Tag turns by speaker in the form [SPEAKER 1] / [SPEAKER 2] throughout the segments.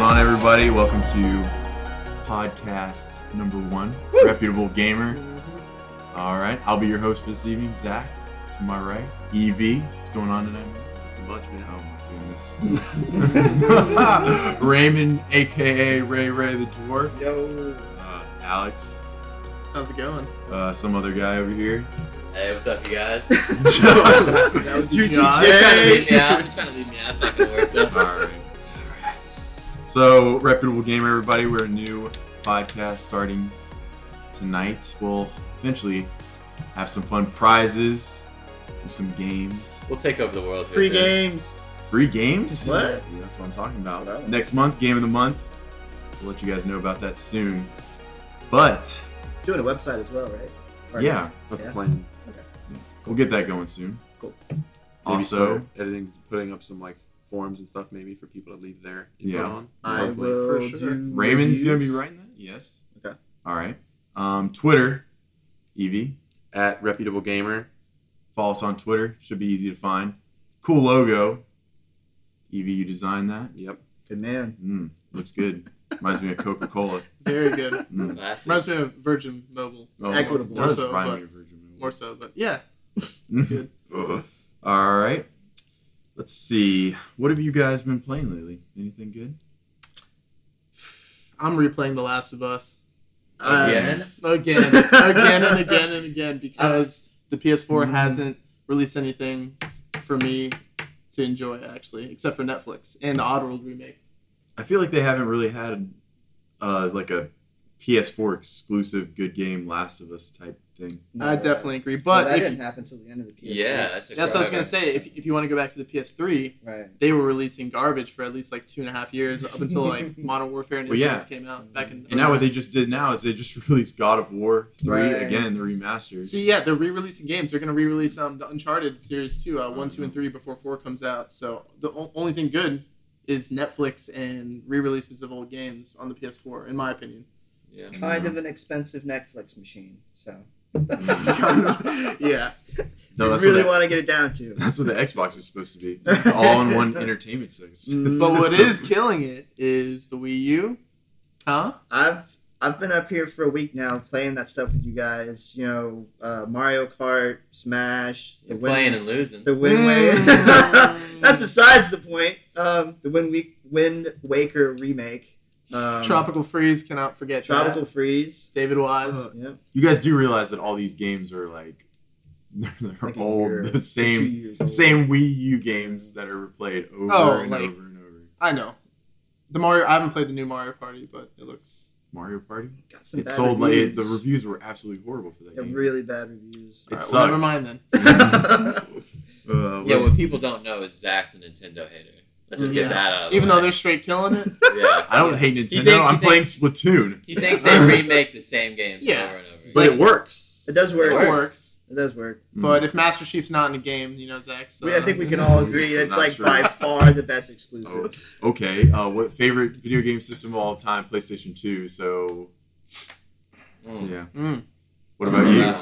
[SPEAKER 1] everybody. Welcome to podcast number one, Reputable Gamer. All right, I'll be your host for this evening, Zach. To my right, EV. What's going on tonight? man?
[SPEAKER 2] Much man.
[SPEAKER 1] Oh my goodness. Raymond, aka Ray Ray the Dwarf.
[SPEAKER 3] Yo.
[SPEAKER 1] Uh, Alex,
[SPEAKER 3] How's it going?
[SPEAKER 1] uh, some other guy over here.
[SPEAKER 4] Hey, what's up, you guys?
[SPEAKER 3] Juicy
[SPEAKER 2] God.
[SPEAKER 4] You're trying to
[SPEAKER 3] J.
[SPEAKER 4] leave me out. You're trying to leave me out. It's not gonna work though.
[SPEAKER 1] All right. So, reputable gamer, everybody. We're a new podcast starting tonight. We'll eventually have some fun prizes, do some games,
[SPEAKER 4] We'll take over the world. here
[SPEAKER 3] Free
[SPEAKER 4] soon.
[SPEAKER 3] games.
[SPEAKER 1] free games.
[SPEAKER 3] What?
[SPEAKER 1] Yeah, that's what I'm talking
[SPEAKER 3] Wow.
[SPEAKER 1] about. Next month, game of the month. We'll let you guys know about that soon. But
[SPEAKER 3] Doing a website as well, right? Or-
[SPEAKER 1] yeah,
[SPEAKER 2] That's the
[SPEAKER 3] Yeah.
[SPEAKER 2] plan.
[SPEAKER 1] we'll get that going soon.
[SPEAKER 3] Cool.
[SPEAKER 2] Maybe
[SPEAKER 1] Also,
[SPEAKER 2] start editing, putting up some like forms and stuff maybe for people to leave their
[SPEAKER 1] Yeah.
[SPEAKER 2] input on.
[SPEAKER 3] I
[SPEAKER 2] Hopefully.
[SPEAKER 3] will
[SPEAKER 2] For sure.
[SPEAKER 3] do.
[SPEAKER 1] Raymond's gonna be
[SPEAKER 3] reviews.
[SPEAKER 1] writing that. Yes.
[SPEAKER 3] Okay.
[SPEAKER 1] All right. Um, Twitter, Evie.
[SPEAKER 2] At reputable gamer.
[SPEAKER 1] Follow us on Twitter. Should be easy to find. Cool logo. Evie, you designed that.
[SPEAKER 2] Yep.
[SPEAKER 3] Good man.
[SPEAKER 1] Mm, looks good. Reminds me of Coca Cola.
[SPEAKER 5] Very good.
[SPEAKER 1] Mm.
[SPEAKER 4] Last
[SPEAKER 5] Reminds me of Virgin Mobile,
[SPEAKER 3] equitable.
[SPEAKER 1] it Oh, Does
[SPEAKER 5] More so,
[SPEAKER 1] remind
[SPEAKER 5] but-
[SPEAKER 1] me of Virgin
[SPEAKER 5] more so, but yeah.
[SPEAKER 1] Mobile. All right. Let's see. What have you guys been playing lately? Anything good?
[SPEAKER 5] I'm replaying The Last of Us Uh,
[SPEAKER 3] uh,
[SPEAKER 4] Again?
[SPEAKER 5] again, again, and again, and again because the PS4
[SPEAKER 1] Mm-hmm.
[SPEAKER 3] Mm.
[SPEAKER 5] hasn't released anything for me to enjoy, actually, except for Netflix and the Oddworld remake.
[SPEAKER 1] I feel like they haven't really had uh, like a PS4 exclusive good game Last of Us type thing.
[SPEAKER 3] No,
[SPEAKER 5] I definitely agree,
[SPEAKER 3] Well,
[SPEAKER 5] but
[SPEAKER 3] that
[SPEAKER 5] if-
[SPEAKER 3] didn't happen until the end of the PS.
[SPEAKER 4] Yeah, that's a
[SPEAKER 5] that's what I was gonna
[SPEAKER 4] Right.
[SPEAKER 5] say. If, if you want to go back to the PS3,
[SPEAKER 3] Right.
[SPEAKER 5] they were releasing garbage for at least like two and a half years up until like Modern Warfare and
[SPEAKER 1] Well, yeah.
[SPEAKER 5] Infamous came out back in.
[SPEAKER 1] And now what they just did now is they just released God of War three
[SPEAKER 3] Right.
[SPEAKER 1] again, the remastered.
[SPEAKER 5] See, yeah, they're re-releasing games. They're gonna re-release um the Uncharted series too, uh, one, two, and three before four comes out. So the o- only thing good is Netflix and re-releases of old games on the PS4, in my opinion.
[SPEAKER 4] Yeah.
[SPEAKER 1] Mm.
[SPEAKER 3] Kind of an expensive Netflix machine, so.
[SPEAKER 5] yeah,
[SPEAKER 1] No,
[SPEAKER 3] you
[SPEAKER 1] that's what
[SPEAKER 3] really
[SPEAKER 1] that-
[SPEAKER 3] want to get it down to.
[SPEAKER 1] That's what the Xbox is supposed to be. All in one entertainment system.
[SPEAKER 3] Mm.
[SPEAKER 5] but what is killing it is the Wii U, huh?
[SPEAKER 3] I've I've been up here for a week now playing that stuff with you guys. You know, uh, Mario Kart, Smash,
[SPEAKER 4] You're
[SPEAKER 3] Win-
[SPEAKER 4] playing and losing.
[SPEAKER 3] The Wind Waker.
[SPEAKER 5] Mm.
[SPEAKER 3] That's besides the point. Um, the Wind Week, Wind Waker remake. Um,
[SPEAKER 5] Tropical Freeze cannot forget.
[SPEAKER 3] Tropical
[SPEAKER 5] that.
[SPEAKER 3] Freeze.
[SPEAKER 5] David Wise.
[SPEAKER 3] Uh, yeah,
[SPEAKER 1] You guys do realize that all these games are like they're, they're
[SPEAKER 3] like a year,
[SPEAKER 1] old, the
[SPEAKER 3] two
[SPEAKER 1] same
[SPEAKER 3] years old.
[SPEAKER 1] same Wii U games that are replayed over
[SPEAKER 5] Oh,
[SPEAKER 1] and
[SPEAKER 5] like-
[SPEAKER 1] over and over.
[SPEAKER 5] I know. The Mario. I haven't played the new Mario Party, but it looks.
[SPEAKER 1] Mario Party.
[SPEAKER 3] Got some
[SPEAKER 1] it
[SPEAKER 3] bad
[SPEAKER 1] sold like it, the
[SPEAKER 3] reviews.
[SPEAKER 1] reviews were absolutely horrible for that
[SPEAKER 3] Yeah,
[SPEAKER 1] game.
[SPEAKER 3] really bad reviews.
[SPEAKER 1] It
[SPEAKER 5] well,
[SPEAKER 1] sucked.
[SPEAKER 5] never mind then.
[SPEAKER 1] Uh,
[SPEAKER 4] yeah,
[SPEAKER 1] what-
[SPEAKER 4] what people don't know is Zach's a Nintendo hater. Let's just
[SPEAKER 5] Yeah.
[SPEAKER 4] get that out of the
[SPEAKER 5] Even
[SPEAKER 4] way.
[SPEAKER 5] though they're straight killing it.
[SPEAKER 4] Yeah.
[SPEAKER 1] I don't hate
[SPEAKER 4] thinks-
[SPEAKER 1] Nintendo.
[SPEAKER 4] he
[SPEAKER 1] I'm playing
[SPEAKER 4] thinks-
[SPEAKER 1] Splatoon.
[SPEAKER 4] He thinks they remake the same games
[SPEAKER 5] Yeah.
[SPEAKER 4] over and over again.
[SPEAKER 2] But it works.
[SPEAKER 3] It does work.
[SPEAKER 4] It works.
[SPEAKER 5] It works.
[SPEAKER 3] It does work.
[SPEAKER 1] Mm.
[SPEAKER 5] But if Master Chief's not in a game, you know, Zach. So Mm.
[SPEAKER 3] we, I think we can all agree
[SPEAKER 1] It's
[SPEAKER 3] it's
[SPEAKER 1] not
[SPEAKER 3] like
[SPEAKER 1] true. Oh,
[SPEAKER 3] by far the best exclusive.
[SPEAKER 1] Okay, uh, what favorite video game system of all time? PlayStation Two. So
[SPEAKER 4] Mm. Um,
[SPEAKER 1] yeah.
[SPEAKER 5] Mm.
[SPEAKER 1] What
[SPEAKER 4] I
[SPEAKER 1] about
[SPEAKER 4] don't know
[SPEAKER 1] you?
[SPEAKER 4] that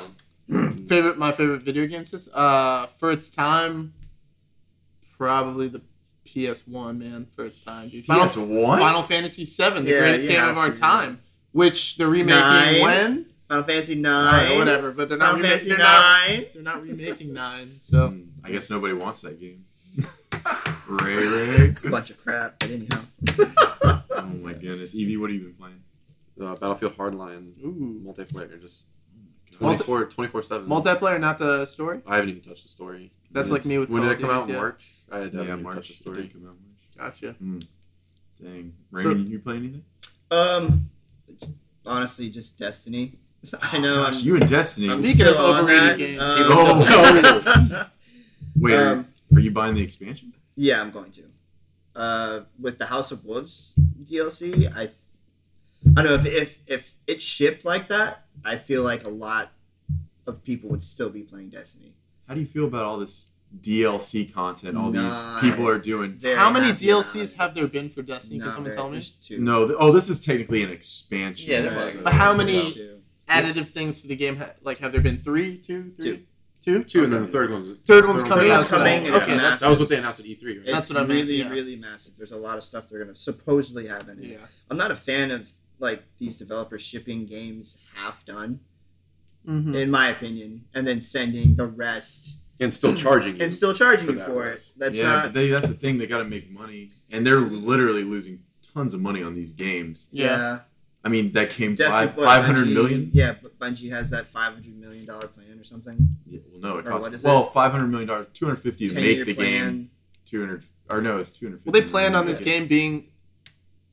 [SPEAKER 4] one.
[SPEAKER 5] Favorite, my favorite video game system. Uh, for its time, probably the PS One, man. For its time, dude. Final,
[SPEAKER 1] PS One.
[SPEAKER 5] Final Fantasy VII, the
[SPEAKER 3] Yeah,
[SPEAKER 5] greatest
[SPEAKER 3] you
[SPEAKER 5] game
[SPEAKER 3] have
[SPEAKER 5] of our
[SPEAKER 3] to.
[SPEAKER 5] time. Which they're remaking
[SPEAKER 3] Nine.
[SPEAKER 5] when?
[SPEAKER 3] Final Fantasy
[SPEAKER 5] I don't
[SPEAKER 3] Nine.
[SPEAKER 5] know, whatever. But they're not.
[SPEAKER 3] Final
[SPEAKER 5] Remaking,
[SPEAKER 3] Fantasy
[SPEAKER 5] they're, not
[SPEAKER 3] Nine.
[SPEAKER 5] they're not remaking nine. So
[SPEAKER 1] Hmm, I guess nobody wants that game. Ray Ray.
[SPEAKER 3] Bunch of crap, but anyhow.
[SPEAKER 1] Oh my goodness. Evie, what have you been playing?
[SPEAKER 2] Uh, Battlefield Hardline
[SPEAKER 5] ooh,
[SPEAKER 2] multiplayer just
[SPEAKER 5] Multi-
[SPEAKER 2] 24 24 7.
[SPEAKER 5] multiplayer, not the story.
[SPEAKER 2] I haven't even touched the story.
[SPEAKER 5] That's
[SPEAKER 2] When
[SPEAKER 5] like
[SPEAKER 2] it's-
[SPEAKER 5] me with
[SPEAKER 2] When
[SPEAKER 5] Call
[SPEAKER 2] did
[SPEAKER 5] of
[SPEAKER 2] it come out?
[SPEAKER 5] Duties, yeah.
[SPEAKER 2] March. I haven't
[SPEAKER 1] Yeah,
[SPEAKER 2] even
[SPEAKER 1] March.
[SPEAKER 2] touched the
[SPEAKER 1] It did
[SPEAKER 2] story.
[SPEAKER 1] come out March.
[SPEAKER 5] Gotcha.
[SPEAKER 1] Dang.
[SPEAKER 5] So-
[SPEAKER 1] Raymond, you play anything?
[SPEAKER 3] Um, honestly, just Destiny. I know.
[SPEAKER 1] Oh, Gosh,
[SPEAKER 3] I'm,
[SPEAKER 1] you and Destiny.
[SPEAKER 3] I'm
[SPEAKER 5] Speaking
[SPEAKER 3] still
[SPEAKER 5] of
[SPEAKER 3] on
[SPEAKER 5] overrated
[SPEAKER 3] that.
[SPEAKER 5] games.
[SPEAKER 3] Um,
[SPEAKER 1] Oh. Wait, are-
[SPEAKER 3] um,
[SPEAKER 1] are you buying the expansion?
[SPEAKER 3] yeah, I'm going to. Uh, with the House of Wolves DLC, I, th- I don't know if, if if it shipped like that, I feel like a lot of people would still be playing Destiny.
[SPEAKER 1] How do you feel about all this DLC content? All
[SPEAKER 3] Nah.
[SPEAKER 1] these people are doing.
[SPEAKER 3] Very
[SPEAKER 5] How many
[SPEAKER 3] happy about
[SPEAKER 5] DLCs
[SPEAKER 3] it.
[SPEAKER 5] have there been for Destiny? Can
[SPEAKER 3] Not
[SPEAKER 5] someone
[SPEAKER 3] very-
[SPEAKER 5] tell me?
[SPEAKER 3] there's two.
[SPEAKER 1] No, th- oh, this is technically an expansion.
[SPEAKER 4] Yeah,
[SPEAKER 3] Right.
[SPEAKER 4] there was.
[SPEAKER 5] But how
[SPEAKER 3] There's
[SPEAKER 5] many-
[SPEAKER 3] two.
[SPEAKER 5] additive things to the game ha- like have there been three two three
[SPEAKER 3] Two. Oh,
[SPEAKER 5] two Two?
[SPEAKER 2] Two, and then the third one's
[SPEAKER 5] Third one's coming
[SPEAKER 3] one's
[SPEAKER 5] out.
[SPEAKER 3] coming and
[SPEAKER 5] soon.
[SPEAKER 3] it's
[SPEAKER 5] okay,
[SPEAKER 3] massive.
[SPEAKER 5] that's,
[SPEAKER 2] That was what they announced at E3, right?
[SPEAKER 3] It's
[SPEAKER 5] That's what I meant,
[SPEAKER 3] really,
[SPEAKER 5] yeah.
[SPEAKER 3] really massive. There's a lot of stuff they're gonna supposedly have in it.
[SPEAKER 5] yeah.
[SPEAKER 3] I'm not a fan of like these developers shipping games half done,
[SPEAKER 4] Hmm.
[SPEAKER 5] Mhm.
[SPEAKER 3] in my opinion, and then sending the rest
[SPEAKER 2] and still charging you.
[SPEAKER 3] and still charging
[SPEAKER 2] For
[SPEAKER 3] you
[SPEAKER 2] that
[SPEAKER 3] for it.
[SPEAKER 2] rest.
[SPEAKER 3] That's
[SPEAKER 1] yeah,
[SPEAKER 3] not
[SPEAKER 1] but they, that's the thing. They got to make money, and they're literally losing tons of money on these games.
[SPEAKER 5] Yeah.
[SPEAKER 3] yeah.
[SPEAKER 1] I mean, that came
[SPEAKER 3] Just
[SPEAKER 1] five
[SPEAKER 3] if, what,
[SPEAKER 1] five hundred
[SPEAKER 3] Bungie-
[SPEAKER 1] million.
[SPEAKER 3] Yeah, but Bungie has that five hundred million dollar plan or something.
[SPEAKER 1] Yeah, well, no, it
[SPEAKER 3] Or what
[SPEAKER 1] costs
[SPEAKER 3] is
[SPEAKER 1] well five hundred million dollars, two hundred fifty to
[SPEAKER 3] Ten-year
[SPEAKER 1] make the game, two hundred or no, it's two hundred fifty.
[SPEAKER 5] Well, they planned on this game being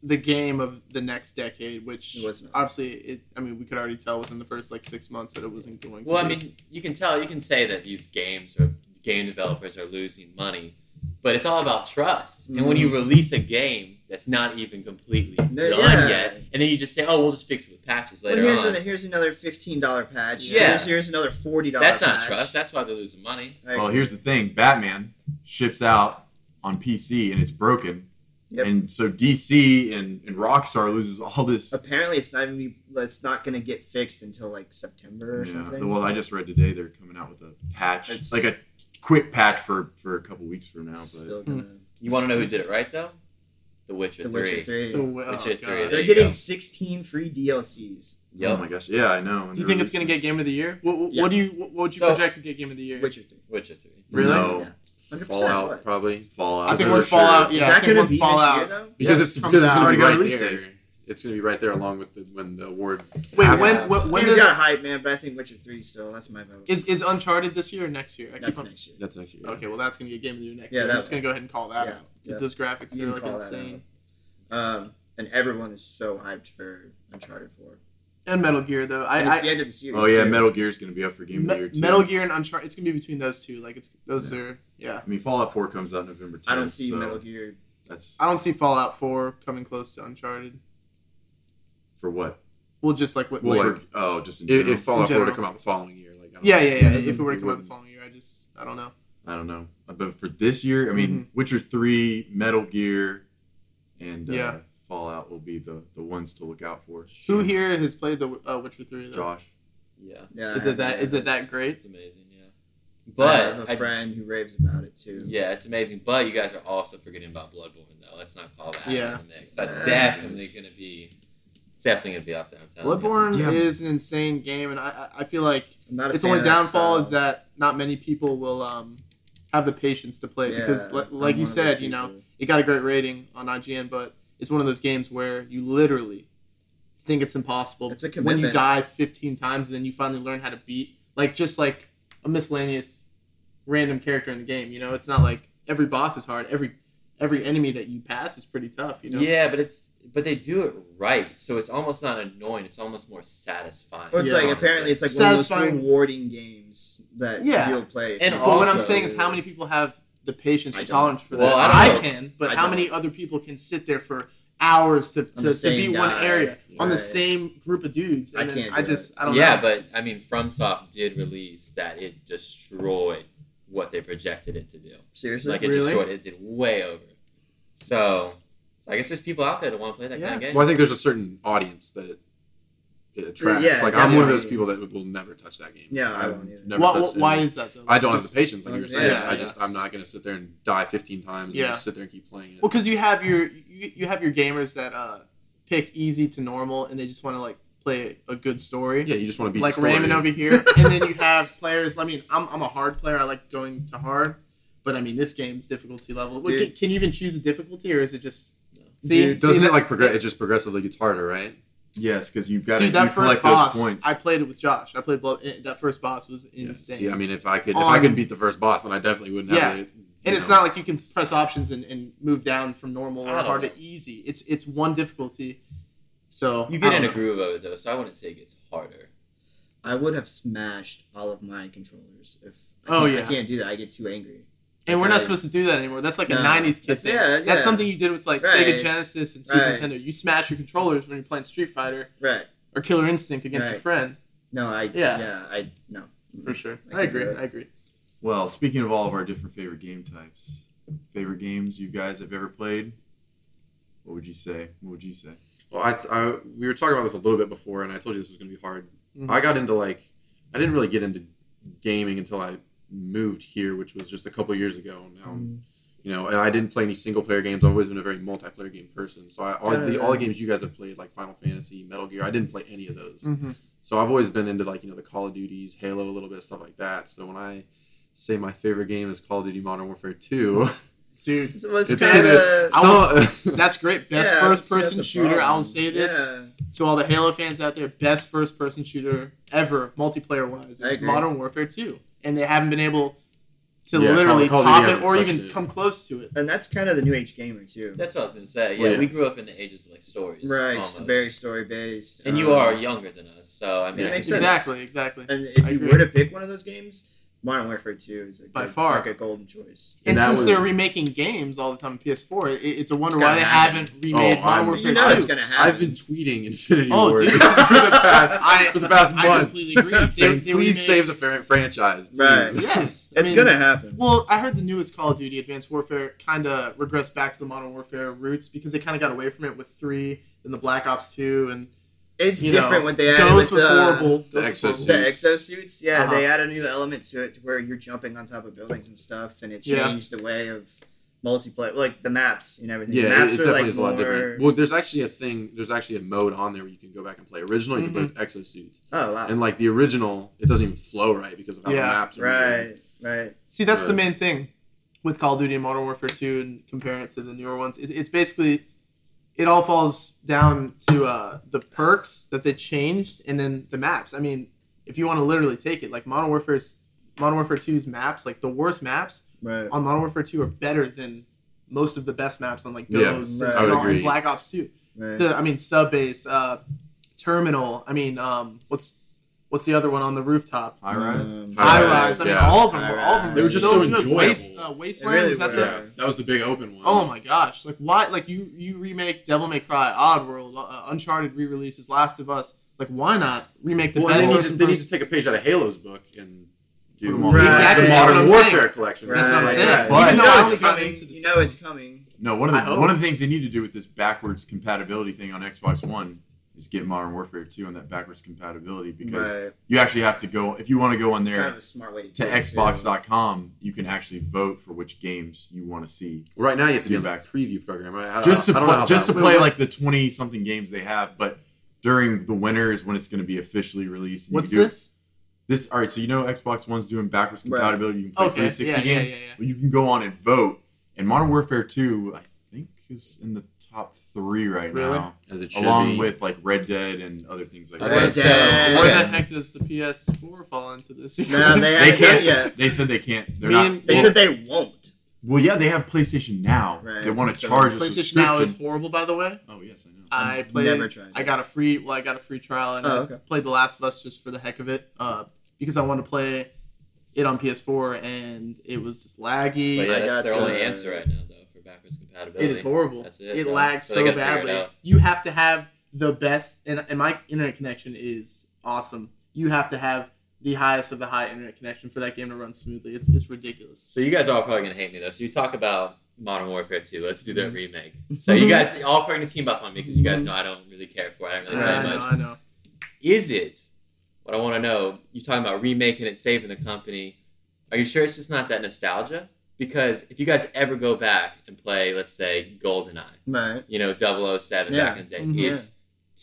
[SPEAKER 5] the game of the next decade, which
[SPEAKER 3] It wasn't.
[SPEAKER 5] obviously, it. I mean, we could already tell within the first like six months that it wasn't going.
[SPEAKER 4] Well,
[SPEAKER 5] to
[SPEAKER 4] I
[SPEAKER 5] be.
[SPEAKER 4] mean, you can tell, you can say that these games or game developers are losing money, but it's all about trust. And when you release a game that's not even completely done
[SPEAKER 3] No, Mm. yeah.
[SPEAKER 4] yet, and then you just say, "Oh, we'll just fix it with patches
[SPEAKER 3] Well,
[SPEAKER 4] later
[SPEAKER 3] here's,
[SPEAKER 4] on,"
[SPEAKER 3] an, here's another fifteen dollar patch.
[SPEAKER 4] Yeah.
[SPEAKER 3] Here's, here's another forty dollar.
[SPEAKER 4] that's
[SPEAKER 3] patch.
[SPEAKER 4] not trust. That's why they're losing money.
[SPEAKER 3] Like,
[SPEAKER 1] Well, here's the thing: Batman ships out on PC and it's broken,
[SPEAKER 3] Yep.
[SPEAKER 1] and so DC and, and Rockstar loses all this.
[SPEAKER 3] apparently, it's not even. It's not gonna get fixed until like September or
[SPEAKER 1] Yeah,
[SPEAKER 3] something.
[SPEAKER 1] well, I just read today they're coming out with a patch,
[SPEAKER 3] It's-
[SPEAKER 1] like a quick patch for for a couple weeks from now. But oh
[SPEAKER 3] It's still gonna.
[SPEAKER 4] You want to know who did it right though? Hmm. The Witcher
[SPEAKER 3] The
[SPEAKER 4] Three.
[SPEAKER 3] Witcher Three.
[SPEAKER 5] The w- oh,
[SPEAKER 4] Witcher three.
[SPEAKER 5] God.
[SPEAKER 4] There
[SPEAKER 3] They're
[SPEAKER 4] you
[SPEAKER 3] getting
[SPEAKER 4] go.
[SPEAKER 3] 16 free DLCs.
[SPEAKER 1] oh
[SPEAKER 4] Yep.
[SPEAKER 1] my gosh, yeah, I know. and
[SPEAKER 5] Do you
[SPEAKER 1] they're
[SPEAKER 5] think it's going to get
[SPEAKER 1] releasing-
[SPEAKER 5] Game of the Year? What, what,
[SPEAKER 3] Yeah.
[SPEAKER 5] what do you what, what would you
[SPEAKER 4] So-
[SPEAKER 5] project to get Game of the Year?
[SPEAKER 3] Witcher 3.
[SPEAKER 4] Witcher Three.
[SPEAKER 5] Really?
[SPEAKER 1] No.
[SPEAKER 3] Yeah. 100%.
[SPEAKER 2] Fallout,
[SPEAKER 3] what?
[SPEAKER 2] probably.
[SPEAKER 1] Fallout?
[SPEAKER 5] I think
[SPEAKER 2] we're
[SPEAKER 5] once
[SPEAKER 1] for sure.
[SPEAKER 5] Fallout, Uh, yeah,
[SPEAKER 3] Is
[SPEAKER 5] I
[SPEAKER 3] that
[SPEAKER 5] think
[SPEAKER 3] going
[SPEAKER 5] once
[SPEAKER 3] to be
[SPEAKER 5] Fallout.
[SPEAKER 3] this year, though?
[SPEAKER 2] Because
[SPEAKER 5] Yes,
[SPEAKER 2] it's because
[SPEAKER 5] comes
[SPEAKER 2] it's gonna
[SPEAKER 5] out.
[SPEAKER 2] be
[SPEAKER 1] Already
[SPEAKER 2] right
[SPEAKER 1] got a release
[SPEAKER 2] there. It's gonna be right there along with the when the award.
[SPEAKER 5] Wait,
[SPEAKER 4] Yeah.
[SPEAKER 5] when when, when
[SPEAKER 3] It's
[SPEAKER 5] is,
[SPEAKER 3] got hype, man, but I think Witcher 3 still. That's my vote.
[SPEAKER 5] is is Uncharted this year or next year? I keep
[SPEAKER 3] That's
[SPEAKER 5] on,
[SPEAKER 3] next year.
[SPEAKER 2] That's actually
[SPEAKER 5] okay, well that's going to get Game of the Year next
[SPEAKER 3] Yeah,
[SPEAKER 5] year.
[SPEAKER 3] that
[SPEAKER 5] I'm just going to go ahead and call that
[SPEAKER 3] Yeah,
[SPEAKER 5] out because
[SPEAKER 3] yeah.
[SPEAKER 5] those graphics
[SPEAKER 3] You
[SPEAKER 5] are
[SPEAKER 3] can
[SPEAKER 5] like
[SPEAKER 3] call that
[SPEAKER 5] insane.
[SPEAKER 3] Um, and everyone is so hyped for Uncharted 4.
[SPEAKER 5] And Metal Gear though, I,
[SPEAKER 3] And it's
[SPEAKER 5] I
[SPEAKER 3] the end of the series.
[SPEAKER 1] Oh yeah,
[SPEAKER 3] too.
[SPEAKER 1] Metal Gear's going to be up for Game of
[SPEAKER 5] Me-
[SPEAKER 1] the Year too.
[SPEAKER 5] Metal Gear and Uncharted, it's going to be between those two. Like it's those are yeah.
[SPEAKER 1] I mean, Fallout Four comes out November 10th.
[SPEAKER 3] I don't see
[SPEAKER 1] so
[SPEAKER 3] Metal Gear.
[SPEAKER 1] That's
[SPEAKER 5] I don't see Fallout Four coming close to Uncharted.
[SPEAKER 1] for what?
[SPEAKER 5] Well, just like what.
[SPEAKER 2] Well,
[SPEAKER 5] what-
[SPEAKER 1] For- oh, just in
[SPEAKER 2] if,
[SPEAKER 1] general.
[SPEAKER 2] if Fallout Four were to
[SPEAKER 5] general.
[SPEAKER 2] come out the following year, like I don't
[SPEAKER 5] yeah,
[SPEAKER 2] know.
[SPEAKER 5] yeah, yeah. If it were to come out the
[SPEAKER 3] Mm-hmm.
[SPEAKER 2] wouldn't-
[SPEAKER 5] following year, I just I don't know.
[SPEAKER 1] I don't know, Uh, but for this year, I mean,
[SPEAKER 5] Mm-hmm.
[SPEAKER 1] Witcher Three, Metal Gear, and uh,
[SPEAKER 5] Yeah.
[SPEAKER 1] Fallout will be the the ones to look out for.
[SPEAKER 5] Who here has played the uh, Witcher Three? Though?
[SPEAKER 1] Josh.
[SPEAKER 4] Yeah,
[SPEAKER 3] Yeah,
[SPEAKER 5] Is it that is it that great?
[SPEAKER 4] it's amazing. Yeah,
[SPEAKER 3] I
[SPEAKER 4] but
[SPEAKER 3] have
[SPEAKER 4] I-
[SPEAKER 3] a friend who raves about it too.
[SPEAKER 4] yeah, it's amazing. But you guys are also forgetting about Bloodborne though. Let's not call that
[SPEAKER 5] Yeah.
[SPEAKER 4] out of the mix. That's
[SPEAKER 3] Yeah.
[SPEAKER 4] definitely gonna be. It's definitely gonna be out there. I'm telling you.
[SPEAKER 5] Bloodborne
[SPEAKER 1] Yeah.
[SPEAKER 5] is an insane game, and I I I feel like
[SPEAKER 3] I'm not a
[SPEAKER 5] its
[SPEAKER 3] fan
[SPEAKER 5] only
[SPEAKER 3] of that
[SPEAKER 5] downfall
[SPEAKER 3] style.
[SPEAKER 5] is that not many people will um have the patience to play it because
[SPEAKER 3] Yeah,
[SPEAKER 5] li-
[SPEAKER 3] I'm
[SPEAKER 5] like
[SPEAKER 3] one
[SPEAKER 5] you
[SPEAKER 3] of those
[SPEAKER 5] said, you know,
[SPEAKER 3] people.
[SPEAKER 5] it got a great rating on IGN, but it's one of those games where you literally think it's impossible.
[SPEAKER 3] It's a
[SPEAKER 5] when you
[SPEAKER 3] commitment.
[SPEAKER 5] die 15 times and then you finally learn how to beat like just like a miscellaneous random character in the game, you know? It's not like every boss is hard, every every enemy that you pass is pretty tough, you know?
[SPEAKER 4] Yeah, but it's but they do it right, so it's almost not annoying. It's almost more satisfying.
[SPEAKER 3] Well, it's
[SPEAKER 5] Yeah.
[SPEAKER 3] like
[SPEAKER 4] honestly.
[SPEAKER 3] apparently it's like one of those
[SPEAKER 5] Satisfying.
[SPEAKER 3] rewarding games that
[SPEAKER 5] Yeah.
[SPEAKER 3] you'll play.
[SPEAKER 4] And
[SPEAKER 5] But what I'm
[SPEAKER 4] Also-
[SPEAKER 5] saying is how many people have the patience
[SPEAKER 3] I
[SPEAKER 5] or
[SPEAKER 3] don't.
[SPEAKER 5] tolerance for
[SPEAKER 4] Well,
[SPEAKER 5] that?
[SPEAKER 4] I
[SPEAKER 5] I,
[SPEAKER 4] don't know.
[SPEAKER 5] can, but
[SPEAKER 3] I
[SPEAKER 5] how
[SPEAKER 3] don't.
[SPEAKER 5] many other people can sit there for hours to,
[SPEAKER 3] the
[SPEAKER 5] to, to be
[SPEAKER 3] same
[SPEAKER 5] one
[SPEAKER 3] guy,
[SPEAKER 5] area on the
[SPEAKER 3] right.
[SPEAKER 5] same group of dudes? And
[SPEAKER 3] I
[SPEAKER 5] then
[SPEAKER 3] can't
[SPEAKER 5] I
[SPEAKER 3] do
[SPEAKER 5] just, I don't
[SPEAKER 4] yeah,
[SPEAKER 5] know.
[SPEAKER 4] but I mean, FromSoft did release that it destroyed what they projected it to do.
[SPEAKER 3] Seriously,
[SPEAKER 4] Like it
[SPEAKER 5] Really?
[SPEAKER 4] destroyed. It did way over. So, so I guess there's people out there that want to play that kind of game.
[SPEAKER 2] Well, I think there's a certain audience that it, it attracts.
[SPEAKER 3] Yeah,
[SPEAKER 2] like I'm one of those
[SPEAKER 3] definitely.
[SPEAKER 2] people that will never touch that game.
[SPEAKER 3] Yeah, I
[SPEAKER 2] I've
[SPEAKER 3] won't either.
[SPEAKER 2] never
[SPEAKER 5] Why-
[SPEAKER 2] touched it.
[SPEAKER 5] why is that though?
[SPEAKER 2] I don't have
[SPEAKER 5] Just-
[SPEAKER 2] the patience, like you were saying.
[SPEAKER 3] Yeah,
[SPEAKER 2] I just
[SPEAKER 5] yeah.
[SPEAKER 2] I'm not gonna sit there and die 15 times.
[SPEAKER 5] Yeah.
[SPEAKER 2] and just sit there and keep playing it.
[SPEAKER 5] Well, because you have your you, you have your gamers that uh, pick easy to normal, and they just want to like play a good story,
[SPEAKER 2] yeah, you just want to be
[SPEAKER 5] like Raymond over here. and then you have players. I mean, I'm, I'm a hard player. I like going to hard, but I mean this game's difficulty level. Wait,
[SPEAKER 3] Dude.
[SPEAKER 5] can, can you even choose a difficulty, or is it just
[SPEAKER 3] Dude,
[SPEAKER 5] see,
[SPEAKER 2] Doesn't
[SPEAKER 5] that-
[SPEAKER 2] it like progress? It just progressively gets harder, right?
[SPEAKER 1] Yes, because you've got to you
[SPEAKER 5] Dude, that
[SPEAKER 1] collect
[SPEAKER 5] first boss,
[SPEAKER 1] those points.
[SPEAKER 5] I played it with Josh. I played Blood. eh, That first boss was
[SPEAKER 2] Yeah.
[SPEAKER 5] insane.
[SPEAKER 2] See, I mean, if I could, if I
[SPEAKER 5] On-
[SPEAKER 2] could beat the first boss, then I definitely wouldn't.
[SPEAKER 5] Yeah.
[SPEAKER 2] have it,
[SPEAKER 5] and it's not like you can press options and, and move down from normal
[SPEAKER 4] I
[SPEAKER 5] or
[SPEAKER 4] don't
[SPEAKER 5] hard
[SPEAKER 4] know.
[SPEAKER 5] to easy. It's it's one difficulty. So
[SPEAKER 4] you get
[SPEAKER 5] I don't
[SPEAKER 4] in a
[SPEAKER 5] know.
[SPEAKER 4] groove of it though, so I wouldn't say it gets harder.
[SPEAKER 3] I would have smashed all of my controllers if. I
[SPEAKER 5] Oh,
[SPEAKER 3] can't-
[SPEAKER 5] yeah.
[SPEAKER 3] I can't do that. I get too angry.
[SPEAKER 5] And we're not
[SPEAKER 3] Right.
[SPEAKER 5] supposed to do that anymore. That's like a
[SPEAKER 3] No.
[SPEAKER 5] '90s kid
[SPEAKER 3] That's-
[SPEAKER 5] thing.
[SPEAKER 3] yeah, yeah.
[SPEAKER 5] That's something you did with like
[SPEAKER 3] Right.
[SPEAKER 5] Sega Genesis and Super
[SPEAKER 3] Right.
[SPEAKER 5] Nintendo. You smash your controllers when you're playing Street Fighter
[SPEAKER 3] Right.
[SPEAKER 5] or Killer Instinct against your
[SPEAKER 3] Right.
[SPEAKER 5] friend,
[SPEAKER 3] No, I.
[SPEAKER 5] Yeah.
[SPEAKER 3] Yeah. I no.
[SPEAKER 5] for sure.
[SPEAKER 3] I
[SPEAKER 5] I,
[SPEAKER 3] can
[SPEAKER 5] agree.
[SPEAKER 3] do it.
[SPEAKER 5] I agree.
[SPEAKER 1] well, speaking of all of our different favorite game types, favorite games you guys have ever played, what would you say? What would you say?
[SPEAKER 2] Well, I, I- we were talking about this a little bit before, and I told you this was going to be hard.
[SPEAKER 5] Mhm.
[SPEAKER 2] I got into like I didn't really get into gaming until I moved here, which was just a couple years ago. Now,
[SPEAKER 3] Mm.
[SPEAKER 2] I'm you know, and I didn't play any single player games. I've always been a very multiplayer game person. So I, all the all the games you guys have played, like Final Fantasy, Metal Gear, I didn't play any of those.
[SPEAKER 5] Mm-hmm.
[SPEAKER 2] So I've always been into like you know the Call of Duties, Halo, a little bit stuff like that. So when I say my favorite game is Call of Duty Modern Warfare Two,
[SPEAKER 5] Dude,
[SPEAKER 3] It was
[SPEAKER 2] It's
[SPEAKER 3] kind
[SPEAKER 5] kinda-
[SPEAKER 3] of
[SPEAKER 5] I
[SPEAKER 2] so,
[SPEAKER 5] that's great. Best
[SPEAKER 3] yeah,
[SPEAKER 5] first
[SPEAKER 3] see, that's
[SPEAKER 5] person
[SPEAKER 3] a
[SPEAKER 5] shooter. I
[SPEAKER 3] problem.
[SPEAKER 5] will say this
[SPEAKER 3] Yeah.
[SPEAKER 5] to all the Halo fans out there: best first person shooter ever, multiplayer wise,
[SPEAKER 3] I
[SPEAKER 5] is
[SPEAKER 3] agree.
[SPEAKER 5] Modern Warfare Two, and they haven't been able to
[SPEAKER 2] Yeah, Call-
[SPEAKER 5] literally
[SPEAKER 2] Call of Duty
[SPEAKER 5] top it
[SPEAKER 2] hasn't
[SPEAKER 5] or
[SPEAKER 2] touched
[SPEAKER 5] even
[SPEAKER 2] it.
[SPEAKER 5] come close to it.
[SPEAKER 3] and that's kind of the new age gamer too.
[SPEAKER 4] That's what I was gonna say. Yeah,
[SPEAKER 2] Well, Oh, yeah.
[SPEAKER 4] we grew up in the ages of like stories,
[SPEAKER 3] right,
[SPEAKER 4] almost.
[SPEAKER 3] very story based.
[SPEAKER 4] And you are younger than us, so I mean,
[SPEAKER 2] Yeah.
[SPEAKER 4] I
[SPEAKER 3] Makes
[SPEAKER 4] can-
[SPEAKER 3] sense.
[SPEAKER 5] Exactly, exactly.
[SPEAKER 3] um, And if
[SPEAKER 5] I
[SPEAKER 3] you
[SPEAKER 5] agree.
[SPEAKER 3] were to pick one of those games, Modern Warfare Two is a
[SPEAKER 5] By
[SPEAKER 3] good-
[SPEAKER 5] far.
[SPEAKER 3] like a golden choice.
[SPEAKER 5] And,
[SPEAKER 2] And that
[SPEAKER 5] since
[SPEAKER 2] was-
[SPEAKER 5] they're remaking games all the time on PS4, it, it's a wonder
[SPEAKER 3] It's
[SPEAKER 5] why
[SPEAKER 3] gotta
[SPEAKER 5] they
[SPEAKER 3] happen.
[SPEAKER 5] haven't remade
[SPEAKER 2] Oh,
[SPEAKER 5] Modern
[SPEAKER 2] I'm-
[SPEAKER 5] Warfare
[SPEAKER 3] You
[SPEAKER 2] Warfare
[SPEAKER 3] know
[SPEAKER 2] two.
[SPEAKER 3] it's gonna happen.
[SPEAKER 2] I've been tweeting Infinity
[SPEAKER 5] Oh,
[SPEAKER 2] Ward
[SPEAKER 5] dude.
[SPEAKER 2] for the past
[SPEAKER 5] I-
[SPEAKER 2] for the past
[SPEAKER 5] I
[SPEAKER 2] month.
[SPEAKER 5] completely agree.
[SPEAKER 2] saying,
[SPEAKER 5] They- they
[SPEAKER 2] please
[SPEAKER 5] remade-
[SPEAKER 2] save the fran- franchise. please."
[SPEAKER 3] Right.
[SPEAKER 5] 2. Yes, I
[SPEAKER 3] it's
[SPEAKER 5] mean,
[SPEAKER 3] gonna happen.
[SPEAKER 5] Well, I heard the newest Call of Duty Advanced Warfare kind of regressed back to the Modern Warfare roots because they kind of got away from it with three, then the Black Ops two, and
[SPEAKER 3] It's
[SPEAKER 5] you
[SPEAKER 3] different
[SPEAKER 5] know,
[SPEAKER 3] what they added
[SPEAKER 5] Ghost
[SPEAKER 3] with
[SPEAKER 5] was
[SPEAKER 3] the,
[SPEAKER 5] horrible. Ghost was
[SPEAKER 2] exosuit.
[SPEAKER 5] horrible.
[SPEAKER 3] the exosuits. Yeah,
[SPEAKER 5] Uh-huh.
[SPEAKER 3] they add a new element to it to where you're jumping on top of buildings and stuff, and it
[SPEAKER 5] Yeah.
[SPEAKER 3] changed the way of multiplayer, like the maps and everything.
[SPEAKER 2] Yeah,
[SPEAKER 3] the
[SPEAKER 2] it-
[SPEAKER 3] maps
[SPEAKER 2] it,
[SPEAKER 3] are
[SPEAKER 2] definitely
[SPEAKER 3] like
[SPEAKER 2] is a
[SPEAKER 3] more.
[SPEAKER 2] lot different. Well, there's actually a thing. There's actually a mode on there where you can go back and play. Original, you can
[SPEAKER 5] Mm-hmm.
[SPEAKER 2] play with exosuits,
[SPEAKER 3] oh wow!
[SPEAKER 2] and like the original, it doesn't even flow right because of how
[SPEAKER 5] Yeah.
[SPEAKER 2] the maps are. moving.
[SPEAKER 3] right, right.
[SPEAKER 5] See, that's the
[SPEAKER 2] Right.
[SPEAKER 5] main thing with Call of Duty and Modern Warfare 2 and comparing it to the newer ones. It's, it's basically, it all falls down to uh, the perks that they changed and then the maps. I mean, if you want to literally take it, like Modern Warfare's Modern Warfare 2's maps, like the worst maps
[SPEAKER 3] Right.
[SPEAKER 5] on Modern Warfare 2 are better than most of the best maps on like
[SPEAKER 2] Yeah,
[SPEAKER 5] Ghost
[SPEAKER 3] I
[SPEAKER 5] and,
[SPEAKER 3] would
[SPEAKER 5] all- and
[SPEAKER 2] agree.
[SPEAKER 5] Black Ops 2.
[SPEAKER 3] Right.
[SPEAKER 5] The, I mean, sub base, uh, terminal. I mean, um, what's what's the other one on the rooftop?
[SPEAKER 1] High rise.
[SPEAKER 3] Um,
[SPEAKER 2] High
[SPEAKER 5] High
[SPEAKER 2] rise,
[SPEAKER 5] rise. I mean,
[SPEAKER 2] yeah.
[SPEAKER 5] all of them were. All of them
[SPEAKER 3] They were
[SPEAKER 5] were
[SPEAKER 3] just
[SPEAKER 2] so
[SPEAKER 5] good.
[SPEAKER 2] enjoyable.
[SPEAKER 5] Waste, uh, Wasteland,
[SPEAKER 3] They really
[SPEAKER 5] was that the-
[SPEAKER 2] Yeah, that was the big open one.
[SPEAKER 5] Oh my gosh! Like why? Like you, you remake Devil May Cry, Oddworld, uh, Uncharted re-releases, Last of Us. Like why not remake the
[SPEAKER 2] Well,
[SPEAKER 5] best
[SPEAKER 2] and they, need to,
[SPEAKER 5] person?
[SPEAKER 2] they need
[SPEAKER 5] person-
[SPEAKER 2] to take a page out of Halo's book and do
[SPEAKER 1] Right.
[SPEAKER 5] Exactly, that's what
[SPEAKER 2] the Modern
[SPEAKER 5] I'm
[SPEAKER 2] Warfare
[SPEAKER 5] saying.
[SPEAKER 2] collection.
[SPEAKER 3] Right.
[SPEAKER 5] That's what I'm
[SPEAKER 3] Right.
[SPEAKER 5] saying.
[SPEAKER 3] But
[SPEAKER 5] Even
[SPEAKER 3] you
[SPEAKER 5] though I
[SPEAKER 3] know it's
[SPEAKER 5] only got
[SPEAKER 3] coming.
[SPEAKER 5] into the
[SPEAKER 3] You know
[SPEAKER 5] second
[SPEAKER 3] it's coming.
[SPEAKER 1] No, one of
[SPEAKER 5] I
[SPEAKER 1] the
[SPEAKER 5] hope.
[SPEAKER 1] one of the things they need to do with this backwards compatibility thing on Xbox One is get Modern Warfare 2 on that backwards compatibility because
[SPEAKER 3] Right.
[SPEAKER 1] you actually have to go if you want to go on
[SPEAKER 3] Kind
[SPEAKER 1] there
[SPEAKER 3] of a smart way to,
[SPEAKER 1] to
[SPEAKER 3] do it, too.
[SPEAKER 1] Xbox.com, you can actually vote for which games you want to see.
[SPEAKER 2] Right now, you have to
[SPEAKER 1] Do
[SPEAKER 2] do the
[SPEAKER 1] back.
[SPEAKER 2] preview program. I, I,
[SPEAKER 1] Just to
[SPEAKER 2] I don't know
[SPEAKER 1] play,
[SPEAKER 2] how
[SPEAKER 1] just to
[SPEAKER 2] that
[SPEAKER 1] play
[SPEAKER 2] works.
[SPEAKER 1] like the twenty something games they have, but during the winter is when it's going to be officially released. and you
[SPEAKER 5] What's
[SPEAKER 1] can do it-
[SPEAKER 5] this?
[SPEAKER 1] This all right. So you know Xbox One's doing backwards
[SPEAKER 3] Right.
[SPEAKER 1] compatibility. You can play
[SPEAKER 5] Okay,
[SPEAKER 1] 360
[SPEAKER 5] yeah, yeah,
[SPEAKER 1] games.
[SPEAKER 5] yeah, yeah.
[SPEAKER 1] But you can go on and vote. And Modern Warfare 2, I think, is in the top three right
[SPEAKER 5] Really?
[SPEAKER 1] now,
[SPEAKER 2] as it should
[SPEAKER 1] along
[SPEAKER 2] be.
[SPEAKER 1] with like Red Dead and other things like
[SPEAKER 4] I
[SPEAKER 1] that.
[SPEAKER 4] think
[SPEAKER 3] Red
[SPEAKER 4] so.
[SPEAKER 3] Dead.
[SPEAKER 5] Where
[SPEAKER 4] Okay.
[SPEAKER 5] the heck does the PS4 fall into this?
[SPEAKER 3] No, they
[SPEAKER 1] They
[SPEAKER 3] haven't done it
[SPEAKER 1] can't.
[SPEAKER 3] yet.
[SPEAKER 1] They said they can't. They're
[SPEAKER 5] Me
[SPEAKER 1] not.
[SPEAKER 5] and-
[SPEAKER 3] They
[SPEAKER 1] well,
[SPEAKER 3] said they won't.
[SPEAKER 1] well, yeah, they have PlayStation Now.
[SPEAKER 3] Right.
[SPEAKER 1] They want to
[SPEAKER 3] So
[SPEAKER 1] charge a
[SPEAKER 5] PlayStation
[SPEAKER 1] subscription.
[SPEAKER 5] Now is horrible, by the way.
[SPEAKER 1] oh yes, I know.
[SPEAKER 5] I
[SPEAKER 3] I've
[SPEAKER 5] played.
[SPEAKER 3] Never tried.
[SPEAKER 5] I
[SPEAKER 3] it.
[SPEAKER 5] got a free. Well, I got a free trial and
[SPEAKER 3] Oh,
[SPEAKER 5] I
[SPEAKER 3] okay.
[SPEAKER 5] played The Last of Us just for the heck of it, uh, because I wanted to play it on PS4 and it was just laggy.
[SPEAKER 4] But yeah,
[SPEAKER 3] I
[SPEAKER 4] that's
[SPEAKER 3] got
[SPEAKER 4] their only
[SPEAKER 3] the-
[SPEAKER 4] answer right now, though, for backwards compatibility.
[SPEAKER 5] It is horrible.
[SPEAKER 4] That's it,
[SPEAKER 5] It
[SPEAKER 4] bro.
[SPEAKER 5] lags
[SPEAKER 4] So
[SPEAKER 5] so,
[SPEAKER 4] they gotta figure it
[SPEAKER 5] badly.
[SPEAKER 4] out.
[SPEAKER 5] You have to have the best, and, and my internet connection is awesome. You have to have the highest of the high internet connection for that game to run smoothly. It's, it's ridiculous.
[SPEAKER 4] So you guys are all probably gonna hate me though. So you talk about Modern Warfare 2. Let's do that
[SPEAKER 5] Mm-hmm.
[SPEAKER 4] remake. So you guys all probably gonna team up on me because you guys know I don't really care for it. I don't really
[SPEAKER 5] I
[SPEAKER 4] play
[SPEAKER 5] know,
[SPEAKER 4] much.
[SPEAKER 5] I know.
[SPEAKER 4] Is it? What I want to know. You're talking about remaking it, saving the company. Are you sure it's just not that nostalgia? Because if you guys ever go back and play, let's say GoldenEye,
[SPEAKER 3] Right.
[SPEAKER 4] you know 007
[SPEAKER 3] Yeah.
[SPEAKER 4] back in the day,
[SPEAKER 5] Mhm.
[SPEAKER 4] it's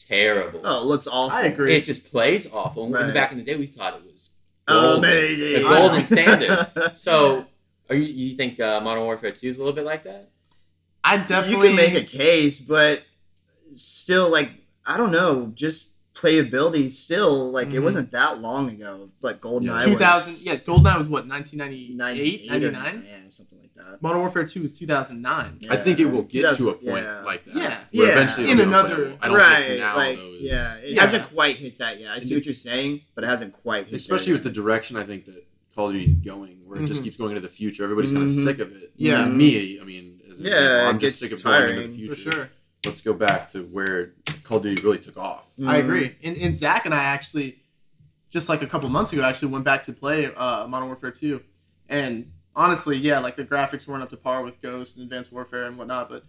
[SPEAKER 4] terrible.
[SPEAKER 3] Oh, it looks awful.
[SPEAKER 5] I agree.
[SPEAKER 4] It just plays awful. And
[SPEAKER 3] Right. Oh,
[SPEAKER 4] back in the day, we thought it was gold.
[SPEAKER 3] Amazing.
[SPEAKER 4] The golden standard. So, are you you think uh, Modern Warfare Two is a little bit like that?
[SPEAKER 5] I definitely
[SPEAKER 3] You can make a case, but still, like I don't know, just playability. Still, like it
[SPEAKER 5] Mhm.
[SPEAKER 3] wasn't that long ago. Like GoldenEye. was
[SPEAKER 5] 2000. Yeah, GoldenEye was what 1998,
[SPEAKER 3] 98 or
[SPEAKER 5] 99.
[SPEAKER 3] Yeah, something like that.
[SPEAKER 5] Modern Warfare 2 was 2009.
[SPEAKER 2] I think it will
[SPEAKER 3] Yeah.
[SPEAKER 2] get to a point
[SPEAKER 3] Yeah.
[SPEAKER 2] like that.
[SPEAKER 5] Yeah.
[SPEAKER 2] where
[SPEAKER 3] Yeah.
[SPEAKER 2] Eventually it'll
[SPEAKER 5] In
[SPEAKER 2] be
[SPEAKER 5] another-
[SPEAKER 2] unplayable. I don't
[SPEAKER 3] right,
[SPEAKER 2] think now
[SPEAKER 3] like,
[SPEAKER 2] though. Is,
[SPEAKER 3] yeah, it
[SPEAKER 5] Yeah.
[SPEAKER 3] hasn't quite hit that yet. I see
[SPEAKER 2] And
[SPEAKER 3] what you're saying, but it hasn't quite hit.
[SPEAKER 2] especially with the direction I think that Call of Duty is going, where it just
[SPEAKER 1] Mm-hmm.
[SPEAKER 5] Mhm.
[SPEAKER 2] keeps going into the future. Everybody's kind
[SPEAKER 3] Mhm.
[SPEAKER 2] of sick of it.
[SPEAKER 5] Yeah.
[SPEAKER 2] And me, I mean, as an
[SPEAKER 3] Yeah,
[SPEAKER 2] example, I'm
[SPEAKER 3] it
[SPEAKER 2] just
[SPEAKER 3] gets
[SPEAKER 2] sick of going into the
[SPEAKER 3] tiring,
[SPEAKER 5] For
[SPEAKER 2] future.
[SPEAKER 5] sure.
[SPEAKER 2] Let's go back to where Call of Duty really took off.
[SPEAKER 3] the.
[SPEAKER 5] I agree. And, and Zach and I actually, just like a couple months ago, actually went back to play uh, Modern Warfare 2. And honestly, yeah, like the graphics weren't up to par with Ghost and Advanced Warfare and whatnot. But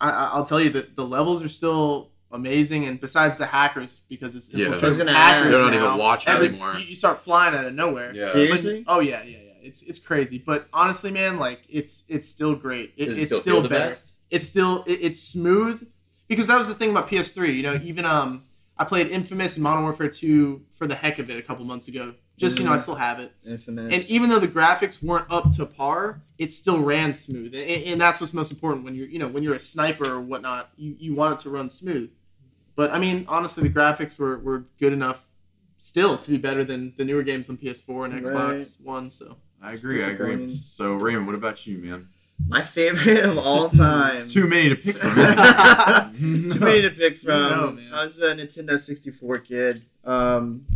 [SPEAKER 5] I, I- I'll tell you that the levels are still amazing. And besides the hackers, because it's
[SPEAKER 2] Yeah.
[SPEAKER 5] infiltrated
[SPEAKER 2] I was
[SPEAKER 5] with
[SPEAKER 3] gonna
[SPEAKER 5] hackers
[SPEAKER 3] ask.
[SPEAKER 2] They're not even
[SPEAKER 5] now,
[SPEAKER 2] watching
[SPEAKER 5] every-
[SPEAKER 2] anymore.
[SPEAKER 5] You, you start flying out of nowhere.
[SPEAKER 2] Yeah.
[SPEAKER 5] But-
[SPEAKER 3] Seriously?
[SPEAKER 5] oh yeah, yeah, yeah. It's it's crazy. But honestly, man, like it's it's still great. It,
[SPEAKER 4] Does it
[SPEAKER 5] it's
[SPEAKER 4] still
[SPEAKER 5] still,
[SPEAKER 4] feel the
[SPEAKER 5] better.
[SPEAKER 4] best?
[SPEAKER 5] It's still it, it's smooth because that was the thing about PS3. You know, even um, I played Infamous and Modern Warfare 2 for the heck of it a couple months ago. Just you know,
[SPEAKER 3] Mm-hmm.
[SPEAKER 5] I still have it.
[SPEAKER 3] Mm, Infamous.
[SPEAKER 5] And even though the graphics weren't up to par, it still ran smooth, and, and that's what's most important when you're you know when you're a sniper or whatnot. You, you want it to run smooth, but I mean honestly, the graphics were, were good enough still to be better than the newer games on PS4 and Xbox
[SPEAKER 3] Right.
[SPEAKER 5] One. So
[SPEAKER 1] I
[SPEAKER 3] It's
[SPEAKER 1] agree. I agree.
[SPEAKER 3] disappointing.
[SPEAKER 1] So Raymond, what about you, man?
[SPEAKER 3] my favorite of all time.
[SPEAKER 1] It's too many to pick from.
[SPEAKER 3] Too
[SPEAKER 1] isn't
[SPEAKER 3] many
[SPEAKER 1] it?
[SPEAKER 3] to pick from.
[SPEAKER 5] No, man.
[SPEAKER 3] I was a Nintendo 64 kid. Um,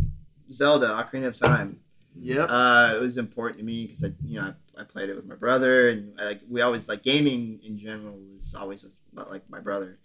[SPEAKER 3] Zelda, Ocarina of Time.
[SPEAKER 5] yep,
[SPEAKER 3] Uh, it was important to me because I, you know, I, I played it with my brother, and I, like we always like gaming in general was always with my- like my brother,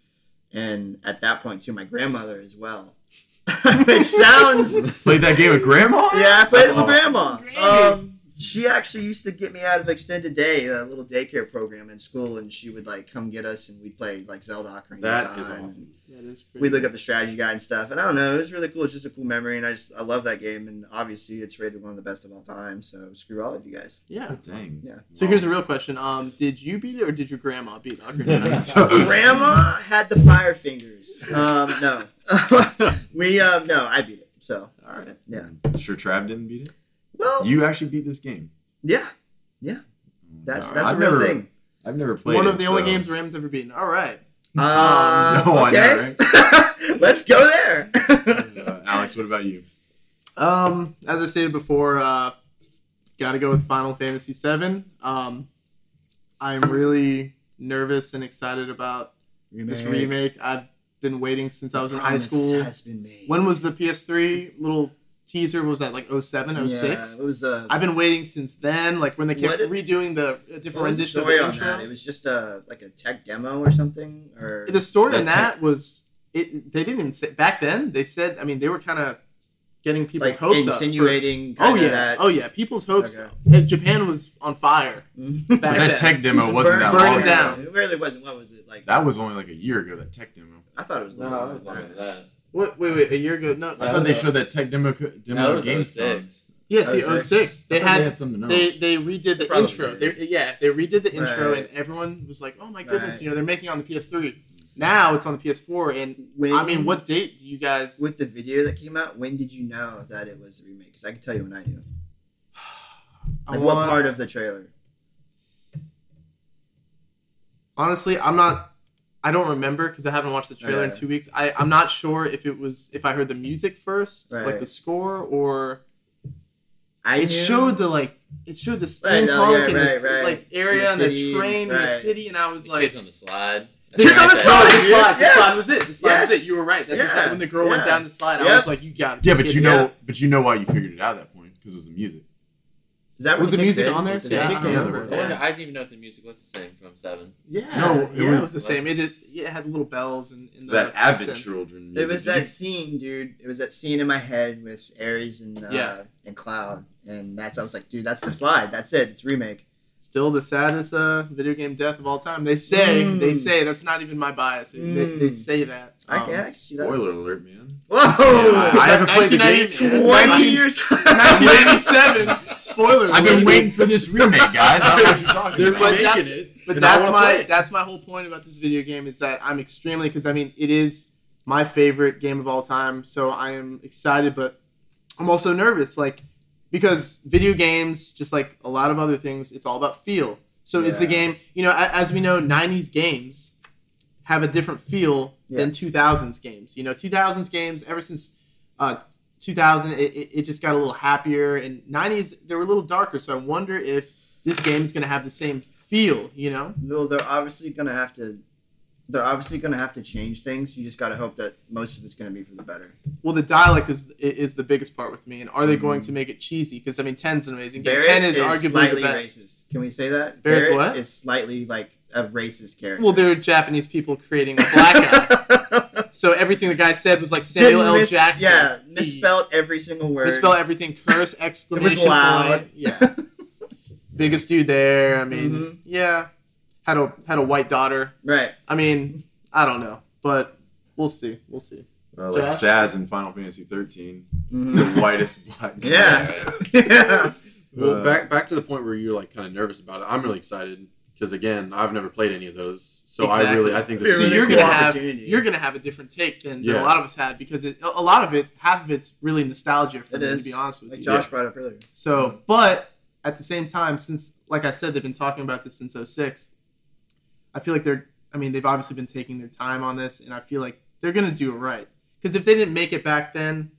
[SPEAKER 3] and at that point too, my grandmother as well. Which sounds
[SPEAKER 1] Played that game with Grandma.
[SPEAKER 3] yeah, I played it with
[SPEAKER 1] That's
[SPEAKER 3] grandma.
[SPEAKER 5] Granny.
[SPEAKER 3] Um, she actually used to get me out of extended day, a little daycare program in school, and she would like come get us, and we'd play like Zelda Ocarina of
[SPEAKER 2] That
[SPEAKER 3] Time.
[SPEAKER 2] is awesome.
[SPEAKER 5] that is pretty.
[SPEAKER 3] We'd look up the strategy guide and stuff, and I don't know, it was really cool. It's just a cool memory, and I just I love that game, and obviously it's rated one of the best of all time. So screw all of you guys.
[SPEAKER 5] yeah.
[SPEAKER 1] Dang.
[SPEAKER 3] Yeah.
[SPEAKER 5] So here's a real question: Um, did you beat it or did your grandma beat Ocarina of Time?
[SPEAKER 1] So-
[SPEAKER 3] Grandma had the fire fingers. Um, no, we um, no, I beat it. So
[SPEAKER 5] All right.
[SPEAKER 1] Sure, Trav didn't beat it.
[SPEAKER 3] well,
[SPEAKER 1] You actually beat this game.
[SPEAKER 3] yeah, that's
[SPEAKER 1] No,
[SPEAKER 3] that's
[SPEAKER 1] I've
[SPEAKER 3] a real
[SPEAKER 1] never-
[SPEAKER 3] thing.
[SPEAKER 1] I've never played.
[SPEAKER 5] One
[SPEAKER 1] it,
[SPEAKER 5] of the only
[SPEAKER 1] so-
[SPEAKER 5] games Rams ever beaten. All right.
[SPEAKER 3] Uh,
[SPEAKER 1] no, I know,
[SPEAKER 3] okay, let's go there.
[SPEAKER 1] Uh, Alex, what about you?
[SPEAKER 5] Um, as I stated before, uh, got to go with Final Fantasy VII. Um, I'm really nervous and excited about this remake. I've been waiting since I was in high school.
[SPEAKER 3] Has been made.
[SPEAKER 5] When was the PS3 little teaser? What was that like 07,
[SPEAKER 3] Yeah,
[SPEAKER 5] 06?
[SPEAKER 3] it was uh, a
[SPEAKER 5] I've been waiting since then. Like when they kept
[SPEAKER 3] What did-
[SPEAKER 5] redoing the a
[SPEAKER 3] what
[SPEAKER 5] different
[SPEAKER 3] was the
[SPEAKER 5] rendition
[SPEAKER 3] story
[SPEAKER 5] of
[SPEAKER 3] on
[SPEAKER 5] the
[SPEAKER 3] that. It
[SPEAKER 5] intro.
[SPEAKER 3] was just a like a tech demo or something, or
[SPEAKER 5] The story
[SPEAKER 1] that
[SPEAKER 5] on that was it. They didn't even say back then. They said. I mean, they were kind of getting people's
[SPEAKER 3] like
[SPEAKER 5] hopes up. for-
[SPEAKER 3] insinuating.
[SPEAKER 5] Oh
[SPEAKER 3] kinda
[SPEAKER 5] yeah,
[SPEAKER 3] that.
[SPEAKER 5] oh yeah. People's hopes.
[SPEAKER 3] Okay.
[SPEAKER 5] Hey, Japan was on fire
[SPEAKER 3] Mhm.
[SPEAKER 5] back
[SPEAKER 1] But that
[SPEAKER 5] then.
[SPEAKER 1] tech demo
[SPEAKER 3] It
[SPEAKER 1] wasn't that
[SPEAKER 3] burned-
[SPEAKER 5] burn
[SPEAKER 1] long.
[SPEAKER 5] it
[SPEAKER 1] ago.
[SPEAKER 5] down.
[SPEAKER 3] It really wasn't. What was it like?
[SPEAKER 1] That was only like a year ago. That tech demo.
[SPEAKER 3] I thought it was. a little
[SPEAKER 4] No,
[SPEAKER 3] longer
[SPEAKER 4] it was
[SPEAKER 3] than
[SPEAKER 4] longer
[SPEAKER 3] that.
[SPEAKER 4] than that.
[SPEAKER 5] Wait, wait, wait. A year ago? No.
[SPEAKER 1] I
[SPEAKER 4] That
[SPEAKER 1] thought
[SPEAKER 4] was
[SPEAKER 1] they
[SPEAKER 4] a-
[SPEAKER 1] showed that tech demo co-
[SPEAKER 4] No,
[SPEAKER 1] demo
[SPEAKER 4] it
[SPEAKER 1] no,
[SPEAKER 4] was
[SPEAKER 1] game
[SPEAKER 4] 06.
[SPEAKER 5] Yeah, see,
[SPEAKER 3] Oh,
[SPEAKER 5] 06. They
[SPEAKER 1] they
[SPEAKER 5] had
[SPEAKER 1] had something else.
[SPEAKER 5] they they redid the
[SPEAKER 3] Probably.
[SPEAKER 5] intro. They, yeah, they redid the intro,
[SPEAKER 3] Right.
[SPEAKER 5] and everyone was like, "Oh my goodness!"
[SPEAKER 3] Right.
[SPEAKER 5] You know, they're making it on the PS3. Now it's on the PS4, and
[SPEAKER 3] When,
[SPEAKER 5] I mean, what date do you guys?
[SPEAKER 3] with the video that came out? When did you know that it was a remake? Because I can tell you when I knew.
[SPEAKER 5] I
[SPEAKER 3] Like what
[SPEAKER 5] want-
[SPEAKER 3] part of the trailer?
[SPEAKER 5] Honestly, I'm not. I don't remember because I haven't watched the trailer in
[SPEAKER 3] Okay.
[SPEAKER 5] two weeks. I I'm not sure if it was if I heard the music first, like
[SPEAKER 3] Right.
[SPEAKER 5] the score, or
[SPEAKER 3] I
[SPEAKER 5] it
[SPEAKER 3] knew-
[SPEAKER 5] showed the like it showed the
[SPEAKER 3] Right,
[SPEAKER 5] steampunk
[SPEAKER 3] no, yeah,
[SPEAKER 5] and
[SPEAKER 3] right,
[SPEAKER 5] the,
[SPEAKER 3] right.
[SPEAKER 5] like area
[SPEAKER 3] The
[SPEAKER 5] and the
[SPEAKER 3] city,
[SPEAKER 5] train and the
[SPEAKER 3] right.
[SPEAKER 5] city, and I was
[SPEAKER 4] The
[SPEAKER 5] like,
[SPEAKER 4] kids on the slide.
[SPEAKER 5] The
[SPEAKER 3] Kids on the
[SPEAKER 4] That's right,
[SPEAKER 5] slide,
[SPEAKER 3] slide,
[SPEAKER 5] the
[SPEAKER 3] dude.
[SPEAKER 5] slide, the slide
[SPEAKER 3] Yes.
[SPEAKER 5] was it. The slide was
[SPEAKER 3] Yes.
[SPEAKER 5] it. You were right. That's
[SPEAKER 3] Yeah.
[SPEAKER 5] exactly when the girl went
[SPEAKER 3] Yeah.
[SPEAKER 5] down the slide. I
[SPEAKER 3] Yep.
[SPEAKER 5] was like, you got it.
[SPEAKER 1] Yeah, but you know,
[SPEAKER 3] Yeah.
[SPEAKER 1] but you know why you figured it out at that point because it was the music.
[SPEAKER 3] Is that
[SPEAKER 5] Was
[SPEAKER 3] what
[SPEAKER 5] the music
[SPEAKER 3] in?
[SPEAKER 5] on there?
[SPEAKER 3] Does
[SPEAKER 5] Yeah,
[SPEAKER 3] it
[SPEAKER 5] I
[SPEAKER 3] kick
[SPEAKER 5] don't
[SPEAKER 3] in?
[SPEAKER 1] remember.
[SPEAKER 4] that. I wonder- I didn't even know if the music was the same from Seven.
[SPEAKER 5] Yeah,
[SPEAKER 1] No, it
[SPEAKER 5] yeah,
[SPEAKER 1] was-
[SPEAKER 5] it was the same. It, did, yeah, it had little bells and. and
[SPEAKER 1] It's that
[SPEAKER 5] the-
[SPEAKER 1] Avid
[SPEAKER 5] and-
[SPEAKER 1] Children.
[SPEAKER 3] It
[SPEAKER 1] Music.
[SPEAKER 3] was that scene, dude. It was that scene in my head with Ares and uh,
[SPEAKER 5] Yeah.
[SPEAKER 3] and Cloud, and that's I was like, dude, that's the slide. That's it. It's remake.
[SPEAKER 5] Still the saddest uh, video game death of all time. They say,
[SPEAKER 3] Mm.
[SPEAKER 5] they say that's not even my bias. They- They, they
[SPEAKER 3] Mm.
[SPEAKER 5] say that.
[SPEAKER 3] I
[SPEAKER 5] Um,
[SPEAKER 3] can actually see that.
[SPEAKER 1] Spoiler alert, man.
[SPEAKER 3] Whoa!
[SPEAKER 1] Yeah, I- I haven't played the game.
[SPEAKER 5] 1990
[SPEAKER 3] Twenty years.
[SPEAKER 5] 1987. Spoiler.
[SPEAKER 1] I've been
[SPEAKER 5] alert.
[SPEAKER 1] waiting for this remake, guys. I don't know what you're talking
[SPEAKER 2] They're
[SPEAKER 1] about.
[SPEAKER 5] But
[SPEAKER 2] remaking
[SPEAKER 5] that's-
[SPEAKER 2] it.
[SPEAKER 5] But
[SPEAKER 2] and I
[SPEAKER 5] that's
[SPEAKER 2] wanna
[SPEAKER 5] my
[SPEAKER 2] play it.
[SPEAKER 5] that's my whole point about this video game is that I'm extremely because I mean it is my favorite game of all time, so I am excited, but I'm also nervous, like because video games, just like a lot of other things, it's all about feel. So is the
[SPEAKER 3] Yeah.
[SPEAKER 5] game, you know, a- as we know, '90s games have a different feel than 2000s games. You know, 2000s games ever since uh, 2000, it, it, it just got a little happier, and 90s they were a little darker. So I wonder if this game's gonna have the same feel, you know?
[SPEAKER 3] Well, they're obviously gonna have to. They're obviously gonna have to change things. You just gotta hope that most of it's gonna be for the better.
[SPEAKER 5] Well, the dialect is i- is the biggest part with me, and are they going to make it cheesy? Because I mean, 10's an amazing game. Ten is, arguably the
[SPEAKER 3] slightly
[SPEAKER 5] best.
[SPEAKER 3] racist. Can we say that?
[SPEAKER 5] Barrett's what?
[SPEAKER 3] is slightly like a racist character.
[SPEAKER 5] Well, they're Japanese people creating a black guy, so everything the guy said was like Samuel
[SPEAKER 3] Didn't
[SPEAKER 5] L.
[SPEAKER 3] miss-
[SPEAKER 5] Jackson.
[SPEAKER 3] Yeah,
[SPEAKER 5] He
[SPEAKER 3] misspelled every single word.
[SPEAKER 5] misspelled everything. Curse exclamation
[SPEAKER 3] loud.
[SPEAKER 5] point. Yeah, biggest dude there. I mean,
[SPEAKER 3] Mhm.
[SPEAKER 5] yeah, had a had a white daughter.
[SPEAKER 3] Right.
[SPEAKER 5] I mean, I don't know, but We'll see. We'll see.
[SPEAKER 1] Uh, like
[SPEAKER 5] Josh?
[SPEAKER 1] Saz in Final Fantasy 13, the
[SPEAKER 3] Mhm.
[SPEAKER 1] whitest black. guy.
[SPEAKER 3] Yeah. yeah.
[SPEAKER 2] Well,
[SPEAKER 1] Uh,
[SPEAKER 2] back back to the point where you're like kind of nervous about it. I'm really excited because again, I've never played any of those, so I really I think
[SPEAKER 3] It'd be
[SPEAKER 2] this
[SPEAKER 3] a
[SPEAKER 5] so
[SPEAKER 2] is
[SPEAKER 3] really
[SPEAKER 5] you're
[SPEAKER 3] cool
[SPEAKER 5] gonna have
[SPEAKER 3] opportunity.
[SPEAKER 5] you're gonna have a different take than, than
[SPEAKER 2] Yeah.
[SPEAKER 5] a lot of us had because it, a lot of it half of it's really nostalgia for
[SPEAKER 3] It
[SPEAKER 5] me
[SPEAKER 3] is.
[SPEAKER 5] to be honest with
[SPEAKER 3] Like
[SPEAKER 5] you.
[SPEAKER 3] Josh brought up earlier.
[SPEAKER 2] Hmm.
[SPEAKER 5] So, but at the same time, since like I said, they've been talking about this since 06, I feel like they're. I mean, they've obviously been taking their time on this, and I feel like they're gonna do it right. Because if they didn't make it back then,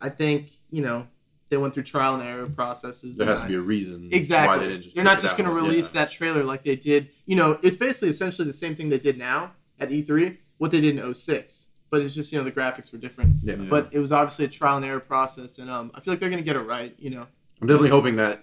[SPEAKER 5] I think you know they went through trial and error processes.
[SPEAKER 2] there
[SPEAKER 5] and
[SPEAKER 2] has
[SPEAKER 5] I-
[SPEAKER 2] to be a reason
[SPEAKER 5] Exactly.
[SPEAKER 2] why they didn't just.
[SPEAKER 5] They're
[SPEAKER 2] push
[SPEAKER 5] not
[SPEAKER 2] it
[SPEAKER 5] just
[SPEAKER 2] out.
[SPEAKER 5] going to release that trailer like they did. You know, it's basically essentially the same thing they did now at E3, what they did in 06. But it's just, you know, the graphics were different.
[SPEAKER 2] Yeah.
[SPEAKER 1] Yeah.
[SPEAKER 5] But it was obviously a trial and error process. And um, I feel like they're going to get it right, you know.
[SPEAKER 2] I'm definitely hoping that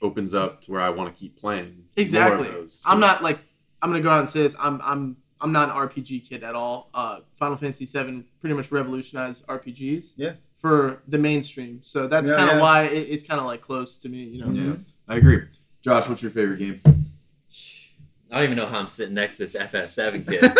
[SPEAKER 2] opens up to where I want to keep playing.
[SPEAKER 5] Exactly.
[SPEAKER 2] More of those.
[SPEAKER 5] I'm not like, I'm going to go out and say this. I'm, I'm, I'm not an RPG kid at all. Uh, Final Fantasy VII pretty much revolutionized RPGs.
[SPEAKER 3] Yeah.
[SPEAKER 5] For the mainstream. So that's
[SPEAKER 3] Yeah,
[SPEAKER 5] kind of
[SPEAKER 3] yeah.
[SPEAKER 5] why it, it's kind of like close to me, you know.
[SPEAKER 3] Mm-hmm.
[SPEAKER 1] Yeah, I agree. Josh, what's your favorite game? Oh,
[SPEAKER 4] I don't even know how I'm sitting next to this FF7 kid